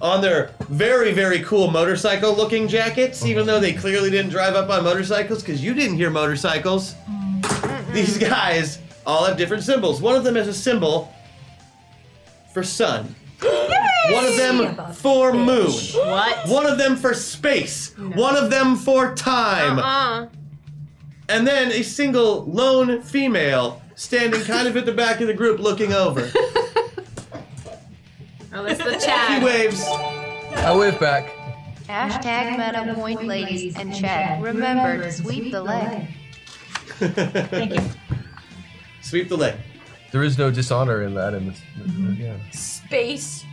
S2: on their very, very cool motorcycle looking jackets, even though they clearly didn't drive up on motorcycles because you didn't hear motorcycles. These guys all have different symbols. One of them has a symbol for sun. One of them for moon.
S6: What?
S2: One of them for space. One of them for
S4: Uh-uh.
S2: time.
S5: Uh-uh.
S10: Uh,
S2: And then a single lone female standing kind of at the back of the group looking over.
S10: oh, that's the
S2: She
S10: Chad.
S2: waves.
S4: I wave back.
S7: Hashtag meta point ladies and Chad. Remember to sweep the leg.
S2: Thank you. Sweep the leg.
S4: There is no dishonor in that. In this,
S9: Mm-hmm.
S4: yeah.
S9: Space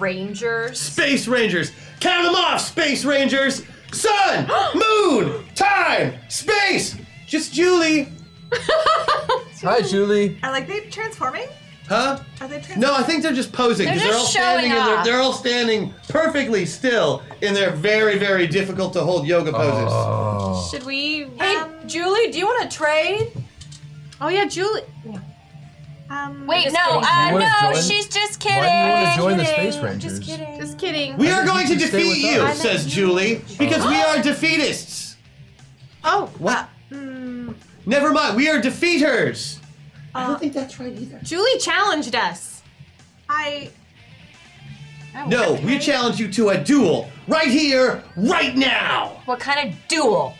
S9: Rangers.
S2: Space Rangers. Count them off, Space Rangers. Sun, moon, time, space. Just Julie.
S4: Hi, Julie.
S3: Are like they transforming?
S2: Huh?
S3: Are they transforming?
S2: No, I think they're just posing because
S6: They're
S2: they're, all
S6: just showing
S2: standing and they're,
S6: off.
S2: they're all standing perfectly still in their very, very difficult to hold yoga poses.
S4: Oh.
S10: Should we?
S9: Hey, Julie, do you want to trade?
S10: Oh yeah, Julie.
S3: Um,
S6: Wait,
S9: Just
S6: no,
S9: kidding.
S6: uh,
S4: You wanna
S6: no,
S4: join?
S6: she's just
S4: Why do
S6: kidding.
S4: you want to join the
S6: Kidding.
S4: Space Rangers?
S10: Just kidding.
S2: We
S4: I
S2: are
S4: think
S2: going
S4: you
S2: to
S4: should stay
S2: defeat
S4: with
S2: you,
S4: us.
S2: says Julie, because we are defeatists.
S10: oh,
S2: What?
S9: Uh, hmm.
S2: Never mind. We are defeaters.
S10: Julie challenged us.
S3: I.
S9: Oh,
S2: No, we challenge you to a duel right here, right now.
S9: What kind of duel?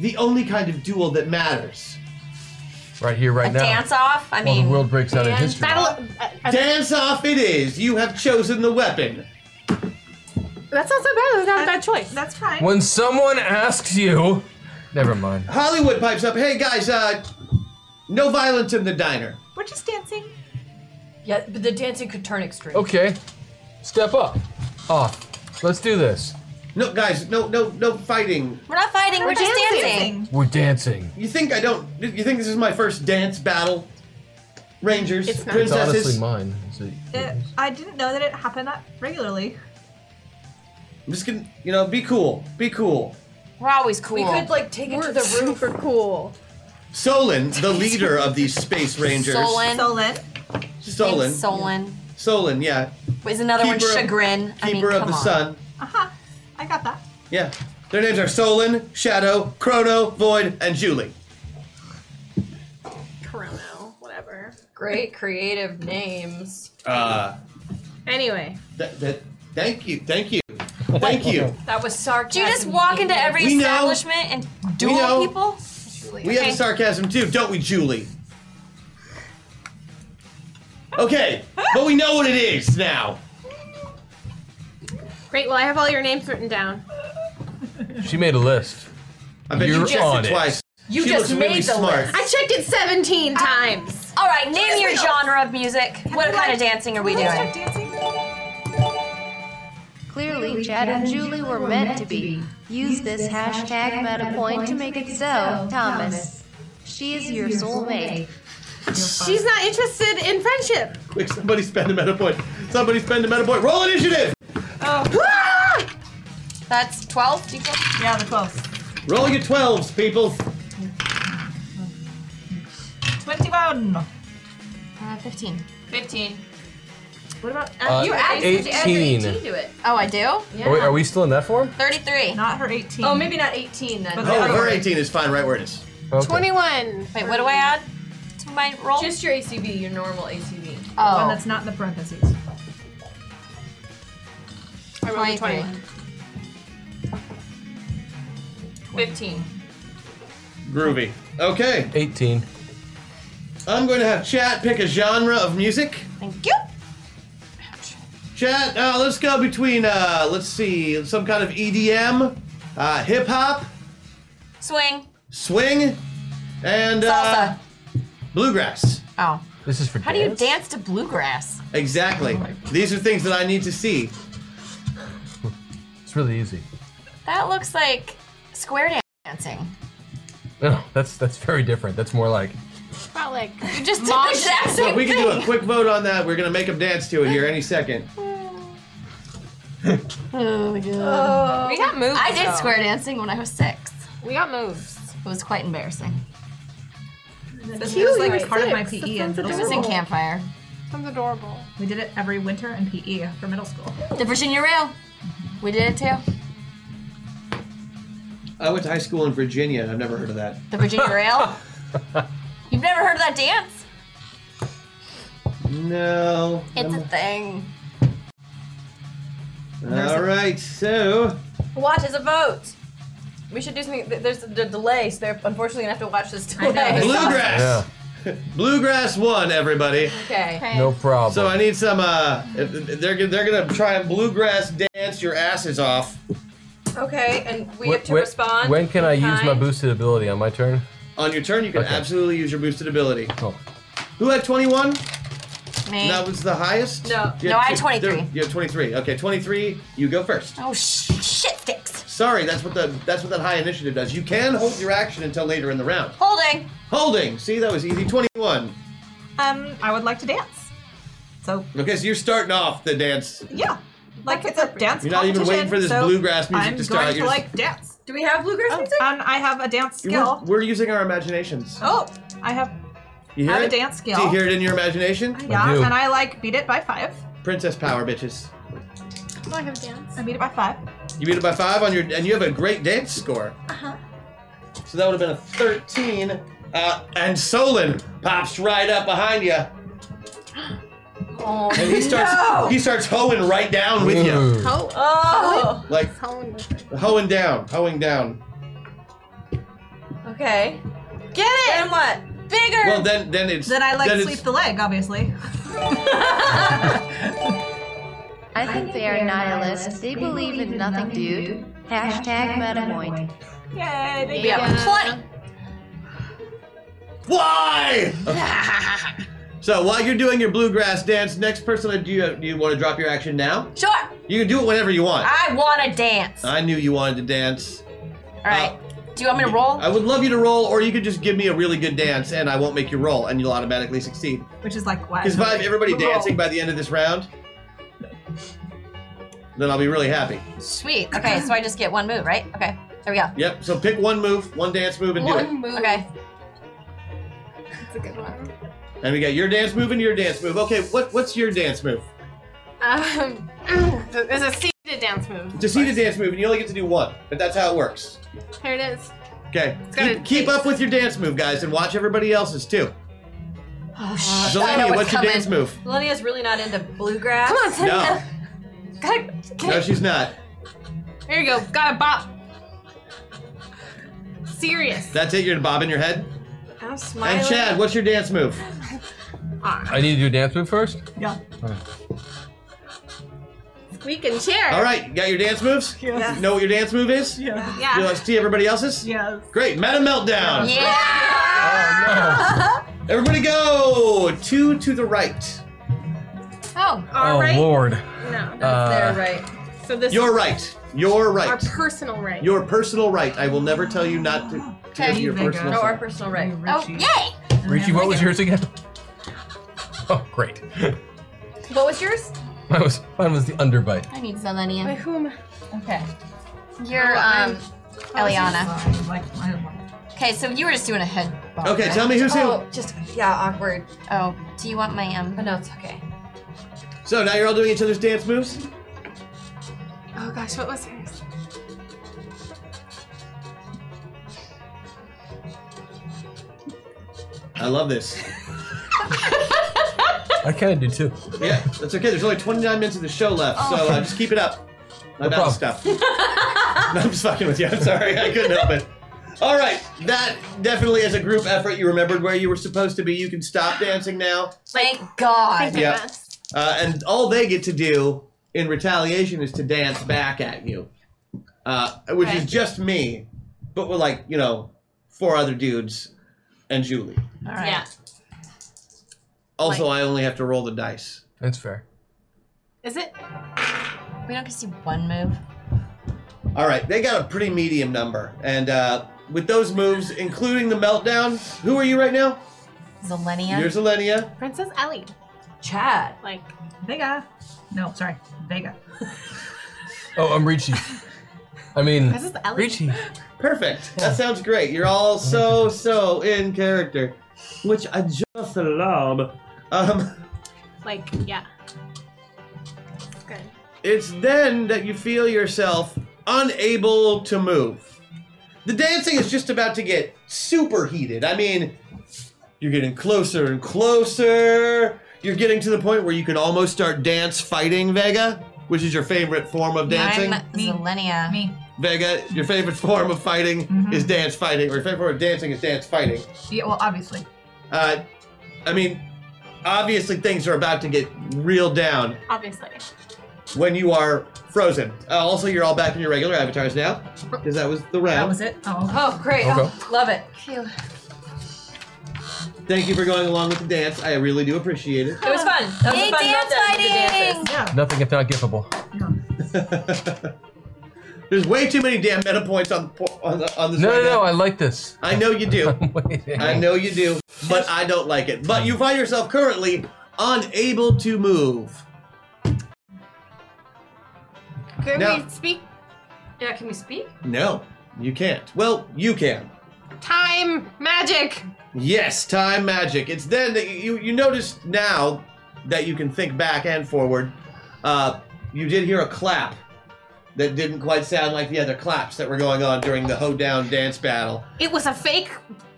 S2: The only kind of duel that matters.
S4: Right here, right now.
S9: Dance off? I
S4: While
S9: mean,
S4: the world breaks out in history.
S10: Battle. Uh, uh,
S2: Dance off it is. You have chosen the weapon.
S10: that's not so bad. That's not a bad choice.
S3: That's fine.
S4: When someone asks you, never mind.
S2: Hollywood pipes up. Hey guys, uh, no violence in the diner.
S3: We're just dancing.
S9: yeah, but the dancing could turn extreme.
S4: Okay, step up. Off. Let's do this.
S2: No guys, no no no fighting.
S6: We're not fighting, we're, just dancing.
S4: We're dancing.
S2: You think I don't? You think this is my first dance battle? Rangers,
S10: It's not.
S4: It's honestly
S2: princesses.
S4: mine. Is it-
S3: It, I didn't know that it happened that regularly.
S2: I'm just gonna, you know, be cool. Be cool.
S6: We're always cool.
S9: We could like take it to the roof.
S10: super cool.
S2: Solon, the leader of these space rangers.
S6: Solon.
S3: Solid.
S2: Solon.
S6: Solon.
S2: Solon, yeah.
S6: Was another one
S2: Keeper of-
S6: chagrin. I mean,
S2: Keeper
S6: come
S2: of the
S6: on.
S2: Sun.
S3: Aha. I got that.
S2: Yeah. Their names are Solon, Shadow, Chrono, Void, and Julie.
S10: Chrono, whatever.
S9: Great creative names.
S2: Uh,
S10: Anyway,
S2: that, that, thank you, thank you, thank you.
S9: That was
S6: Do
S9: sarcasm.
S6: you just walk into every
S2: We know.
S6: establishment and duel
S2: know.
S6: people?
S2: We have sarcasm too, don't we, Julie? Okay, but we know what it is now.
S10: great. Well, I have all your names written down.
S4: She made a list.
S2: I bet you
S4: You're
S2: checked
S4: on
S2: it
S4: it.
S2: twice.
S9: You
S2: she
S9: just
S2: looks
S9: made
S2: really
S9: the
S2: smart.
S10: I checked it 17
S5: Ah.
S10: times.
S6: All right, name your genre of music. What
S3: we,
S6: kind
S3: like-
S6: of dancing are we
S3: Can
S6: doing?
S3: start dancing?
S7: Clearly, Chad and Julie were meant to be. Use this hashtag meta point to make it so, Thomas. She is your soulmate.
S10: She's not interested in friendship.
S2: Quick, somebody spend a meta point. Somebody spend a meta point. Roll initiative.
S6: That's 12? Do you go?
S3: Yeah, the 12th.
S2: Roll your 12s, people.
S3: 21.
S6: Uh, 15.
S9: 15.
S3: What about
S4: Uh,
S8: you add, did you add your
S4: 18.
S8: 18 to it.
S6: Oh, I do?
S4: Are, we, are we still in that form?
S6: 33.
S3: Not her 18.
S9: Oh, maybe not 18 then.
S2: Oh, her 18 is fine right where it is.
S4: Okay.
S5: 21.
S6: Wait, what do I add to my roll?
S9: Just your ACV, your normal ACV.
S3: The
S6: oh,
S3: One that's not in the parentheses.
S5: I rolled a
S6: 23.
S5: 21.
S9: 15.
S2: Groovy. Okay,
S4: 18.
S2: I'm going to have chat pick a genre of music.
S6: Thank you.
S2: Chat, uh, let's go between, uh, let's see, some kind of EDM, uh, hip hop,
S6: Swing.
S2: swing, and uh, bluegrass.
S6: Oh.
S4: This is for
S6: How do you dance to bluegrass?
S2: Exactly. These are things that I need to see.
S4: It's really easy.
S6: That looks like square dancing.
S4: No, that's that's very different. That's more like
S5: About like
S6: You just did the exact
S2: So
S6: same
S2: we can
S6: thing.
S2: do a quick vote on that. We're going to make them dance to it here any second.
S6: Oh my god.
S5: we got moves.
S6: I did
S5: though.
S6: square dancing when I was six.
S5: We got moves.
S6: It was quite embarrassing.
S3: This was like part of my
S10: six. That
S3: PE in
S10: sounds
S3: middle
S6: It was
S3: school.
S6: in campfire.
S5: Sounds adorable.
S3: We did it every winter in PE for middle school.
S6: The Virginia Rail. We did it too.
S2: I went to high school in Virginia, and I've never heard of that.
S6: The Virginia Rail. You've never heard of that dance?
S2: No.
S6: It's
S2: I'm-
S6: a thing.
S2: All right, so
S9: Watch as a vote. We should do something. th- There's a d- delay, so they're unfortunately gonna have to watch this delay.
S2: bluegrass. Bluegrass won, everybody.
S9: Okay.
S6: Okay.
S4: no problem.
S2: So I need some. Uh, they're gonna- they're gonna try and bluegrass dance your asses off
S9: Okay, and we
S4: Wh-
S9: have to
S4: wh-
S9: respond.
S4: When can I use my
S9: Kind.
S4: boosted ability on my turn?
S2: on your turn. You can
S4: Okay.
S2: absolutely use your boosted ability.
S4: Oh,
S2: Who had 21?
S6: Me.
S2: That was the highest.
S9: No.
S2: You
S6: No, I had
S2: two-
S6: 23.
S2: there- You have 23. Okay, 23. You go first.
S6: Oh sh- shit sticks.
S2: Sorry, that's what the that's what that high initiative does. You can hold your action until later in the round.
S6: Holding.
S2: Holding. See, that was easy. 21.
S3: Um, I would like to dance. So
S2: Okay, so you're starting off the dance.
S3: yeah, like it's a dance.
S2: You're not even waiting for this
S3: competition, so
S2: bluegrass music
S3: I'm
S2: to start.
S3: going
S2: You're
S3: to
S2: just-
S3: like dance. Oh,
S9: Do we have bluegrass music?
S3: And I have a dance
S2: We're,
S3: skill.
S2: we're using our imaginations.
S3: Oh, I have
S2: You hear
S3: I have a
S2: it?
S3: dance skill.
S2: Do you hear it in your imagination?
S3: yeah,
S4: do.
S3: and I like beat it by five.
S2: Princess power, bitches.
S5: Do I have dance?
S3: I beat it by five.
S2: You beat it by five on your, and you have a great dance score. Uh huh. So that would have been a thirteen. Uh, and Solon pops right up behind you,
S9: Oh,
S2: and he starts
S9: No!
S2: he starts hoeing right down with you,
S4: Ooh.
S5: Oh,
S9: Oh.
S2: like hoeing down, hoeing down.
S9: Okay. Get it. Then what?
S6: Bigger.
S2: Well, then then it's
S3: Then I like
S2: then
S3: sweep
S2: it's-
S3: the leg, obviously.
S7: I think they are nihilists. They believe in nothing, dude. Hashtag Metamoint.
S3: Yay! they
S6: We
S3: beat
S6: have
S3: it.
S6: plenty.
S2: Why? so while you're doing your bluegrass dance, next person, do you do you want to drop your action now?
S6: Sure.
S2: You can do it whenever you want.
S6: I want to dance.
S2: I knew you wanted to dance.
S6: All right. Do you want me to roll?
S2: I would love you to roll, or you could just give me a really good dance, and I won't make you roll, and you'll automatically succeed.
S3: Which is like what?
S2: Because if I have everybody dancing by the end of this round, then I'll be really happy.
S6: Sweet. Okay, so I just get one move, right? Okay. There we go.
S2: Yep. So pick one move, one dance move, and do it.
S5: one move.
S6: Okay.
S5: That's a good one.
S2: And we got your dance move and your dance move. Okay, what what's your dance move?
S5: Um, there's a seated dance move.
S2: To see the dance move, and you only get to do one, but that's how it works.
S5: Here it is.
S2: Okay.
S5: gotta
S2: Keep, keep up with your dance move, guys, and watch everybody else's too.
S6: Oh shit. I know
S2: Zelania,
S6: what's
S2: what's your
S6: coming.
S2: dance move?
S9: Lenia's really not into bluegrass.
S5: Come on, son.
S2: No,
S5: God, get
S2: no,
S5: it.
S2: she's not.
S5: Here you go. Got a bop. Serious.
S2: That's it. You're bobbing your head.
S9: I'm smiling.
S2: And Chad, what's your dance move?
S4: I need to do a dance move first.
S3: Yeah.
S10: We can share.
S2: All right, you got your dance moves.
S3: Yes.
S2: You know what your dance move is?
S3: Yeah.
S2: You want to see everybody else's?
S3: Yes.
S2: Great, meta meltdown.
S6: Yeah.
S4: Oh
S2: Everybody go two to the right.
S6: Oh.
S4: no!
S10: All right.
S4: lord.
S10: No.
S4: Uh,
S9: There, right.
S10: So this
S2: Your right. Your
S10: our
S2: right.
S10: personal right.
S2: Your personal right. I will never tell you not to. to
S6: Okay.
S2: give you your
S3: Bigger.
S2: personal.
S9: No, our
S2: side.
S9: personal right.
S6: Oh, yay.
S4: Richie, what was yours again? Oh, great.
S9: What was yours?
S4: Mine was mine was the underbite.
S6: I need Zelenia.
S10: Wait, who am I?
S3: Okay.
S6: You're um Eliana.
S3: Fine, uh, like, I don't want-
S6: Okay, so you were just doing a head. bob,
S2: Okay,
S6: right?
S2: tell me who's who.
S9: Oh, just yeah, oh, awkward.
S6: Oh, do you want my um?
S9: But no, it's okay.
S2: So now you're all doing each other's dance moves.
S5: Oh gosh, what was hers?
S2: I love this.
S4: I kind of do too.
S2: Yeah, that's okay. There's only 29 minutes of the show left, so
S3: Oh.
S2: uh, just keep it up. My
S4: No
S2: mouth stuff. no, I'm just fucking with you. I'm sorry. I couldn't help it. All right, that definitely is a group effort. You remembered where you were supposed to be. You can stop dancing now.
S9: Thank God.
S2: Yeah. Uh, and all they get to do in retaliation is to dance back at you, uh, which is just me, but with like you know four other dudes and Julie.
S3: All right.
S5: Yeah.
S2: Also, I only have to roll the dice.
S4: That's fair.
S5: Is it?
S6: We don't get to see one move.
S2: All right, they got a pretty medium number, and uh, with those moves, including the meltdown, who are you right now?
S6: Zelenia.
S2: You're Zelenia.
S5: Princess Ellie.
S9: Chad.
S5: Like,
S3: Vega. No, sorry. Vega.
S4: Oh, I'm Richie. I mean,
S5: Princess Ellie.
S4: Richie.
S2: Perfect. That sounds great. You're all so so in character, which I just love. Um.
S5: Like, yeah. Good.
S2: It's then that you feel yourself unable to move. The dancing is just about to get super heated. I mean, you're getting closer and closer. You're getting to the point where you can almost start dance fighting Vega, which is your favorite form of dancing.
S6: I'm Zelenia.
S3: Me.
S2: Vega, your favorite form of fighting is dance fighting, or your favorite form of dancing is dance fighting.
S3: Yeah, well, obviously.
S2: Uh, I mean, obviously things are about to get real down
S5: Obviously.
S2: when you are frozen. Uh, also, you're all back in your regular avatars now, because that was the round.
S3: That was it. Oh, okay.
S9: Oh, great.
S4: Okay.
S9: Oh, love it.
S2: Thank you for going along with the dance. I really do appreciate it.
S9: It was fun. That was
S8: Yay,
S9: a fun
S8: dance
S9: meltdown with the dances.
S3: Oh, yeah.
S4: Nothing if not gifable.
S2: There's way too many damn meta points on po- on, the, on this.
S4: No,
S2: right
S4: no, no.
S2: now.
S4: I like this.
S2: I know you do.
S4: I'm waiting.
S2: I know you do, but I don't like it. But you find yourself currently unable to move.
S5: Can
S2: Now-
S5: we speak?
S12: Yeah, can we speak?
S2: No, you can't. Well, you can.
S5: Time magic.
S2: Yes, time magic. It's then that you you notice now that you can think back and forward. Uh, you did hear a clap that didn't quite sound like the other claps that were going on during the hoedown dance battle.
S5: It was a fake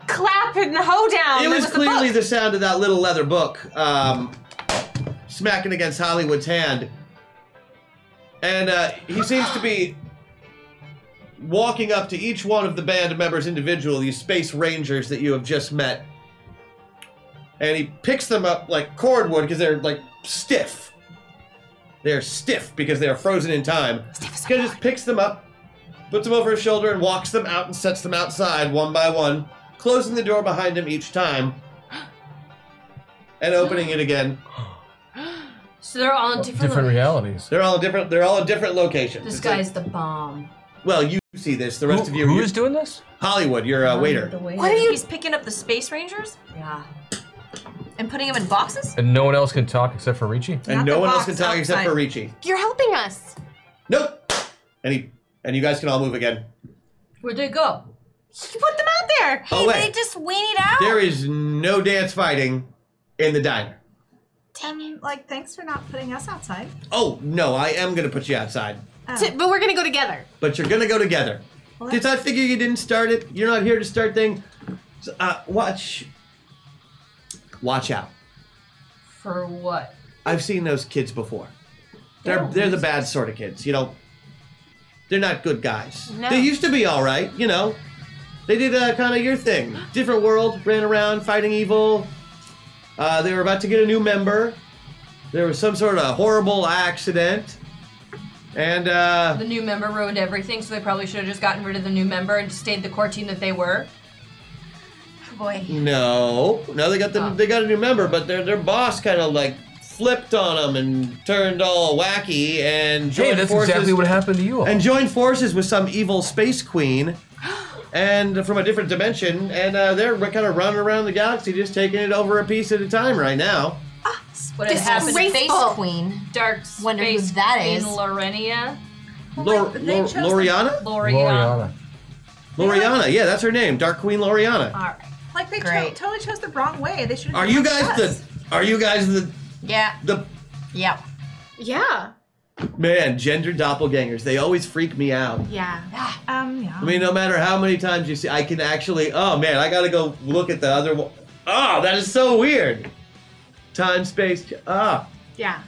S5: clap in the hoedown.
S2: it
S5: There
S2: was,
S5: a
S2: clearly
S5: book.
S2: the sound of that little leather book um, smacking against Hollywood's hand. And uh, he seems to be walking up to each one of the band members individually, these space rangers that you have just met. And he picks them up like cordwood because they're like stiff. They're stiff because they are frozen in time. He just picks them up, puts them over his shoulder, and walks them out and sets them outside one by one, closing the door behind him each time, and opening it again.
S12: So they're all in different.
S4: Different realities.
S2: They're all different. They're all in different locations.
S12: This
S2: It's like-
S12: guy's the bomb.
S2: well, you see this. The rest
S4: Who-
S2: of you,
S4: who
S2: you-
S4: is doing this?
S2: Hollywood. You're a waiter.
S8: What are you?
S6: He's picking up the Space Rangers
S12: Yeah.
S6: and putting them in boxes?
S4: And no one else can talk except for Richie.
S2: And
S3: Not
S2: no
S3: the
S2: one else
S3: box
S2: can talk except
S3: outside.
S2: for Richie.
S5: You're helping us.
S2: Nope. And he and you guys can all move again.
S12: Where'd they go?
S5: You put them out there.
S2: oh
S8: They
S2: wait,
S8: just weaned out.
S2: there is no dance fighting in the diner.
S3: Like, thanks for not putting us outside.
S2: Oh no, I am gonna put you outside.
S3: Oh.
S5: T- but we're gonna go together.
S2: but you're gonna go together.
S3: What?
S2: Did I figure you didn't start it? You're not here to start thing. So, uh, watch, watch out.
S12: For what?
S2: I've seen those kids before. They're they're the bad sort of kids. You know, they're not good guys.
S5: No.
S2: They used to be all right. You know, they did uh, kind of your thing. Different world, ran around fighting evil. Uh, they were about to get a new member. There was some sort of horrible accident, and uh,
S12: The new member ruined everything, so they probably should have just gotten rid of the new member and just stayed the core team that they were.
S9: Oh,
S2: No, no, they got the, they got a new member, but their their boss kind of like flipped on them and turned all wacky and joined
S4: Hey, that's
S2: forces
S4: exactly what happened to you all.
S2: and joined forces with some evil space queen, and from a different dimension, and uh, they're kind of running around the galaxy, just taking it over a piece at a time right now.
S12: What had happened to
S5: Disgraceful.
S12: Face
S6: Space Queen.
S12: Dark
S6: Wonder who
S12: Space
S6: that
S12: Queen
S6: is.
S12: Lorenia?
S2: Lor-
S3: they
S2: Lor-
S3: chose them.
S2: Loriana,
S12: Loriana.
S4: Gloriana.
S2: Loriana, yeah, that's her name, Dark Queen Loriana.
S12: Alright.
S3: Like, they cho-
S6: Great.
S3: totally chose the wrong way. They should have
S2: Are you guys the? Are you guys the
S6: Yeah.
S2: the
S6: Yeah.
S5: Yeah.
S2: Man, gender doppelgangers, they always freak me out.
S5: Yeah.
S3: Um, yeah.
S2: I mean, no matter how many times you see, I can actually, oh man, I gotta go look at the other one. Oh, that is so weird. Time, space, ah.
S5: Yeah.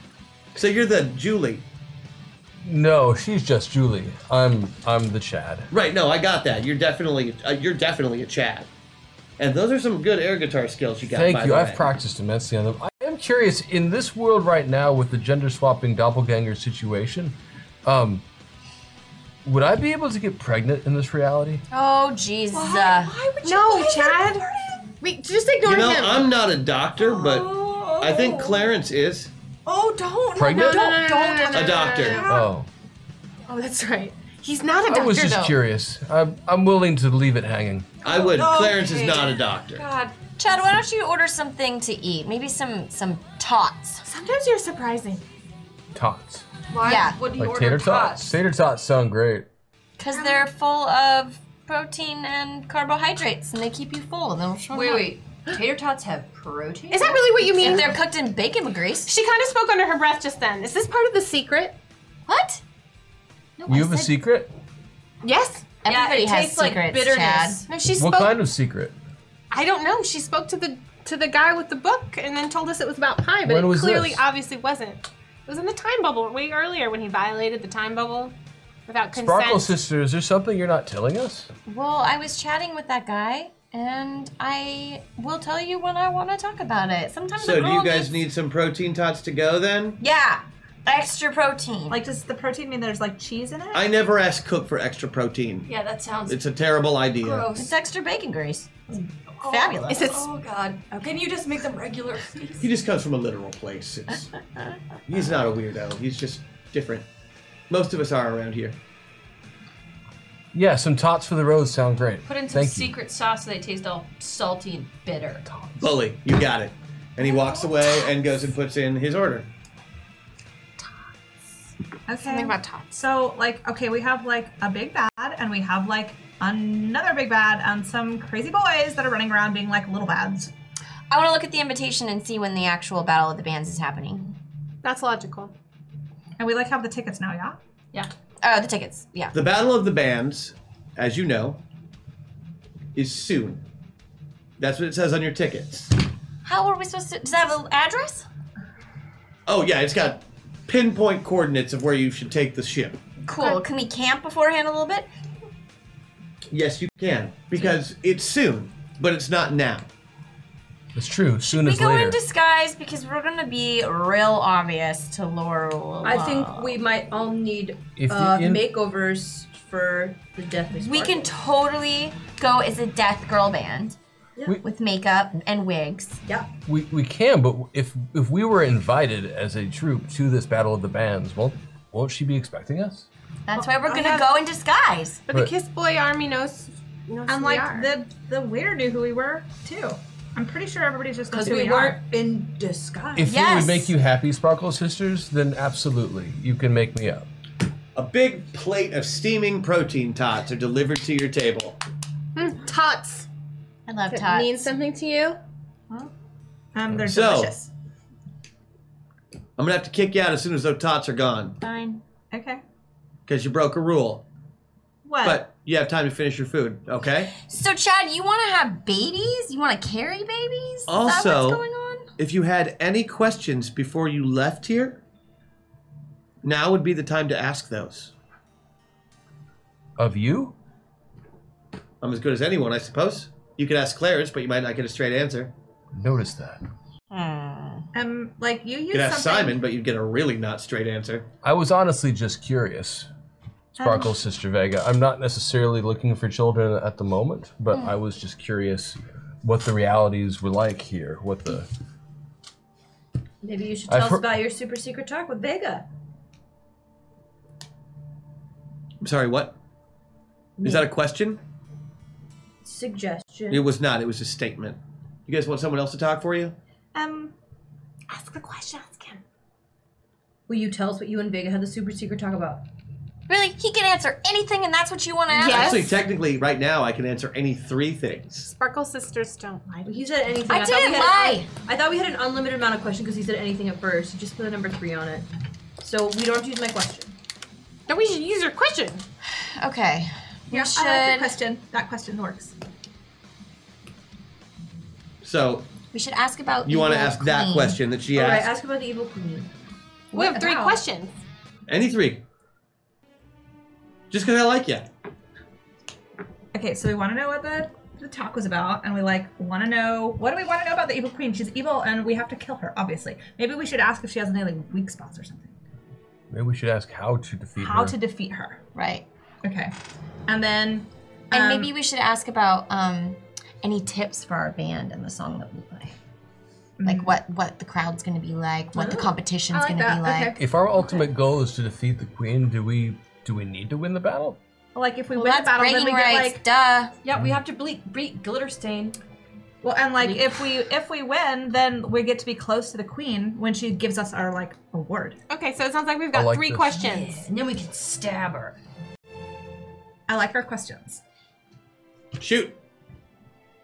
S2: So you're the Julie.
S4: No, she's just Julie. I'm I'm the Chad.
S2: Right, no, I got that. You're definitely, uh, you're definitely a Chad. And those are some good air guitar skills you got,
S4: Thank
S2: by
S4: you.
S2: the
S4: I've
S2: way.
S4: practiced immensely on them. I am curious in this world right now with the gender swapping doppelganger situation. Um, would I be able to get pregnant in this reality?
S6: Oh, Jesus.
S5: No, Chad. Wait, just ignore
S2: You know,
S5: him.
S2: I'm not a doctor, but I think Clarence is
S13: Oh, don't.
S4: Pregnant?
S5: No, no, no, no, no, no, no,
S2: a
S5: no, no,
S2: doctor.
S5: no.
S4: Oh,
S5: Oh, that's right. He's not a doctor,
S4: I was just
S5: though.
S4: curious. I'm I'm willing to leave it hanging.
S2: I would.
S13: Okay.
S2: Clarence is not a doctor.
S13: God.
S6: Chad, why don't you order something to eat? Maybe some some tots.
S5: Sometimes you're surprising.
S4: Tots,
S13: Why?
S6: Yeah.
S13: What do you
S4: like
S13: order?
S4: tater
S13: Tots.
S4: tots. Tater tots sound great.
S6: Because they're full of protein and carbohydrates, and they keep you full. And they'll show
S9: Wait, wait. Tater tots have protein?
S5: Is that really what you
S6: If
S5: mean?
S6: they're cooked in bacon grease.
S5: She kind of spoke under her breath just then. Is this part of the secret?
S6: What?
S4: you have a secret?
S5: Yes.
S6: Everybody
S9: it
S6: has
S9: tastes like
S6: secrets,
S9: bitterness.
S6: Chad.
S5: No, she spoke.
S4: What kind of secret?
S5: I don't know. She spoke to the to the guy with the book and then told us it was about pie, but
S4: When
S5: it
S4: was
S5: clearly,
S4: this?
S5: obviously, wasn't. It was in the time bubble way earlier when he violated the time bubble without consent.
S4: Sparkle sister, is there something you're not telling us?
S6: Well, I was chatting with that guy, and I will tell you when I want to talk about it. Sometimes a
S2: So do
S6: girl
S2: you guys
S6: needs-
S2: need some protein tots to go then?
S6: yeah, extra protein.
S3: Like, does the protein mean there's like cheese in it?
S2: I never ask Cook for extra protein.
S9: Yeah, that sounds
S2: It's a terrible idea.
S6: it's extra bacon grease. It's
S9: Oh,
S6: fabulous.
S5: Is it-
S9: Oh God! Can you just make them regular?
S2: He just comes from a literal place. It's, he's not a weirdo. He's just different. Most of us are around here.
S4: Yeah, some tots for the road sound great.
S9: Put in some
S4: Thank
S9: secret sauce so they taste all salty and bitter.
S2: Bully, you got it. And he walks away and goes and puts in his order.
S5: Something
S3: Okay.
S5: about tots.
S3: So, like, okay, we have like a big bad, and we have like another big bad, and some crazy boys that are running around being like little bads.
S6: I want to look at the invitation and see when the actual battle of the bands is happening.
S5: That's logical.
S3: And we like have the tickets now, yeah?
S9: Yeah.
S6: Oh, the tickets. Yeah.
S2: The Battle of the Bands, as you know, is soon. That's what it says on your tickets.
S6: How are we supposed to? Does that have an address?
S2: Oh, yeah, it's got pinpoint coordinates of where you should take the ship.
S6: Cool. Can we camp beforehand a little bit?
S2: Yes, you can, because it's soon, but it's not now.
S4: you. It's true. Soon
S6: We
S4: as
S6: go
S4: later.
S6: in disguise because we're gonna be real obvious to Laurel.
S9: I think we might all need
S4: If
S9: uh,
S4: you in-
S9: makeovers for the Deathly
S6: we can totally go as a death girl band
S4: We-
S6: with makeup and wigs.
S4: We, we can, but if if we were invited as a troop to this battle of the bands, won't won't she be expecting us?
S6: That's
S9: Oh,
S6: why we're gonna go in disguise.
S5: But
S4: Right.
S5: the Kiss Boy Army knows.
S3: And
S5: knows who we
S3: like
S5: are.
S3: the the waiter knew who we were too. I'm pretty sure everybody's just
S9: because
S3: knows who
S9: we
S3: we
S9: weren't
S3: are.
S9: in disguise.
S4: If it
S6: Yes.
S4: would make you happy, Sparkle Sisters, then absolutely you can make me up.
S2: A big plate of steaming protein tots are delivered to your table.
S5: Hmm. tots.
S6: I love
S5: That
S6: Todd.
S5: means something to you.
S3: Um, they're
S2: So-
S3: delicious.
S2: I'm gonna have to kick you out as soon as those tots are gone
S6: Fine.
S3: Okay.
S2: because you broke a rule.
S3: What?
S2: But you have time to finish your food, okay?
S6: So Chad, you want to have babies? You want to carry babies? Is that
S2: Also-
S6: what's going on?
S2: If you had any questions before you left here, now would be the time to ask those.
S4: Of you?
S2: I'm as good as anyone, I suppose. You could ask Clarence, but you might not get a straight answer.
S4: Notice that.
S3: Um, like
S2: You
S3: you used
S2: could
S3: something.
S2: ask Simon, but you'd get a really not straight answer.
S4: I was honestly just curious. Sparkle Sister Vega. I'm not necessarily looking for children at the moment, but
S6: Mm.
S4: I was just curious what the realities were like here. What the
S9: Maybe you should
S4: I've
S9: tell us
S4: heard-
S9: about your super secret talk with Vega.
S2: I'm sorry, what? Is that a question?
S9: Suggestion.
S2: It was not, it was a statement. You guys want someone else to talk for you?
S3: Um,
S6: Ask the question. Ask him.
S9: Will you tell us what you and Vega had the super secret talk about?
S6: Really? He can answer anything, and that's what you want to ask?
S5: Yes.
S2: Actually, technically, right now, I can answer any three things.
S5: Sparkle sisters don't lie.
S9: He said anything.
S6: I
S9: thought we
S6: didn't
S9: had-
S6: lie.
S9: I thought we had an unlimited amount of questions because he said anything at first. Just put the number three on it. So we don't have to use my question.
S5: No, we should use your question.
S6: Okay.
S3: Yeah, I like your question. That question works.
S2: So
S6: We should ask about.
S2: you want to
S6: evil
S2: ask that
S6: queen.
S2: question that she
S9: All right,
S2: asked?
S9: ask about the evil queen.
S5: We have three
S9: Wow.
S5: questions.
S2: Any three. Just because I like you.
S3: Okay, so we want to know what the, the talk was about, and we like want to know what do we want to know about the evil queen? She's evil, and we have to kill her. Obviously, maybe we should ask if she has any like weak spots or something.
S4: Maybe we should ask how to defeat
S2: Mm-hmm.
S3: How
S4: her.
S3: to defeat her?
S6: Right.
S3: Okay, and then
S6: And
S3: um,
S6: maybe we should ask about um, any tips for our band and the song that we play. Like what what the crowd's going to be like, what the competition's
S3: Mm. Oh, I like
S6: going to
S3: that.
S6: be like.
S3: Okay,
S4: if our ultimate goal is to defeat the queen, do we do we need to win the battle?
S3: like if we
S6: Well,
S3: win
S6: that's
S3: the battle, then
S6: bragging
S3: we
S6: rights,
S3: get like
S6: duh.
S12: Yeah, we have to bleak, bleak glitter stain.
S3: well, and like if we if we win, then we get to be close to the queen when she gives us our like award.
S5: Okay, so it sounds like we've got
S4: like
S5: three
S4: this.
S5: questions.
S12: And then we can stab her.
S3: I like our questions.
S2: Shoot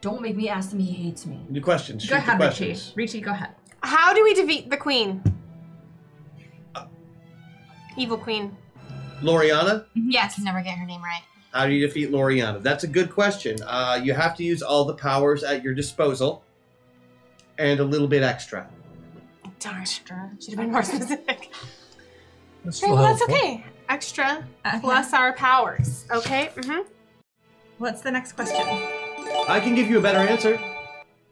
S12: Don't make me ask him. He hates me.
S2: the questions. Shoot
S3: Go
S2: the
S3: ahead, Richie.
S2: questions.
S3: Richie, go ahead.
S5: How do we defeat the queen? Evil queen.
S2: Loriana,
S6: I
S5: Yes.
S6: can never get her name right.
S2: how do you defeat Loriana? That's a good question. Uh, you have to use all the powers at your disposal and a little bit extra.
S5: Darn. Extra. Should have been more specific.
S4: That's
S5: Okay,
S4: still
S5: well, that's
S4: helpful.
S5: okay. Extra
S3: Okay.
S5: plus our powers. Okay. Mm-hmm.
S3: What's the next question?
S2: I can give you a better answer.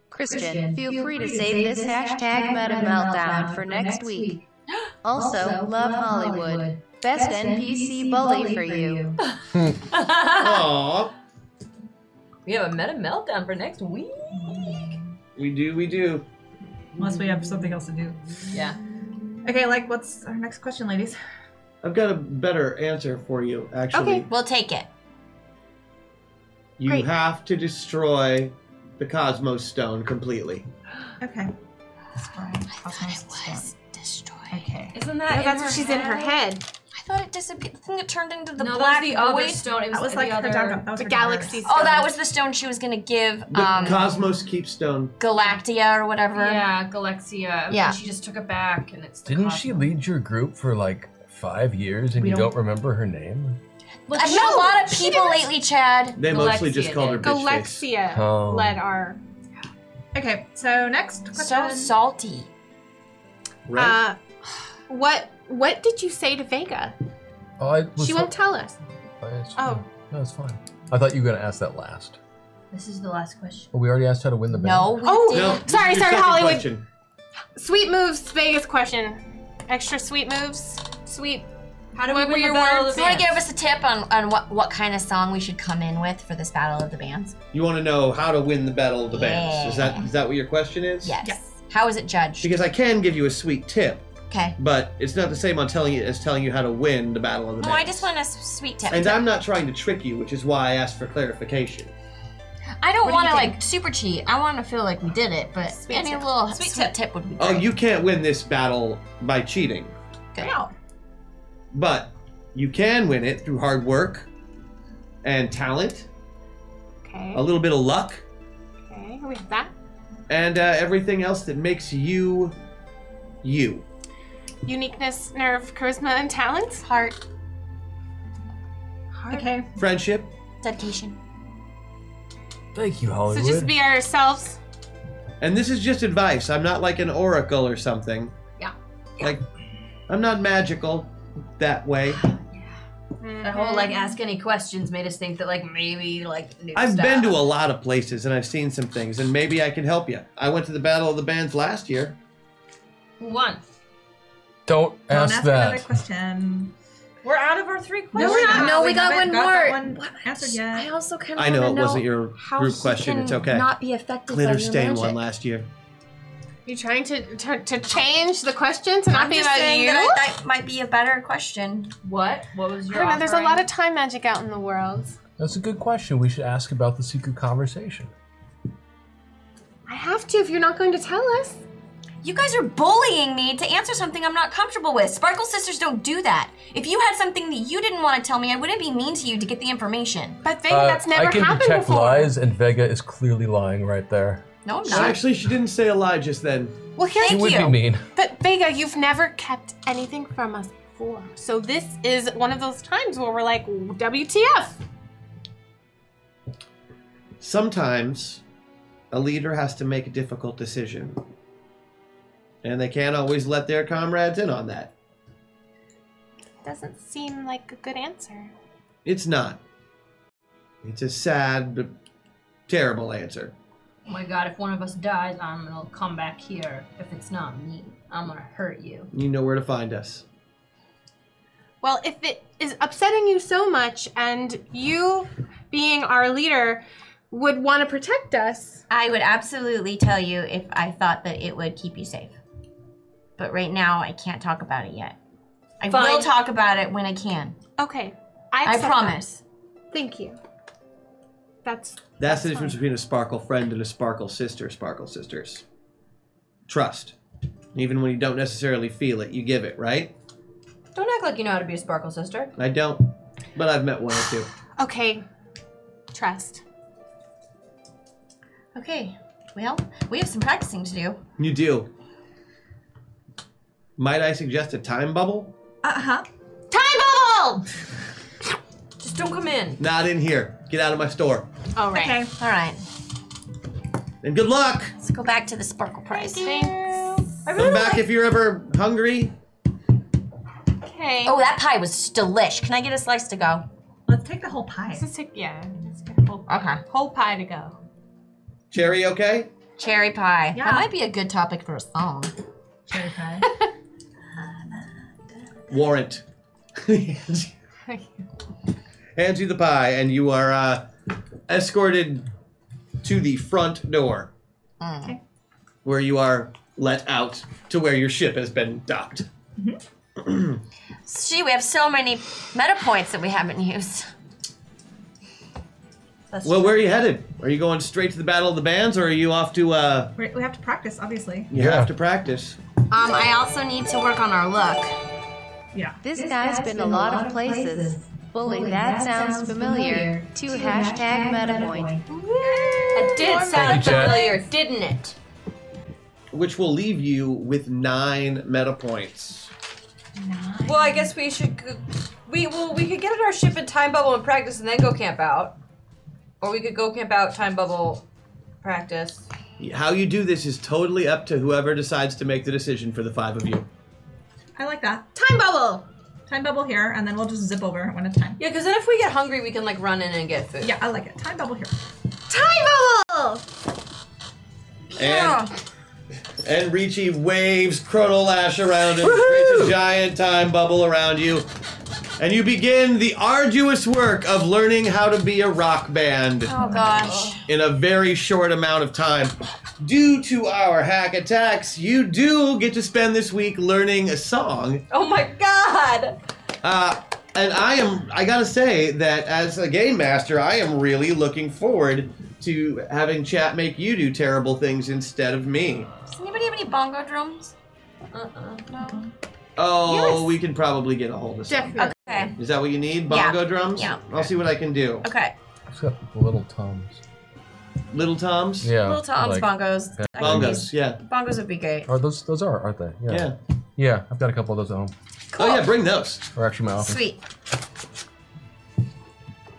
S7: Christian, feel free to save this hashtag meta meltdown for next week. Also, love Hollywood. Best NPC bully for you.
S2: Aww.
S9: We have a meta meltdown for next week.
S2: We do, we do.
S3: Unless we have something else to do.
S9: Yeah.
S3: Okay, like what's our next question, ladies?
S2: I've got a better answer for you, actually.
S5: Okay.
S6: We'll take it.
S2: You
S5: Great.
S2: have to destroy the Cosmos Stone completely.
S3: Okay.
S6: I thought it was destroyed.
S3: Okay.
S12: Isn't that?
S5: No,
S12: in
S5: that's
S12: her
S5: what she's
S12: head?
S5: in her head.
S6: I thought it disappeared. The thing that turned into the
S12: No, that
S6: black
S12: was the other
S6: void.
S12: stone. It was,
S3: That was
S12: the
S3: like her
S12: other.
S3: dagger. That was
S5: The
S3: her
S5: galaxy
S3: dagger.
S5: stone.
S6: Oh, that was the stone she was going to give
S2: The
S6: um,
S2: Cosmos Keep Stone.
S6: Galactia or whatever.
S12: Yeah, Galaxia.
S6: Yeah.
S12: Yeah. She just took it back, and it's. the
S4: Didn't she
S12: cosmos.
S4: lead your group for like five years and you don't remember her name?
S6: I've met a lot of people lately, Chad.
S2: They mostly just
S12: Galaxia
S2: called her
S12: did.
S2: bitch face.
S5: Galexia
S4: Oh.
S5: led our.
S3: Okay, so next question.
S6: So salty.
S2: Right?
S5: Uh, what what did you say to Vega?
S4: Oh, I was
S5: she won't tell us.
S4: Oh. No, it's fine. I thought you were going to ask that last.
S12: This is the last question.
S4: Well, we already asked how to win the
S6: No,
S4: battle.
S6: we
S5: Oh,
S2: No,
S5: sorry,
S2: your
S5: sorry,
S2: second
S5: Hollywood.
S2: question.
S5: Sweet moves, Vegas question. Extra sweet moves. Sweet.
S12: How do
S5: What
S12: we
S5: were
S12: win
S5: your
S12: the battle
S5: words?
S12: of
S6: You
S12: the
S6: want to
S12: bands?
S6: give us a tip on, on what, what kind of song we should come in with for this Battle of the Bands?
S2: You want to know how to win the Battle of the Bands. Is that
S6: Yeah.
S2: is that what your question is?
S6: Yes. How is it judged?
S2: Because I can give you a sweet tip,
S6: Okay.
S2: but it's not the same on telling you as telling you how to win the Battle of the
S6: No,
S2: Bands.
S6: Oh, I just want a s- sweet tip.
S2: And I'm not trying to trick you, which is why I asked for clarification.
S6: I don't
S3: What do
S6: want
S3: you
S6: to
S3: think?
S6: like super cheat. I want to feel like we did it, but any
S3: tip.
S6: little
S3: Sweet
S6: sweet,
S3: tip.
S6: tip. would be
S2: Oh,
S6: great.
S2: you can't win this battle by cheating,
S3: Wow.
S2: but you can win it through hard work and talent,
S5: Okay.
S2: a little bit of luck,
S5: Okay. We have that.
S2: and uh, everything else that makes you you.
S5: Uniqueness, nerve, charisma, and talent.
S6: Heart
S3: Okay.
S2: Friendship,
S6: dedication.
S4: Thank you, Hollywood.
S5: So just be ourselves.
S2: and this is just advice. I'm not like an oracle or something.
S12: Yeah.
S2: Like, I'm not magical that way.
S5: Mm-hmm.
S12: The whole like ask any questions made us think that like maybe like new
S2: I've
S12: stuff.
S2: been to a lot of places and I've seen some things, and maybe I can help you. I went to the Battle of the Bands last year.
S12: Who won?
S4: Don't
S3: Well,
S4: ask
S3: ask
S4: that.
S3: another question.
S12: We're out of our three questions.
S6: No, we're not. No, we got
S3: haven't
S6: one more.
S3: that one answered
S6: I
S3: yet.
S6: also kind of
S2: I know it wasn't your
S6: how
S2: group
S6: he
S2: question.
S6: Can
S2: It's okay.
S6: Not be affected by
S2: Glitter
S6: your
S2: stain
S6: magic.
S2: one last year.
S5: You're trying to to, to change the question to not
S6: I'm
S5: be
S6: just
S5: about
S6: saying
S5: you.
S6: That, I- that might be a better question.
S12: What? What was
S5: I
S12: your?
S5: don't know. There's a
S12: offering?
S5: lot of time magic out in the world.
S4: That's a good question. We should ask about the secret conversation.
S5: I have to if you're not going to tell us.
S6: You guys are bullying me to answer something I'm not comfortable with. Sparkle Sisters don't do that. If you had something that you didn't want to tell me, I wouldn't be mean to you to get the information.
S5: But Vega, that's never
S4: Uh, I can
S5: happened
S4: detect
S5: before.
S4: lies, and Vega is clearly lying right there.
S6: No, I'm
S2: Well,
S6: not.
S2: actually, she didn't say a lie just then.
S5: Well, here's
S4: She
S6: Thank
S4: would
S6: you.
S4: be mean.
S5: but Vega, you've never kept anything from us before. So this is one of those times where we're like, WTF?
S2: Sometimes a leader has to make a difficult decision. And they can't always let their comrades in on that.
S5: Doesn't seem like a good answer.
S2: It's not. It's a sad but terrible answer.
S12: Oh my god, if one of us dies, I'm gonna come back here. If it's not me, I'm gonna hurt you.
S2: You know where to find us.
S5: Well, if it is upsetting you so much and you being our leader would want to protect us,
S8: I would absolutely tell you if I thought that it would keep you safe. But right now, I can't talk about it yet. I will
S5: Fine.
S8: talk about it when I can.
S5: okay.
S8: I,
S5: accept
S8: promise.
S5: that. Thank you. That's
S2: That's the difference between a sparkle friend and a sparkle sister. Sparkle sisters. Trust. Even when you don't necessarily feel it, you give it, right?
S9: Don't act like you know how to be a sparkle sister.
S2: I don't, but I've met one or two.
S5: okay. Trust.
S8: Okay. Well, we have some practicing to do.
S2: You do. Might I suggest a time bubble?
S3: Uh huh.
S8: Time bubble!
S9: Just don't come in.
S2: Not in here. Get out of my store.
S5: All right.
S3: Okay.
S8: All right.
S2: And good luck.
S8: Let's go back to the sparkle prize.
S2: Come back if you're ever hungry.
S5: Okay.
S8: Oh, that pie was delish. Can I get a slice to go?
S3: Let's take the whole pie.
S5: Let's take- yeah. let's get a whole,
S8: Okay.
S5: whole pie to go.
S2: Cherry, okay?
S8: Cherry pie.
S3: Yeah.
S8: That might be a good topic for a song.
S3: Cherry pie.
S2: Warrant. Hands you the pie, and you are uh, escorted to the front door,
S3: Okay.
S2: where you are let out to where your ship has been docked.
S8: Gee, we have so many meta points that we haven't used.
S2: Well, where are you headed? Are you going straight to the Battle of the Bands, or are you off to? Uh,
S3: We're, we have to practice, obviously.
S2: you
S4: Yeah.
S2: have to practice.
S8: Um, I also need to work on our look.
S3: Yeah.
S7: This guy's been a lot of places. Bully, that sounds familiar. Two hashtag meta point.
S9: That did sound
S4: you, Chad.
S9: familiar, didn't it?
S2: Which will leave you with nine meta points.
S9: Well, I guess we should. g- We well, we could get at our ship in time bubble and practice, and then go camp out, or we could go camp out, time bubble, practice.
S2: How you do this is totally up to whoever decides to make the decision for the five of you.
S3: I like that.
S10: Time bubble.
S3: Time bubble here, and then we'll just zip over one at a time.
S9: Yeah, because then if we get hungry, we can like run in and get food.
S3: Yeah, I like it. Time bubble here.
S10: Time bubble.
S2: And and Ricci waves Chrono Lash around and creates a giant time bubble around you. And you begin the arduous work of learning how to be a rock band
S8: Oh gosh.
S2: in a very short amount of time. Due to our hack attacks, you do get to spend this week learning a song.
S9: Oh my god.
S2: Uh, and I am, I gotta say that as a game master, I am really looking forward to having chat make you do terrible things instead of me.
S8: Does anybody have any bongo drums?
S9: Uh-uh.
S2: Oh,
S8: Yes.
S2: we can probably get a hold of some.
S5: Definitely.
S8: Okay.
S2: Is that what you need?
S8: Yeah.
S2: Bongo drums?
S8: Yeah.
S2: I'll see what I can do.
S8: Okay.
S4: It's got little toms.
S2: Little Toms?
S4: Yeah.
S8: Little Tom's
S4: like-
S8: bongos.
S4: Yeah.
S8: I can
S2: Bongos, yeah.
S8: use- Bongos would be great.
S4: Are those those are, aren't they?
S2: Yeah.
S4: Yeah, I've got a couple of those at home.
S2: Oh, yeah, bring those.
S4: Or actually my office.
S8: Sweet.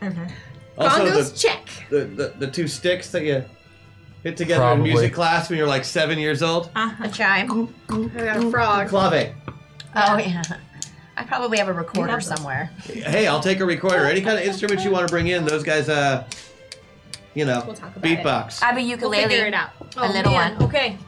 S3: Okay.
S2: Also,
S10: Bongos
S2: the,
S10: check.
S2: the, the, the two sticks that you hit together
S4: Probably.
S2: in music class when you're like seven years old.
S3: Uh-huh.
S6: Uh-huh.
S8: A chime.
S10: I got a frog.
S2: Clave.
S8: Oh yeah. I probably have a recorder somewhere.
S2: Hey, I'll take a recorder. Any kind of instrument you want to bring in, those guys, uh, you know,
S10: We'll talk about it.
S2: beatbox.
S8: I have a
S10: We'll
S8: ukulele.
S10: figure it out.
S8: A little
S9: man.
S8: one.
S9: Okay.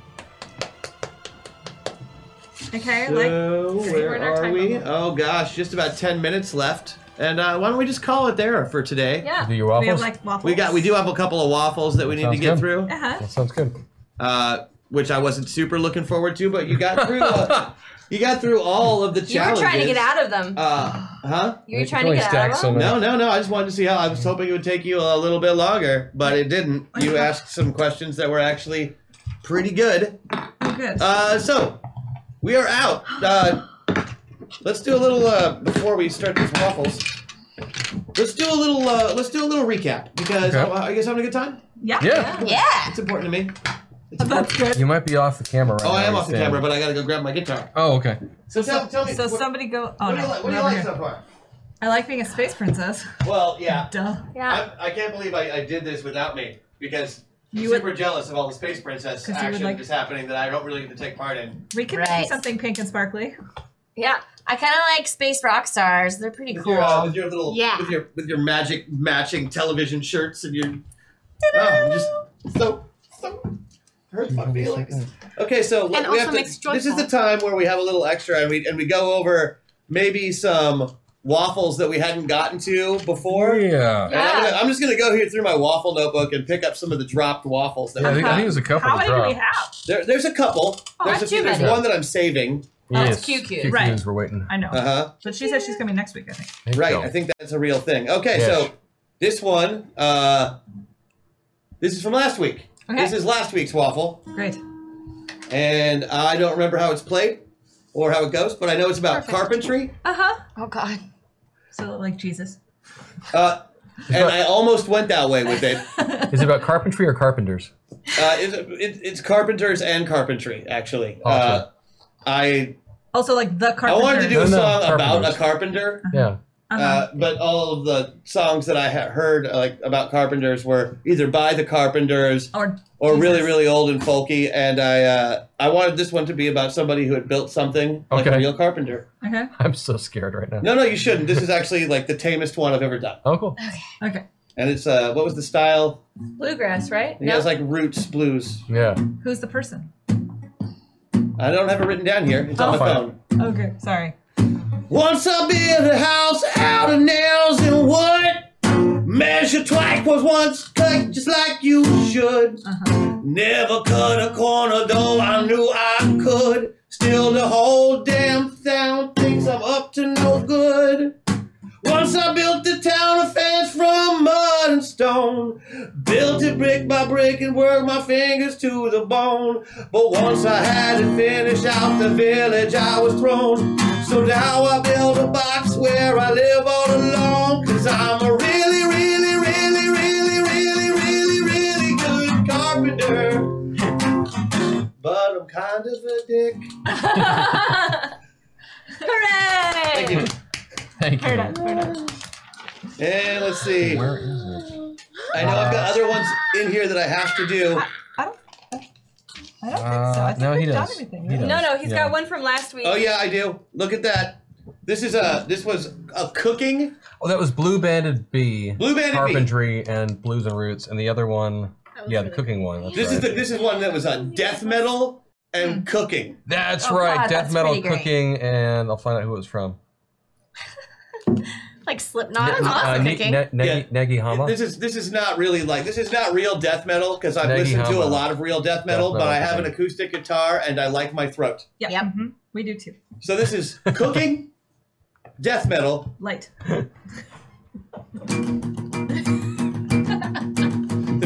S3: Okay, like
S2: So,
S10: we're
S2: where
S10: in our
S2: are
S10: time
S2: we?
S10: bubble.
S2: Oh, gosh, just about 10 minutes left. And uh, why don't we just call it there for today?
S9: Yeah.
S4: Do your
S3: we have
S4: waffles?
S3: like waffles.
S2: We got we do have a couple of waffles that we need
S4: Sounds
S2: to get
S4: good.
S2: through.
S3: Uh huh.
S4: That sounds good.
S2: Uh, which I wasn't super looking forward to, but you got through uh, you got through all of the
S9: You were
S2: challenges.
S9: trying to get out of them.
S2: Uh, huh?
S9: you were
S4: We can
S9: trying to
S4: only
S9: get
S4: stack
S9: out of
S4: so
S9: them.
S4: many.
S2: No, no, no. I just wanted to see how I was hoping it would take you a little bit longer, but it didn't. You asked some questions that were actually pretty good.
S3: Oh, good.
S2: Uh, so we are out. Uh, let's do a little uh, before we start these waffles. Let's do a little. Uh, let's do a little recap because
S4: Okay.
S2: I, I guess having a good time.
S3: yeah.
S4: Yeah.
S8: Yeah.
S2: It's important to me.
S3: That's good.
S4: You might be off the camera right
S2: Oh, I
S4: now,
S2: am
S4: you
S2: off the
S4: said.
S2: camera, but I gotta go grab my guitar.
S4: Oh, okay.
S2: So tell, tell me.
S3: So
S2: what,
S3: somebody go. Oh
S2: what do
S3: no.
S2: you like, what do you
S3: over
S2: like
S3: here.
S2: so far?
S3: I like being a space princess.
S2: Well, yeah.
S3: Duh.
S2: I'm, I can't believe I, I did this without me because I'm
S3: You would-
S2: super jealous of all the space princess
S3: 'Cause you would
S2: action
S3: like-
S2: that's happening that I don't really get to take part in.
S3: We can
S6: Right.
S3: do something pink and sparkly.
S8: Yeah.
S6: I kind of like space rock stars. They're pretty
S2: With
S6: cool.
S2: your, uh, with your little,
S6: Yeah.
S2: with your with your magic matching television shirts and your. Oh, I'm just so so hurts my feelings. Okay, so what
S10: And
S2: we
S10: also
S2: have
S10: makes
S2: to, this is
S10: joyful.
S2: the time where we have a little extra and we and we go over maybe some waffles that we hadn't gotten to before.
S4: Oh, Yeah.
S2: And I'm, gonna, I'm just gonna go here through my waffle notebook and pick up some of the dropped waffles. That
S4: Yeah, I
S2: we
S4: think, I think there's a couple
S3: How
S4: to
S3: many do
S4: drop.
S3: we have?
S2: there, there's a couple. there's a
S8: not
S2: few.
S8: too
S2: There's
S4: many.
S2: one that I'm saving.
S3: Oh,
S4: yes.
S3: it's QQ.
S4: QQs
S3: Right.
S4: We're waiting.
S3: I know,
S2: Uh huh.
S3: but she says she's coming next week. I think.
S4: There you
S2: Right.
S4: go.
S2: I think that's a real thing. Okay,
S4: Yes.
S2: so this one, uh, this is from last week.
S3: Okay.
S2: This is last week's waffle,
S3: Great.
S2: and I don't remember how it's played or how it goes, but I know it's about carpentry.
S3: Uh huh.
S6: Oh God.
S3: So like Jesus.
S2: Uh, and I almost went that way with it.
S4: Is it about carpentry or carpenters?
S2: Uh, it, it it's carpenters and carpentry, actually. Uh,
S4: Awesome.
S2: I
S3: Also like the
S2: I
S3: carpenter.
S2: wanted to do a
S4: No, no,
S2: song about a
S4: carpenters.
S2: carpenter,
S4: Yeah.
S2: uh, but all of the songs that I ha- heard uh, like about carpenters were either by the carpenters
S3: or
S2: or really
S3: Jesus.
S2: really old and folky and i uh, i wanted this one to be about somebody who had built something like a
S4: Okay.
S2: real carpenter
S3: Okay.
S4: I'm so scared right now.
S2: no no you shouldn't this is actually like the tamest one i've ever done
S4: Oh, cool.
S3: Okay.
S2: and it's uh what was the style
S9: Bluegrass, right?
S2: it has like roots blues
S4: Yeah.
S3: Who's the person?
S2: i don't have it written down here it's
S4: I'll
S2: on my
S4: find
S2: phone
S3: Okay. Sorry.
S2: Once I built a house out of nails and wood. Measure twice was once cut just like you should. Never cut a corner though I knew I could. Still the whole damn town thinks I'm up to no good. Once I built the town a fence from mud and stone. Built it brick by brick and worked my fingers to the bone. But once I had it finished out the village, I was thrown. So now I build a box where I live all alone. Cause I'm a really, really, really, really, really, really, really good carpenter. But I'm kind of a dick.
S3: Hooray!
S2: Thank you.
S4: Thank you.
S2: And let's see.
S4: Where is it?
S2: I know I've got other ones in here that I have to do.
S3: I don't. I don't think so. I
S4: Uh,
S3: think
S4: no,
S3: we've
S4: he
S3: done
S4: does.
S3: everything.
S4: He
S3: right?
S4: does.
S9: No, no, he's
S4: Yeah.
S9: got one from last week.
S2: Oh yeah, I do. Look at that. This is a this was a cooking
S4: Oh, that was Blue Banded Bee.
S2: blue banded bee.
S4: Carpentry and Blues and Roots, and the other one, yeah, the cooking one. That's
S2: This
S4: right.
S2: is the this is one that was on death metal and cooking.
S4: That's
S8: Oh,
S4: right,
S8: God,
S4: death
S8: that's
S4: metal
S8: pretty great.
S4: cooking, and I'll find out who it was from.
S6: Like Slipknot.
S4: Ne- uh, Ne-
S6: cooking.
S4: Ne- Negi,
S2: Yeah.
S4: Negi Hama.
S2: This is this is not really like this is not real death metal because I've
S4: Negi
S2: listened to a
S4: Hama.
S2: lot of real death metal,
S4: Death
S2: but I
S4: metal
S2: have an
S4: cooking.
S2: acoustic guitar and I like my throat.
S3: Yeah.
S6: Yep.
S3: mhm. We do too.
S2: So this is cooking, death metal,
S3: Light.
S2: The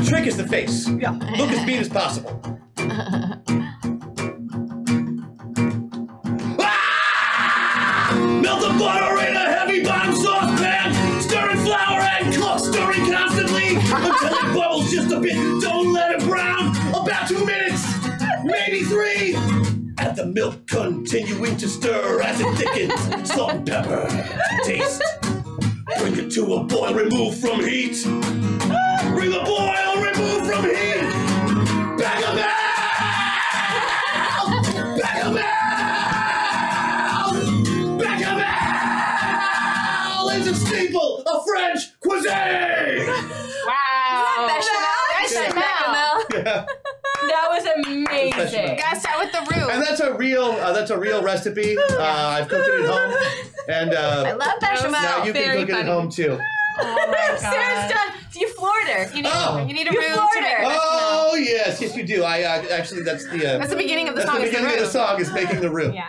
S2: trick is the face.
S3: Yeah.
S2: Look as mean as possible. Ah! Melt the butter in a heavy bottom saucepan. Stir in flour and cook, stirring constantly until it bubbles just a bit. Don't let it brown. About two minutes, maybe three. Add the milk, continuing to stir as it thickens. Salt and pepper to taste. Bring it to a boil, remove from heat. Bring the boil, remove from heat. Back them out! Back them out! Back them out! It's a staple of French cuisine!
S5: Wow.
S9: That was amazing.
S2: Bechamel.
S5: Gotta start with the root.
S2: And that's a real, uh, that's a real recipe. Uh, I've cooked it at home, and
S6: I
S2: uh,
S6: love bechamel.
S2: now you can
S5: very
S2: cook it at
S5: funny.
S2: home too.
S8: Sarah's done. You floored her.
S5: You need,
S2: Oh.
S5: you need a
S8: You
S5: root to
S8: floored
S5: make
S8: her.
S5: bechamel.
S2: Oh yes, yes you do. I uh, actually that's the uh,
S5: That's the beginning of the
S2: that's
S5: song.
S2: the
S5: is the
S2: beginning of the
S5: root.
S2: song is making the room.
S8: Yeah.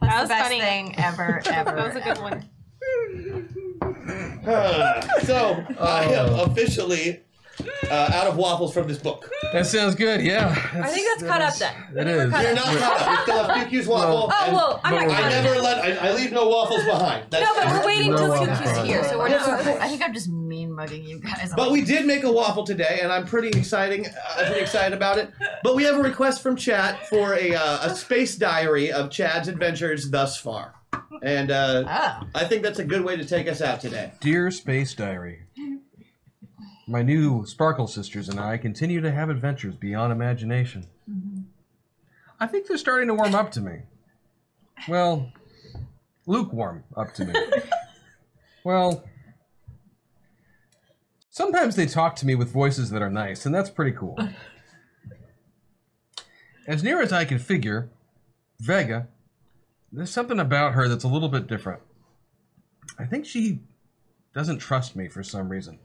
S5: That was
S8: Best
S5: funny.
S8: thing ever, ever.
S5: That was a good one.
S2: Uh, so I am officially uh, out of waffles from this book.
S4: That sounds good, yeah.
S9: I think that's caught up then.
S4: It
S9: I think we're
S4: is.
S9: caught
S2: You're
S9: up.
S2: not caught up. We still have QQ's waffle.
S9: Oh,
S2: and
S9: well, I'm not
S4: no,
S2: I
S9: caught up.
S2: never let. I, I leave no waffles behind. That's
S9: No, but we're waiting
S4: No
S9: till
S4: waffles
S9: QQ's
S4: behind.
S9: here, so we're not.
S6: I think I'm just mean mugging you guys.
S2: But we did make a waffle today, and I'm pretty exciting. uh, I'm pretty excited about it. But we have a request from chat for a, uh, a space diary of Chad's adventures thus far, and uh, I think that's a good way to take us out today.
S4: Dear Space Diary, my new Sparkle sisters and I continue to have adventures beyond imagination. I think they're starting to warm up to me. Well, lukewarm up to me. well, sometimes they talk to me with voices that are nice, and that's pretty cool. As near as I can figure, Vega, there's something about her that's a little bit different. I think she doesn't trust me for some reason.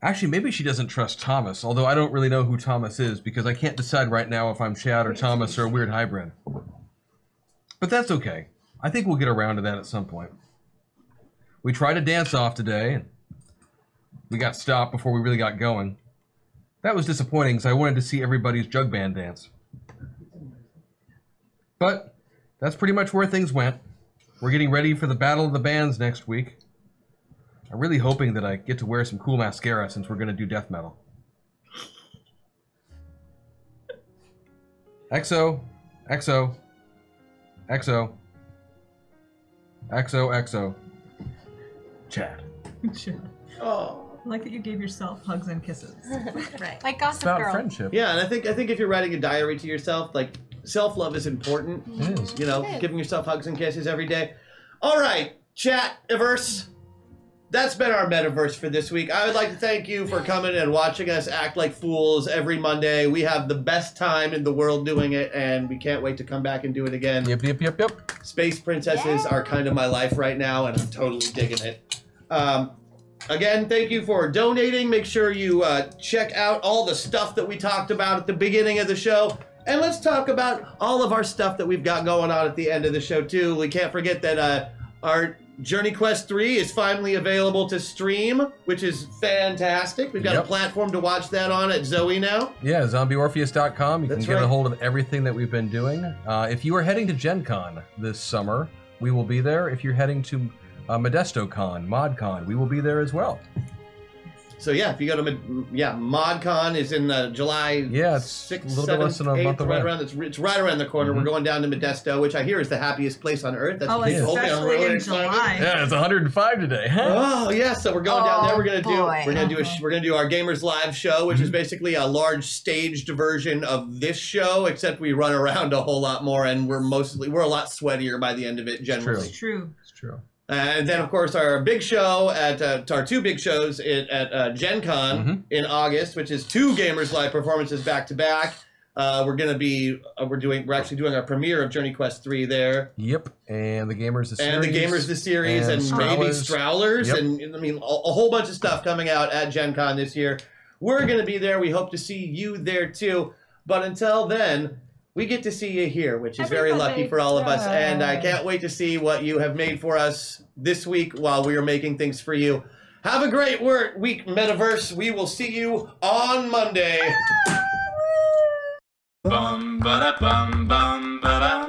S4: Actually, maybe she doesn't trust Thomas, although I don't really know who Thomas is because I can't decide right now if I'm Chad or Thomas or a weird hybrid. But that's okay. I think we'll get around to that at some point. We tried a dance off today, and we got stopped before we really got going. That was disappointing because I wanted to see everybody's jug band dance. But that's pretty much where things went. We're getting ready for the Battle of the Bands next week. I'm really hoping that I get to wear some cool mascara since we're going to do death metal. Exo, exo, exo, exo, exo. Chad.
S3: Oh. I like that you gave yourself hugs and kisses.
S5: right. Like Gossip Girl.
S2: Yeah, and I think I think if you're writing a diary to yourself, like self love is important.
S4: It is.
S2: You know, giving yourself hugs and kisses every day. All right, chat averse. That's been our metaverse for this week. I would like to thank you for coming and watching us act like fools every Monday. We have the best time in the world doing it, and we can't wait to come back and do it again.
S4: Yep, yep, yep, yep.
S2: Space princesses are kind of my life right now, and I'm totally digging it. Um, again, thank you for donating. Make sure you uh, check out all the stuff that we talked about at the beginning of the show. And let's talk about all of our stuff that we've got going on at the end of the show, too. We can't forget that uh, our Journey Quest 3 is finally available to stream, which is fantastic. We've got
S4: Yep.
S2: a platform to watch that on at Zoe now.
S4: Yeah, zombieorpheus.com. You
S2: That's
S4: can get
S2: right.
S4: a hold of everything that we've been doing. Uh, if you are heading to Gen Con this summer, we will be there. If you're heading to uh, ModestoCon, ModCon, we will be there as well.
S2: So yeah, if you go to Mid- yeah, ModCon is in uh, July.
S4: Yeah, it's
S2: sixth,
S4: a little bit
S2: seventh,
S4: less than a month
S2: eighth, right
S4: away. Mm-hmm.
S2: around. It's, it's right around the corner. We're going down to Modesto, which I hear is the happiest place on earth. That's
S3: Oh,
S2: the whole thing. I'm
S3: especially
S2: really
S3: in
S2: excited.
S3: July.
S4: Yeah, it's 105 today.
S2: Oh yeah, so we're going down there. We're gonna
S3: Oh,
S2: do
S6: boy.
S2: we're gonna do a, sh- we're gonna do our gamers live show,
S4: Mm-hmm.
S2: which is basically a large staged version of this show, except we run around a whole lot more, and we're mostly we're a lot sweatier by the end of it generally.
S3: True.
S4: It's true.
S2: Uh, And then, of course, our big show at uh, our two big shows at, at uh, Gen Con in August, which is two Gamers Live performances back to back. Uh, We're gonna be uh, we're doing we're actually doing our premiere of Journey Quest three there,
S4: Yep. And the Gamers the
S2: and the
S4: series,
S2: Gamers the series, and, maybe
S4: Strowlers.
S2: Strowlers,
S4: Yep.
S2: and I mean a, a whole bunch of stuff coming out at Gen Con this year. We're gonna be there. We hope to see you there too. But until then. We get to see you here, which is very lucky for all of us. And I can't wait to see what you have made for us this week while we are making things for you. Have a great wor- week, Metaverse. We will see you on Monday.
S1: Bum ba da bum bum ba da.